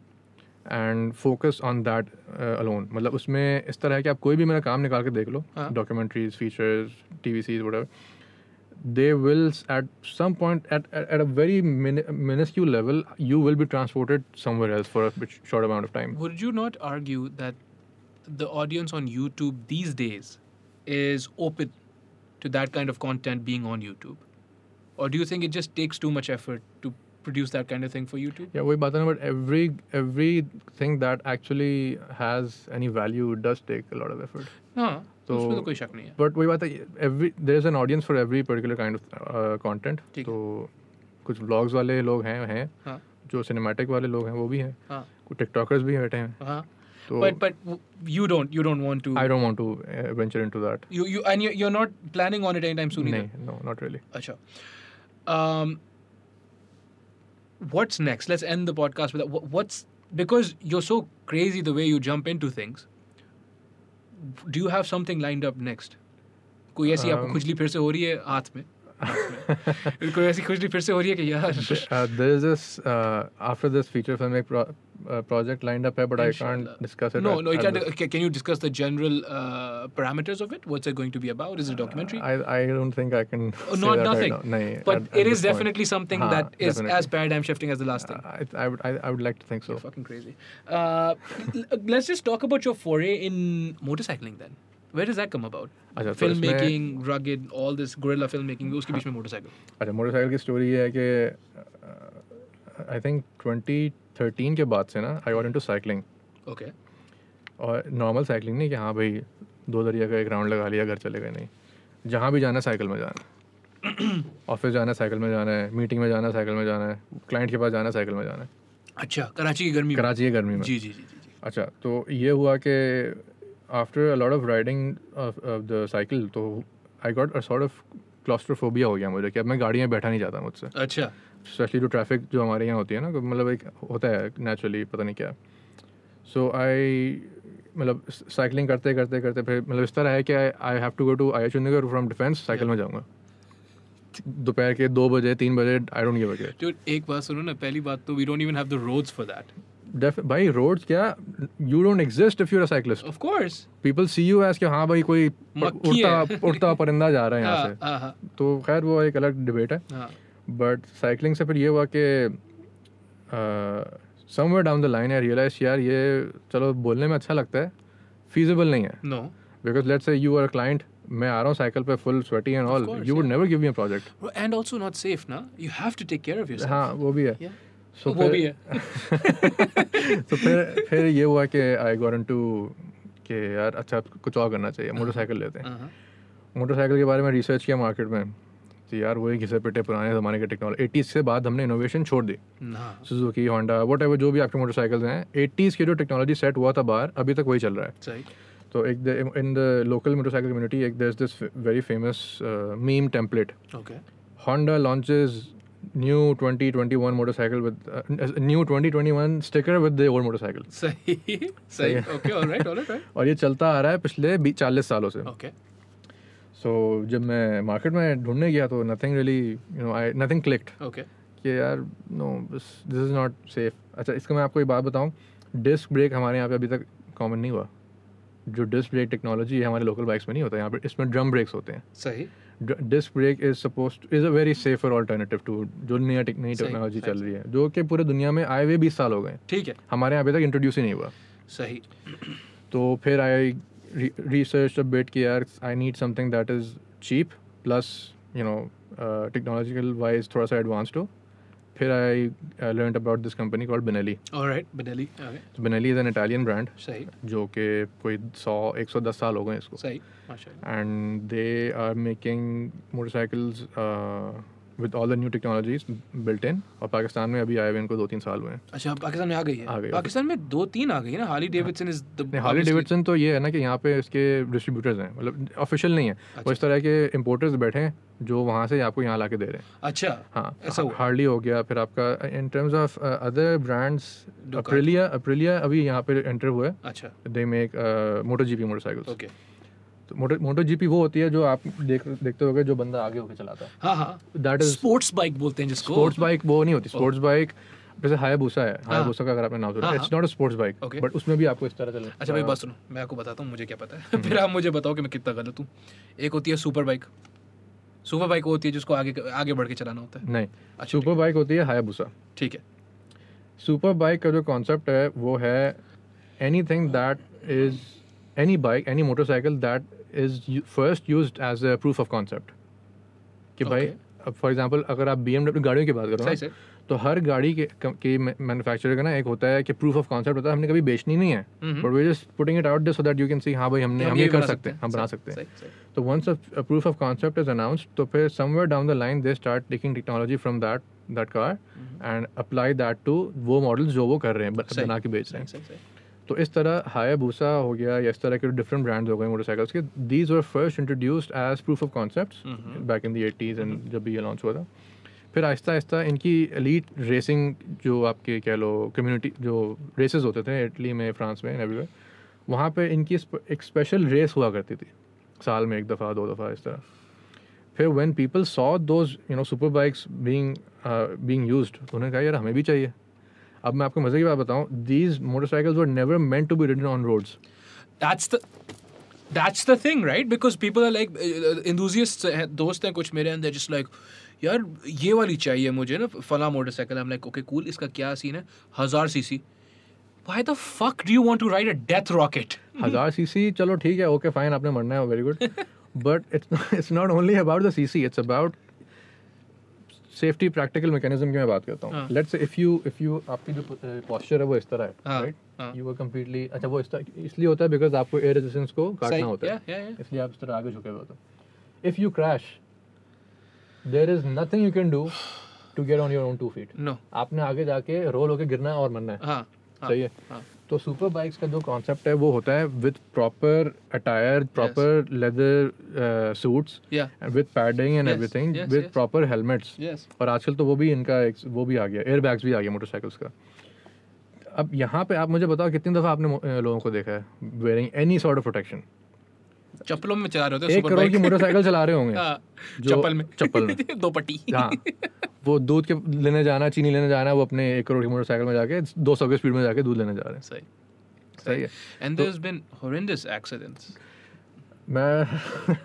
and focus on that alone uh, मतलब उसमें इस तरह है कि आप कोई भी मेरा काम निकाल के देख लो हाँ। डॉक्यूमेंट्रीज फीचर्स टी वी सीज what they will at some point at at a very मिनिस्क्यू level you will be transported somewhere else for a short amount of time Would you not argue that the audience on YouTube these days is open to that kind of content being on YouTube? Or do you think it just takes too much effort to produce that kind of thing for YouTube? Yeah, वही बात है ना but every everything that actually has any value does take a lot of effort हाँ, तो- उसमें तो कोई शक नहीं है। बट वही बात है every there is an audience for every particular kind of content ठीक है। तो कुछ ब्लॉग्स वाले लोग हैं हैं हाँ, जो सिनेमैटिक वाले लोग हैं वो भी हैं हाँ, कुछ टिकटॉकर्स भी बैठे हैं हाँ। तो But but w- you don't you don't want to I don't want to venture into that you you and you're, you're not planning on it anytime soon either. नहीं no not really Acha. Um, what's next? Let's end the podcast with that. Wh- What's because you're so crazy the way you jump into things. Do you have something lined up next? कोई ऐसी आपको Um, खुजली फिर से हो रही है हाथ में हाथ में। कोई ऐसी खुजली फिर से हो रही है कि यार there is this after this feature film एक uh, प्रोजेक्ट लाइंड अप है but I can't Inshallah. Discuss it no no you can't, ca- can you discuss the general uh, parameters of it what's it going to be about is it a documentary Uh, I I don't think I can. Oh, say not that nothing Right now. Nahi, but at- at it is this point. definitely something Haan, that is definitely. Uh, as paradigm shifting as the last thing I, I would I, I would like to think so. You're fucking crazy. Uh, l- l- let's just talk about your foray in motorcycling then. Where does that come about? अच्छा, तो इसमें- filmmaking, rugged, all this guerrilla filmmaking. उसके बीच में motorcycle. अच्छा motorcycle की story ये है uh, कि आई थिंक 2013 के बाद से ना I got into cycling Okay. और नॉर्मल साइकिलिंग नहीं कि हाँ भाई दो दरिया का एक राउंड लगा लिया घर चले गए नहीं जहाँ भी जाना है साइकिल में जाना है ऑफिस जाना है साइकिल में जाना है मीटिंग में जाना है साइकिल में जाना है क्लाइंट के पास जाना है साइकिल में जाना है अच्छा कराची की गर्मी में. कराची है गर्मी में जी जी जी जी जी. अच्छा तो ये हुआ कि after a lot of riding of the cycle तो I got a sort of claustrophobia हो गया मुझे कि अब मैं गाड़ी में बैठा नहीं जाता मुझसे अच्छा स्पेशली जो ट्रैफिक जो हमारे यहाँ होती है ना तो मतलब एक होता है नेचुरली पता नहीं क्या सो आई मतलब साइकिलिंग करते करते करते फिर मतलब इस तरह है कि I have to go to I H Nagar from Defence cycle में जाऊँगा दोपहर के दो बजे तीन बजे I don't give a care Dude, एक बात सुनो ना पहली बात तो we don't even have the roads for that def भाई रोड्स क्या you don't exist if you're a cyclist of course people see you as कि हाँ भाई कोई प- मक्खी है। हाँ। उड़ता उड़ता परिंदा जा रहा है Ah, यहाँ से हां हां तो खैर वो एक अलग डिबेट है हां बट साइकिलिंग से फिर ये हुआ कि somewhere down the line I realise यार ये चलो बोलने में अच्छा लगता है फीजिबल नहीं है no because let's say you are a client मैं आ रहा हूँ साइकिल पे full sweaty and all course, you would never give me a project and also not safe ना you have to take care of yourself हाँ वो भी है Yeah. So वो फिर- भी है तो फिर फिर ये हुआ कि आई गॉट टू कि यार अच्छा कुछ और करना चाहिए मोटरसाइकिल लेते हैं Uh-huh. मोटरसाइकिल के बारे में रिसर्च किया मार्केट में तो यार वही घिसे पिटे पुराने ज़माने के टेक्नोलॉजी एटीज़ के बाद हमने इनोवेशन छोड़ दी ना सुजुकी होंडा वट जो भी आपके मोटरसाइकिल्स हैं एटीज़ के जो टेक्नोलॉजी सेट हुआ था बाहर अभी तक वही चल रहा है सही तो एक in the local motorcycle community एक there this very famous meme template okay Honda launches new twenty twenty one motorcycle with new twenty twenty one sticker with the old motorcycle सही सही ओके ऑलराइट ऑलराइट और ये चलता आ रहा है पिछले चालीस सालों से ओके सो जब मैं मार्केट में ढूंढने गया तो nothing really you know I nothing clicked okay कि कि यार no this is not safe अच्छा इसका मैं आपको एक बात बताऊँ डिस्क ब्रेक हमारे यहाँ पे अभी तक कॉमन नहीं हुआ जो डिस्क ब्रेक टेक्नोलॉजी है हमारे लोकल बाइक्स में नहीं होता यहाँ पे इसमें ड्रम ब्रेक्स होते हैं सही disc brake is suppose is a very safer alternative to जो नया टेक- नई सही, टेक्नोलॉजी सही, चल रही है जो कि पूरे दुनिया में आए हुए बीस साल हो गए ठीक है हमारे यहाँ अभी तक इंट्रोड्यूस ही नहीं हुआ सही तो फिर आई रिसर्च अ बिट कि यार I need something that is cheap plus you know technological wise uh, थोड़ा सा एडवांस्ड हो फिर I learn about this company called Benelli alright Benelli okay Benelli is an Italian brand सही जो कि कोई सौ एक सौ दस साल हो गए इसको सही माशाल्लाह and they are making motorcycles uh, with all the new technologies built in और पाकिस्तान में अभी आए हुए इनको दो तीन साल हुए हैं अच्छा पाकिस्तान में आ गई आ है गई, हाँ। पाकिस्तान में दो तीन आ गई है ना हार्ली डेविडसन इज द नहीं हार्ली डेविडसन तो ये है ना कि यहाँ पे इसके डिस्ट्रीब्यूटर्स हैं मतलब ऑफिशियल नहीं है अच्छा। वो इस तरह के इम्पोर्टर्स बैठे हैं जो वहाँ से आपको यहाँ ला के दे रहे हैं अच्छा ऐसा हाँ हुआ? हार्ली हो गया फिर आपका in terms of other brands Ducati. Aprilia Aprilia अभी यहाँ पे एंटर हुआ है uh, अच्छा they make motto GP motorcycles okay तो मोटो मोटो जीपी वो होती है जो आप देख देखते होगे जो बंदा आगे होके चलाता है हाँ हाँ दैट इज स्पोर्ट्स बाइक बोलते हैं जिसको स्पोर्ट्स बाइक वो नहीं Oh। होती स्पोर्ट्स बाइक जैसे हायाबूसा है हायाबूसा का अगर आपने नाम सुना हाँ, it's not a sports bike Okay. But उसमें भी आपको इस तरह चलना अच्छा भाई बात सुनो मैं आपको बताता हूँ मुझे क्या पता हम्म। है फिर आप मुझे बताओ कि मैं कितना गलत हूँ एक होती है सुपर बाइक सुपर बाइक वो होती है जिसको आगे आगे बढ़ के चलाना होता है नहीं अच्छा, सुपर बाइक होती है हायाबूसा ठीक है सुपर बाइक का जो कॉन्सेप्ट है वो है anything that is any bike any motorcycle that is first use as a proof of concept कि भाई अब फॉर एग्जाम्पल अगर आप बी गाड़ियों की बात करो सही ना, सर तो हर गाड़ी के कम- की मैन्युफैक्चरर का ना एक होता है कि प्रूफ ऑफ कॉन्सेप्ट होता है हमने कभी बेचनी नहीं है but we just putting it out this so that you can see हाँ भाई तो हमने हम्म। हम ये कर सकते हैं हम बना सकते हैं तो once a proof of concept is announced तो फिर somewhere down the line they start taking technology from that that car and apply that to वो models जो वो कर रहे हैं ब- सही, बना के बेच रहे हैं सही सही तो इस तरह हायाबूसा हो गया या इस तरह के डिफरेंट ब्रांड्स हो गए मोटरसाइकिल्स के these were first introduced as proof of concepts back in the eighties and जब भी ये लॉन्च हुआ था फिर आहिस्ता आहिस्ता इनकी एलीट रेसिंग जो आपके कह लो कम्युनिटी जो रेसेस होते थे इटली में फ्रांस में एवरीवेयर वहाँ पे इनकी स्प- एक स्पेशल रेस हुआ करती थी साल में एक दफ़ा दो दफ़ा इस तरह फिर when people saw those you know super bikes being being used uh, उन्होंने कहा यार हमें भी चाहिए अब मैं आपको मज़े की बात बताऊं these motorcycles were never meant to be ridden on roads that's the that's the thing right because people are like uh, enthusiasts हैं- दोस्त हैं कुछ मेरे and they're just like यार ये वाली चाहिए मुझे ना फला motorcycle I'm like okay cool इसका क्या सीन है हजार CC why the fuck do you want to ride a death rocket हज़ार सीसी चलो ठीक है ओके फाइन आपने मरना है very good but it's it's not only about the CC it's about safety practical mechanism की मैं बात करता हाँ. हूँ let's if you if you आपकी जो पॉस्चर है वो इस तरह है हाँ, हाँ। राइट यू आर कम्प्लीटली अच्छा वो इस तरह इसलिए होता है बिकॉज आपको एयर रेजिस्टेंस को काटना होता है yeah, yeah, yeah. इसलिए आप इस तरह आगे झुके हुए होते हो if you crash there is nothing you can do to get on your own two feet no आपने आगे जाके रोल होके गिरना है और मरना है हाँ हाँ, सही है हाँ. तो सुपर बाइक्स का जो कॉन्सेप्ट है वो होता है with proper attire proper leather suits yeah with padding and Yes, everything yes, with yes. Proper helmets yes और आजकल तो वो भी इनका एक वो भी आ गया एयरबैग्स भी आ गया मोटरसाइकिल्स का अब यहाँ पे आप मुझे बताओ कितनी दफ़ा आपने मो- अ, लोगों को देखा है wearing any sort of protection चप्पलों में चला रहे होते हैं एक super करोड़ की bike मोटरसाइकिल चला रहे होंगे तो हाँ, जो- चप्पल में चप्पल में। दो पट्टी हाँ वो दूध के लेने जाना चीनी लेने जाना वो अपने एक करोड़ की मोटरसाइकिल में जाके दो सौ की स्पीड में जाके दूध लेने जा रहे हैं सही सही है तो and there's been horrendous accidents मैं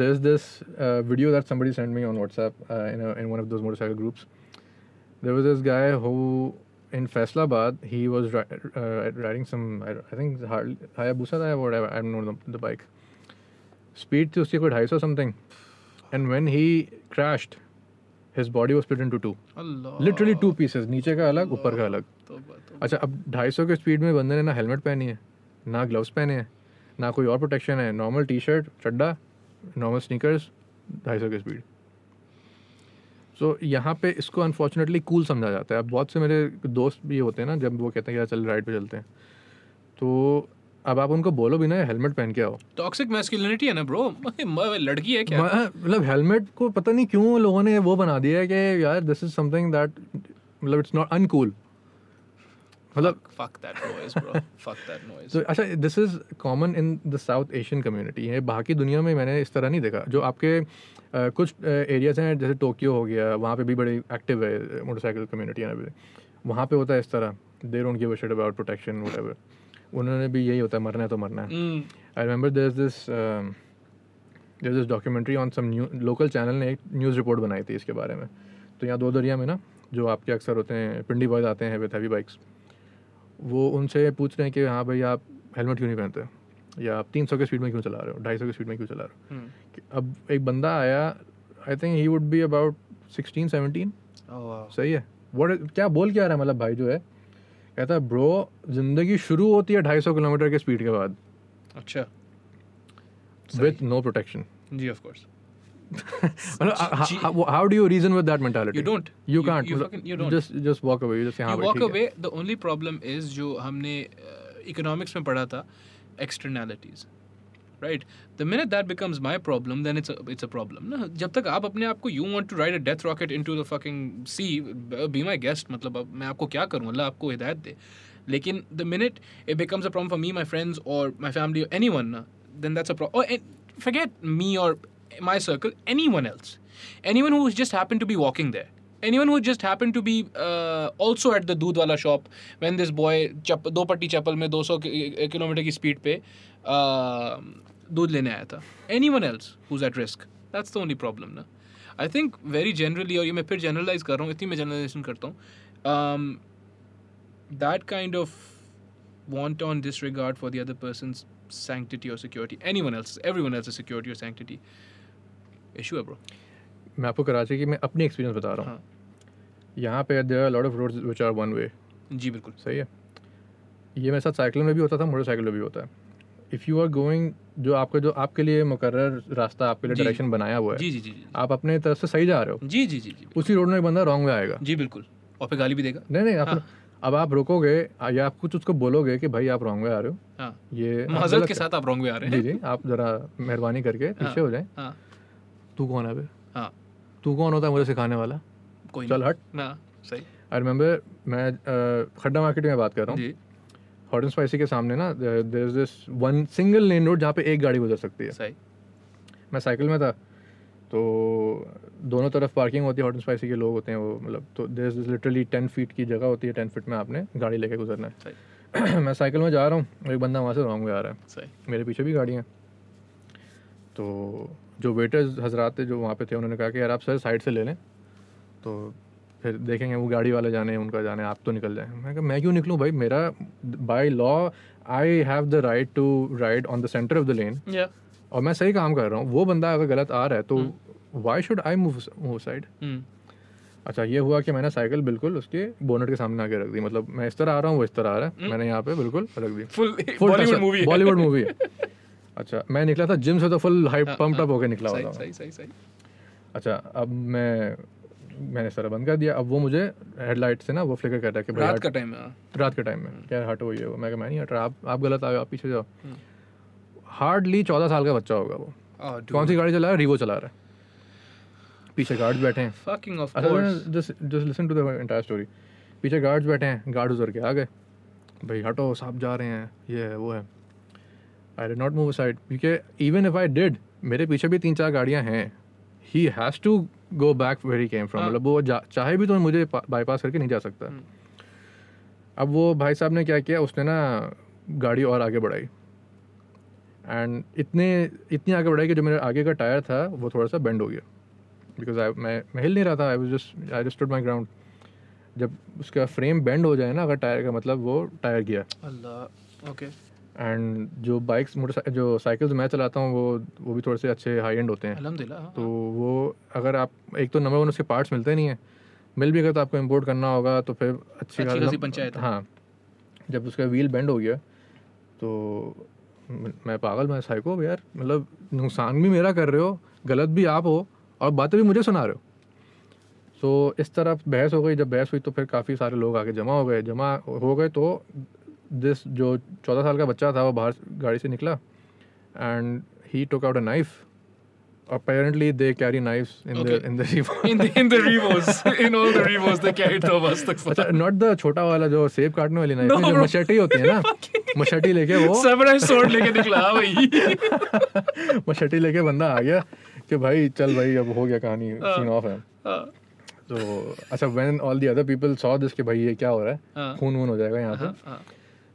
there's this uh, video that somebody sent me on WhatsApp uh, in, a, in one of those motorcycle groups. There was this guy who in Faisalabad he was ri- uh, riding some I, I think it's Harley- Hayabusa or whatever I don't know the, the bike. Speed to उसकी कोई ढाई सौ something, and when he crashed, his body was split into two. Allah Literally two pieces, नीचे का अलग, ऊपर का अलग. तौबा, तौबा। अच्छा अब 250 के स्पीड में बंदे ने ना हेलमेट पहनी है ना ग्लव्स पहने हैं ना कोई और प्रोटेक्शन है नॉर्मल टी शर्ट चड्डा नॉर्मल स्नीकर्स 250 के स्पीड सो यहाँ पे इसको अनफॉर्चुनेटली कूल समझा जाता है अब बहुत से मेरे दोस्त भी होते हैं ना जब वो कहते हैं कि यार चल राइड पे चलते हैं तो अब आप उनको बोलो भी ना हेलमेट पहन के आओ टॉक्सिक मैस्कुलिनिटी है ना ब्रो लड़की है क्या मैं- मतलब हेलमेट को पता नहीं क्यों लोगों ने वो बना दिया है कि यार दिस इज समथिंग दैट मतलब इट्स नॉट अनकूल मतलब fuck that noise, bro. fuck that noise. तो अच्छा this is common in the South Asian community है बाकी दुनिया में मैंने इस तरह नहीं देखा जो आपके अ, कुछ एरियाज हैं जैसे टोक्यो हो गया वहाँ पे भी बड़ी एक्टिव है मोटरसाइकिल कम्युनिटी एंड एवरीथिंग वहाँ पे होता है इस तरह there don't give a shit about protection what उन्होंने भी यही होता है मरना है तो मरना है Mm. I remember there is this there this documentary on some new local channel ने एक न्यूज़ रिपोर्ट बनाई थी इसके बारे में तो यहाँ दो दरिया में ना जो आपके अक्सर होते हैं पिंडी बॉयज आते हैं विथ हैवी बाइक्स वो उनसे पूछ रहे हैं कि हाँ भाई आप हेलमेट क्यों नहीं पहनते या आप तीन सौ के स्पीड में क्यों चला रहे हो ढाई सौ की स्पीड में क्यों चला रहे Hmm. हो कि अब एक बंदा आया I think he would be about sixteen seventeen Oh wow. सही है वट क्या बोल क्या रहा है मतलब भाई जो है कहता है ब्रो जिंदगी शुरू होती है ढाई सौ किलोमीटर के स्पीड के बाद Acha. With no protection Gee, अच्छा. of course. uh, जी- how do you reason with that mentality You don't. You You- can't you fucking- you don't. Just just walk away just you यहां walk away. The only problem is जो हमने economics में पढ़ा था externalities. Right. The minute that becomes my problem, then it's a it's a problem. ना जब तक आप अपने आप को you want to ride a death rocket into the fucking sea, b- be my guest. मतलब अब मैं आपको क्या करूँ अल्लाह आपको हिदायत दे लेकिन the minute it becomes a problem for me my friends और माई फैमिली और any one then that's a problem forget me और my circle any one else any one who just happen to be walking there anyone who just happened to be uh, also at the दूध वाला shop when this boy चप दो पट्टी चप्पल में 200 कि- kilometre की speed पे uh, दूध लेने आया था any one else whose at risk that's the only problem ना आई थिंक वेरी जनरली और ये मैं फिर जनरलाइज कर रहा हूँ इतनी मैं जनरलाइजेशन करता हूँ um, that kind of wanton disregard for the other person's sanctity or security, anyone else's, everyone else's security or sanctity, issue है bro. मैं आपको कराची की मैं अपनी एक्सपीरियंस बता हाँ। रहा हूँ यहाँ पे there are lot of roads which are one way जी बिल्कुल सही है ये मेरे साथ साइकिल में भी होता था मोटरसाइकिल में भी होता है इफ़ यू आर गोइंग जो आपका जो आपके लिए मुकर्र रास्ता आपके लिए जी। डायरेक्शन बनाया हुआ है जी जी जी जी आप अपने तरफ से सही जा रहे हो जी जी जी जी उसी रोड में एक बंदा रॉन्ग वे आएगा जी बिल्कुल और फिर गाली भी देगा नहीं नहीं आप अब आप रोकोगे या आप कुछ उसको बोलोगे कि भाई आप रॉन्ग वे आ रहे हो हाँ ये आप माजरत गलत के है। साथ आप रॉन्ग वे आ रहे जी हैं जी आप ज़रा मेहरबानी करके पीछे हो जाएं हाँ तू कौन है बे हाँ तू कौन होता है मुझे सिखाने वाला कोई चल हाँ। हट ना सही आई रिमेंबर मैं अ, खड्डा मार्केट में बात कर रहा हूँ जी हॉट एंड स्पाइसी के सामने ना there is this one single lane road जहाँ पे एक गाड़ी गुजर सकती है सही मैं साइकिल में था तो दोनों तरफ पार्किंग होती है हॉट एंड स्पाइसी के लोग होते हैं वो मतलब तो there is literally ten feet की जगह होती है टेन फीट में आपने गाड़ी लेके गुजरना है मैं साइकिल में जा रहा हूँ एक बंदा वहाँ से रॉन्ग वे आ रहा है सही मेरे पीछे भी गाड़ियाँ तो जो वेटर्स हजरात थे जो वहाँ पे थे उन्होंने कहा कि यार आप सर साइड से ले लें तो फिर देखेंगे वो गाड़ी वाले जाने उनका जाने आप तो निकल जाएं मैं कहा मैं क्यों निकलूँ भाई मेरा by law I have the right to ride on the centre of the lane या और मैं सही काम कर रहा हूँ वो बंदा अगर गलत आ रहा है तो why should I move move side अच्छा ये हुआ कि मैंने साइकिल बिल्कुल उसके बोनट के सामने आके रख दी मतलब मैं इस तरह आ रहा हूँ वो इस तरह आ रहा है मैंने यहाँ पे बिल्कुल रख दी full Full Bollywood touch-up, movie है Bollywood movie है अच्छा मैं निकला था जिम से तो फुल हाइप हाँ, पंप हाँ, अप होकर निकला हुआ सही था सही सही सही अच्छा अब मैं मैंने सारा बंद कर दिया अब वो मुझे हेडलाइट से ना वो फ्लिकर कर रहा है कि भाई रात का हम्म। हट- टाइम है रात के टाइम में क्या हटो ये वो मैं कहा मैं नहीं हट रहा आप आप गलत आए हो, आप पीछे जाओ हम्म। हार्डली चौदह साल का बच्चा होगा वो Ah, कौन सी गाड़ी चला रहा है रिवो चला रहा है पीछे गार्ड्स बैठे हैं अच्छा, fucking of course just listen to the entire story पीछे गार्ड्स बैठे हैं गार्ड उधर के आ गए भाई हटो साहब जा रहे हैं ये है वो है I did not move side क्योंकि इवन इफ आई डिड मेरे पीछे भी तीन चार गाड़ियाँ हैं he has to go back where he came from हाँ। मतलब वो जा- चाहे भी तो मुझे बाईपास करके नहीं जा सकता अब वो भाई साहब ने क्या किया उसने ना गाड़ी और आगे बढ़ाई एंड इतने इतनी आगे बढ़ाई कि जो मेरा आगे का टायर था वो थोड़ा सा बेंड हो गया बिकॉज आई मैं मैं हिल नहीं रहा था I was just I just my ground जब उसका फ्रेम बेंड हो जाए ना अगर टायर का मतलब वो टायर गया अल्लाह ओके एंड जो बाइक्स मोटर जो साइकिल्स मैं चलाता हूँ वो वो भी थोड़े से अच्छे हाई एंड होते हैं अल्हम्दुलिल्लाह तो वो अगर आप एक तो नंबर वन उसके पार्ट्स मिलते नहीं हैं मिल भी गए तो आपको इम्पोर्ट करना होगा तो फिर अच्छी अच्छी खासी खासी लम- पंचायत है। हाँ जब उसका व्हील बेंड हो गया तो म- मैं पागल मैं साइको हूँ यार मतलब नुकसान भी मेरा कर रहे हो गलत भी आप हो और बातें भी मुझे सुना रहे हो सो इस तरफ बहस हो गई जब बहस हुई तो फिर काफ़ी सारे लोग आके जमा हो गए जमा हो गए तो दिस जो चौदह साल का बच्चा था वो बाहर गाड़ी से निकला and he took out a knife apparently they carry knives in the Okay. in the revo. in the in the revos in all the revos they carried the bastak अच्छा नॉट द छोटा वाला जो सेब काटने वाली knife No, जो bro. मशटी होती है ना मशटी लेके वो samurai sword लेके निकला हाँ भाई मशटी लेके बंदा आ गया कि भाई चल भाई अब हो गया कहानी सीन ऑफ है हाँ, तो अच्छा when all the other people saw this कि भाई ये क्या हो रहा है हाँ। खून वून हो जाएगा यहाँ पे हाँ।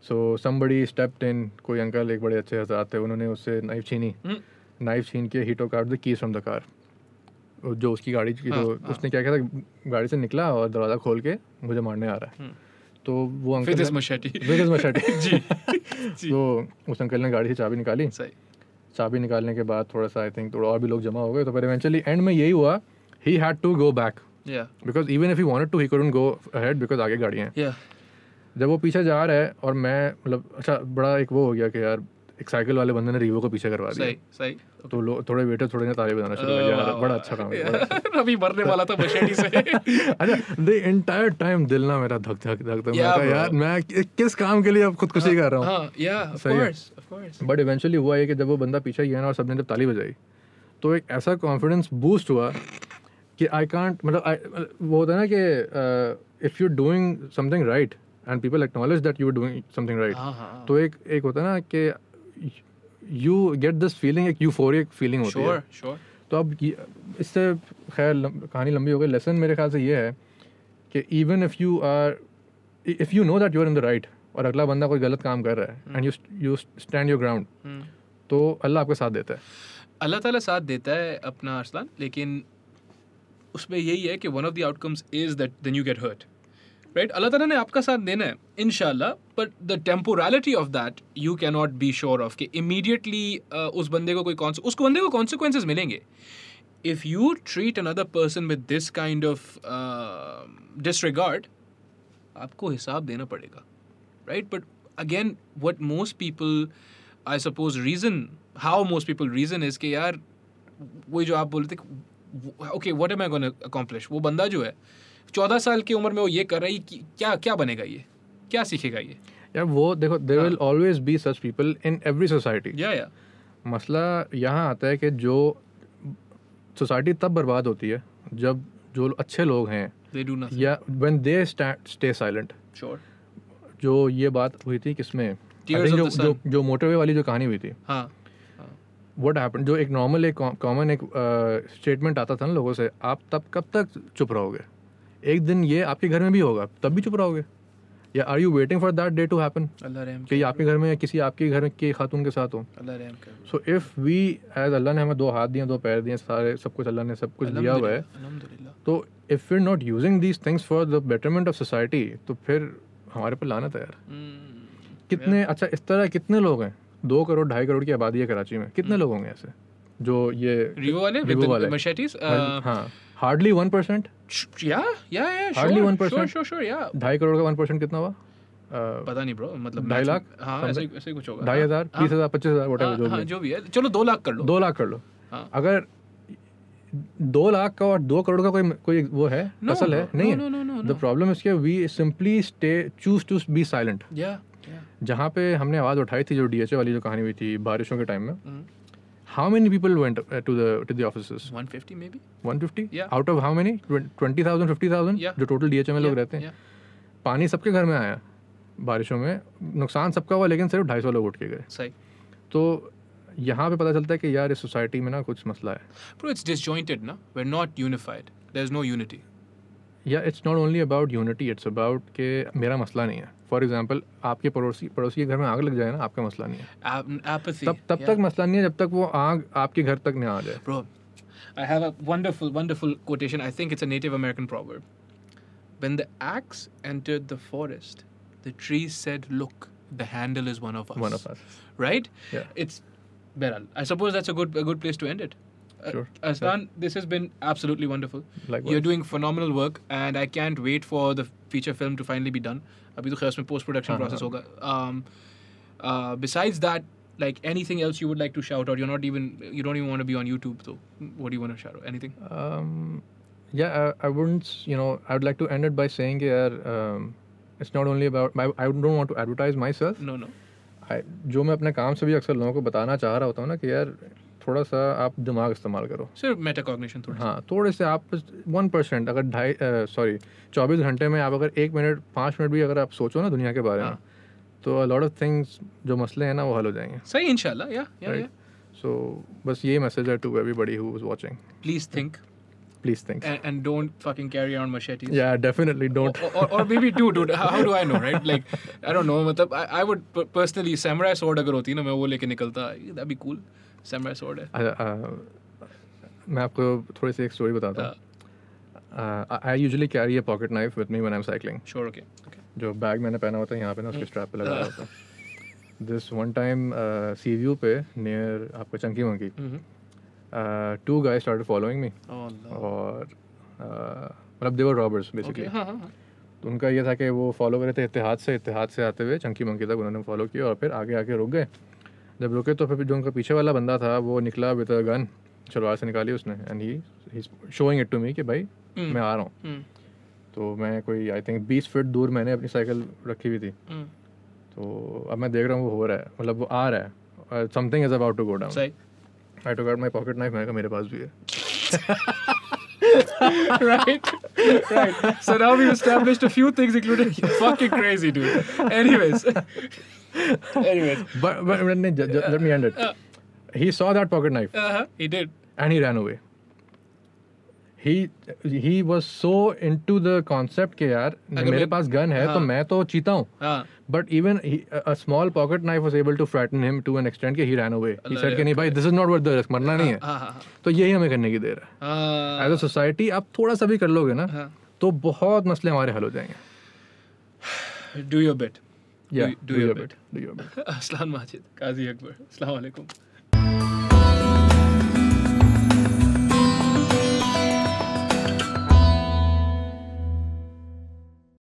सो समबड़ी स्टेप्ड इन कोई अंकल एक बड़े अच्छे हजरात थे उन्होंने उससे नाइफ छीनी हम्म। नाइफ छीन के ही took out the keys from the car जो उसकी गाड़ी की हाँ, जो उसने क्या किया था गाड़ी से निकला और दरवाज़ा खोल के मुझे मारने आ रहा है हम्म। तो वो अंकल with his ने- machete with his machete। जी तो उस अंकल ने गाड़ी से चाबी निकाली सही चाबी निकालने के बाद थोड़ा सा आई थिंक थोड़ा और भी लोग जमा हो गए तो फिर इवेंचुअली एंड में यही हुआ ही had to go back yeah because even if he wanted to he couldn't go ahead because आगे गाड़ियाँ हैं yeah जब वो पीछे जा रहा है और मैं मतलब अच्छा बड़ा एक वो हो गया कि यार एक साइकिल वाले बंदे ने रीवो को पीछे करवा दिया सही सही तो लोग थोड़े वेटर थोड़े ने ताली बजाना शुरू Oh, कर दिया wow, यार, बड़ा wow. अच्छा काम है बड़ा Yeah. रवि मरने वाला था मशेटी से अच्छा। अच्छा द एंटायर टाइम दिल ना मेरा धक धक धक धक Yeah, yeah, bro. यार मैं कि- किस काम के लिए अब खुदकुशी कर रहा हाँ yeah of सही है। course of course हूँ बट इवेंचुअली हुआ ये कि जब वो बंदा पीछे गया ना और सबने जब ताली बजाई तो एक ऐसा कॉन्फिडेंस बूस्ट हुआ कि आई कांट मतलब I- वो होता है ना uh, कि if you doing something right and people acknowledge that you doing something right हाँ हाँ तो एक एक होता है ना कि यू गेट दिस फीलिंग एक यूफोरिक फीलिंग होती sure है sure तो अब ये- इससे खैर लम- कहानी लंबी हो गई लेसन मेरे ख्याल से ये है कि even if you are if you know that you are in the right और अगला बंदा कोई गलत काम कर रहा है and you you stand your ground hmm. तो अल्लाह आपका साथ देता है अल्लाह ताला साथ देता है अपना अरसलान लेकिन उसमें यही है कि one of the outcomes is that then you get hurt right Allah ताला ने आपका साथ देना है in but the temporality of that you can not be sure of कि इमीडिएटली उस बंदे को कोई कौन उसको बंदे को कॉन्सिक्वेंसेज मिलेंगे if you treat another person with this kind of uh, disregard आपको हिसाब देना पड़ेगा right but again what most people i suppose reason how most people reason is कि यार वही जो आप बोल रहे थे okay what am I gonna accomplish वो बंदा जो है चौदह साल की उम्र में वो ये कर रहा है कि- क्या क्या बनेगा ये क्या सीखेगा ये यार वो देखो देर विल हाँ। Always be such people in every society या या मसला यहाँ आता है कि जो सोसाइटी तब बर्बाद होती है जब जो अच्छे लोग हैं दे डू नथिंग या when they stay silent sure जो ये बात हुई थी किसमें I Tears think of जो the जो जो मोटरवे वाली जो कहानी हुई थी हाँ व्हाट हैपन जो एक नॉर्मल एक कॉमन एक स्टेटमेंट आता था ना लोगों से आप तब कब तक चुप रहोगे एक दिन ये आपके घर में भी होगा तब भी चुप रहोगे या are you waiting for that day to happen Allah रहम कि ये आपके घर में या किसी आपके घर के खातून के साथ हो कर अल्लाह रहम कर so if we as Allah ने हमें दो हाथ दिए दो पैर दिए सारे सब कुछ अल्लाह ने सब कुछ दिया हुआ है अलहमदुलिल्लाह तो if we not using these things for the betterment of society तो फिर हमारे पर लानत है यार हम्म, कितने अच्छा इस तरह कितने लोग हैं दो करोड़ ढाई करोड़ की आबादी है कराची में कितने हम्म। लोग होंगे ऐसे जो ये रिवो वाले रिवो वाले। मशेटीज हाँ हार्डली वन परसेंट या या या Hardly sure 1%. Sure sure sure या ढाई करोड़ का वन परसेंट कितना हुआ पता नहीं ब्रो मतलब ढाई math- लाख? हाँ Something. ऐसे ही- ऐसे ही कुछ होगा ढाई हाँ, हज़ार हाँ, तीस हज़ार पच्चीस हज़ार हाँ, वोटेवर जो हाँ, भी है। जो भी है चलो दो लाख कर लो दो लाख कर लो हाँ। अगर दो लाख का और दो करोड़ का कोई कोई वो है No, असल है no, नहीं no, no, no, है no. द प्रॉब्लम इसके we simply stay choose to be silent या जहाँ पे हमने आवाज़ उठाई थी जो डी वाली जो कहानी हुई थी बारिशों के टाइम में Mm, how many people went to the to the offices 150 maybe 150 Yeah. Out of how many 20000 50000 Yeah. जो टोटल डीएचए में लोग रहते हैं पानी सबके घर में आया बारिशों में नुकसान सबका हुआ लेकिन सिर्फ ढाई सौ लोग उठ के गए सही तो यहाँ पे पता चलता है कि यार इस सोसाइटी में ना कुछ मसला है ब्रो इट्स डिसजॉइंटेड ना we are not unified there is no unity या it's not only about unity it's about कि मेरा मसला नहीं है फॉर एग्जाम्पल आपके पड़ोसी पड़ोसी के घर में आग लग जाए ना आपका मसला नहीं है एपथी तब तब तक मसला नहीं है जब तक वो आग आपके घर तक ना आ जाए Bro, I have a wonderful, wonderful quotation. I think it's a Native American proverb. When the axe entered the forest, the trees said, Look, the handle is one of us. One of us. Right? Yeah. It's Beral. I suppose that's a good a good place to end it. Uh, Sure. Aslan, this has been absolutely wonderful. Likewise. You're doing phenomenal work, and I can't wait for the feature film to finally be done. अभी तो खैर उसमें post production process होगा. Um, uh, besides that, like anything else you would like to shout out? You're not even you don't even want to be on YouTube though. What do you want to shout out? Anything? Um, yeah, I, I wouldn't, s- you know, I would like to end it by saying that um, it's not only about, my, I don't want to advertise myself. No, no. I, जो मैं अपने काम से भी अक्सर लोगों को बताना चाह रहा होता हूँ ना कि यार थोड़ा सा आप दिमाग इस्तेमाल करो सिर्फ मेटाकॉग्निशन थोड़ा हाँ थोड़े से आप वन परसेंट अगर ढाई सॉरी चौबीस घंटे में आप अगर एक मिनट पाँच मिनट भी अगर आप सोचो ना दुनिया के बारे में तो लॉट ऑफ थिंग्स जो मसले हैं ना वो हल हो जाएंगे सही इंशाल्लाह या या Right. सो बस ये मैसेज है to everybody who is watching please think please think and, and don't fucking carry around machetes या definitely don't or, or, or maybe do dude how, how do I know right like I don't know मतलब I, I would per- personally samurai sword अगर होती ना मैं वो लेके निकलता that'd be cool samurai sword है uh, मैं आपको थोड़ी सी एक स्टोरी बताता Uh, हूँ I usually carry a pocket knife with me when I am cycling sure okay okay जो बैग मैंने पहना होता है यहाँ पे ना उसके स्ट्रैप पे लगाया होता है this one time sea view uh, पे नियर आपका chunky monkey Mhm. Two guys start following me oh Allah और uh, मतलब देवर रॉबर्स बेसिकली हाँ हाँ हाँ उनका ये था कि वो फॉलो कर रहे थे इतिहाद से इतिहाद से आते हुए चंकी मंकी तक उन्होंने फॉलो किया और फिर आगे आके रुक गए जब रुके तो फिर जो उनका पीछे वाला बंदा था वो निकला विद अ गन शलवार से निकाली उसने and he showing it to me कि भाई मैं आ रहा हूँ Hmm. तो मैं कोई आई थिंक बीस फीट दूर मैंने अपनी साइकिल रखी हुई थी Hmm. तो अब मैं देख रहा हूँ वो हो रहा है मतलब वो आ रहा है Uh, something is about to go down सही I too my pocket knife मैंने कहा मेरे पास भी है right right so now we've established a few things including fucking crazy dude anyways anyways but but let me, ju- ju- let me end it. He saw that pocket knife uh-huh. he did and he ran away. He he was so into the concept के यार अगर मेरे मैं- पास gun है तो हाँ। मैं तो चीता हूँ हाँ But even he, a a small pocket knife was able to frighten him to an extent कि he ran away. He said कि नहीं भाई this is not worth the risk मरना नहीं है हाँ हाँ तो यही हमें करने की देर है हाँ एज अ सोसाइटी आप थोड़ा सा भी कर लोगे ना हाँ. तो बहुत मसले हमारे हल हो जाएंगे do your bit Yeah, do your bit. do your bit. Aslan Majid, Qazi Akbar. Assalamu alaikum.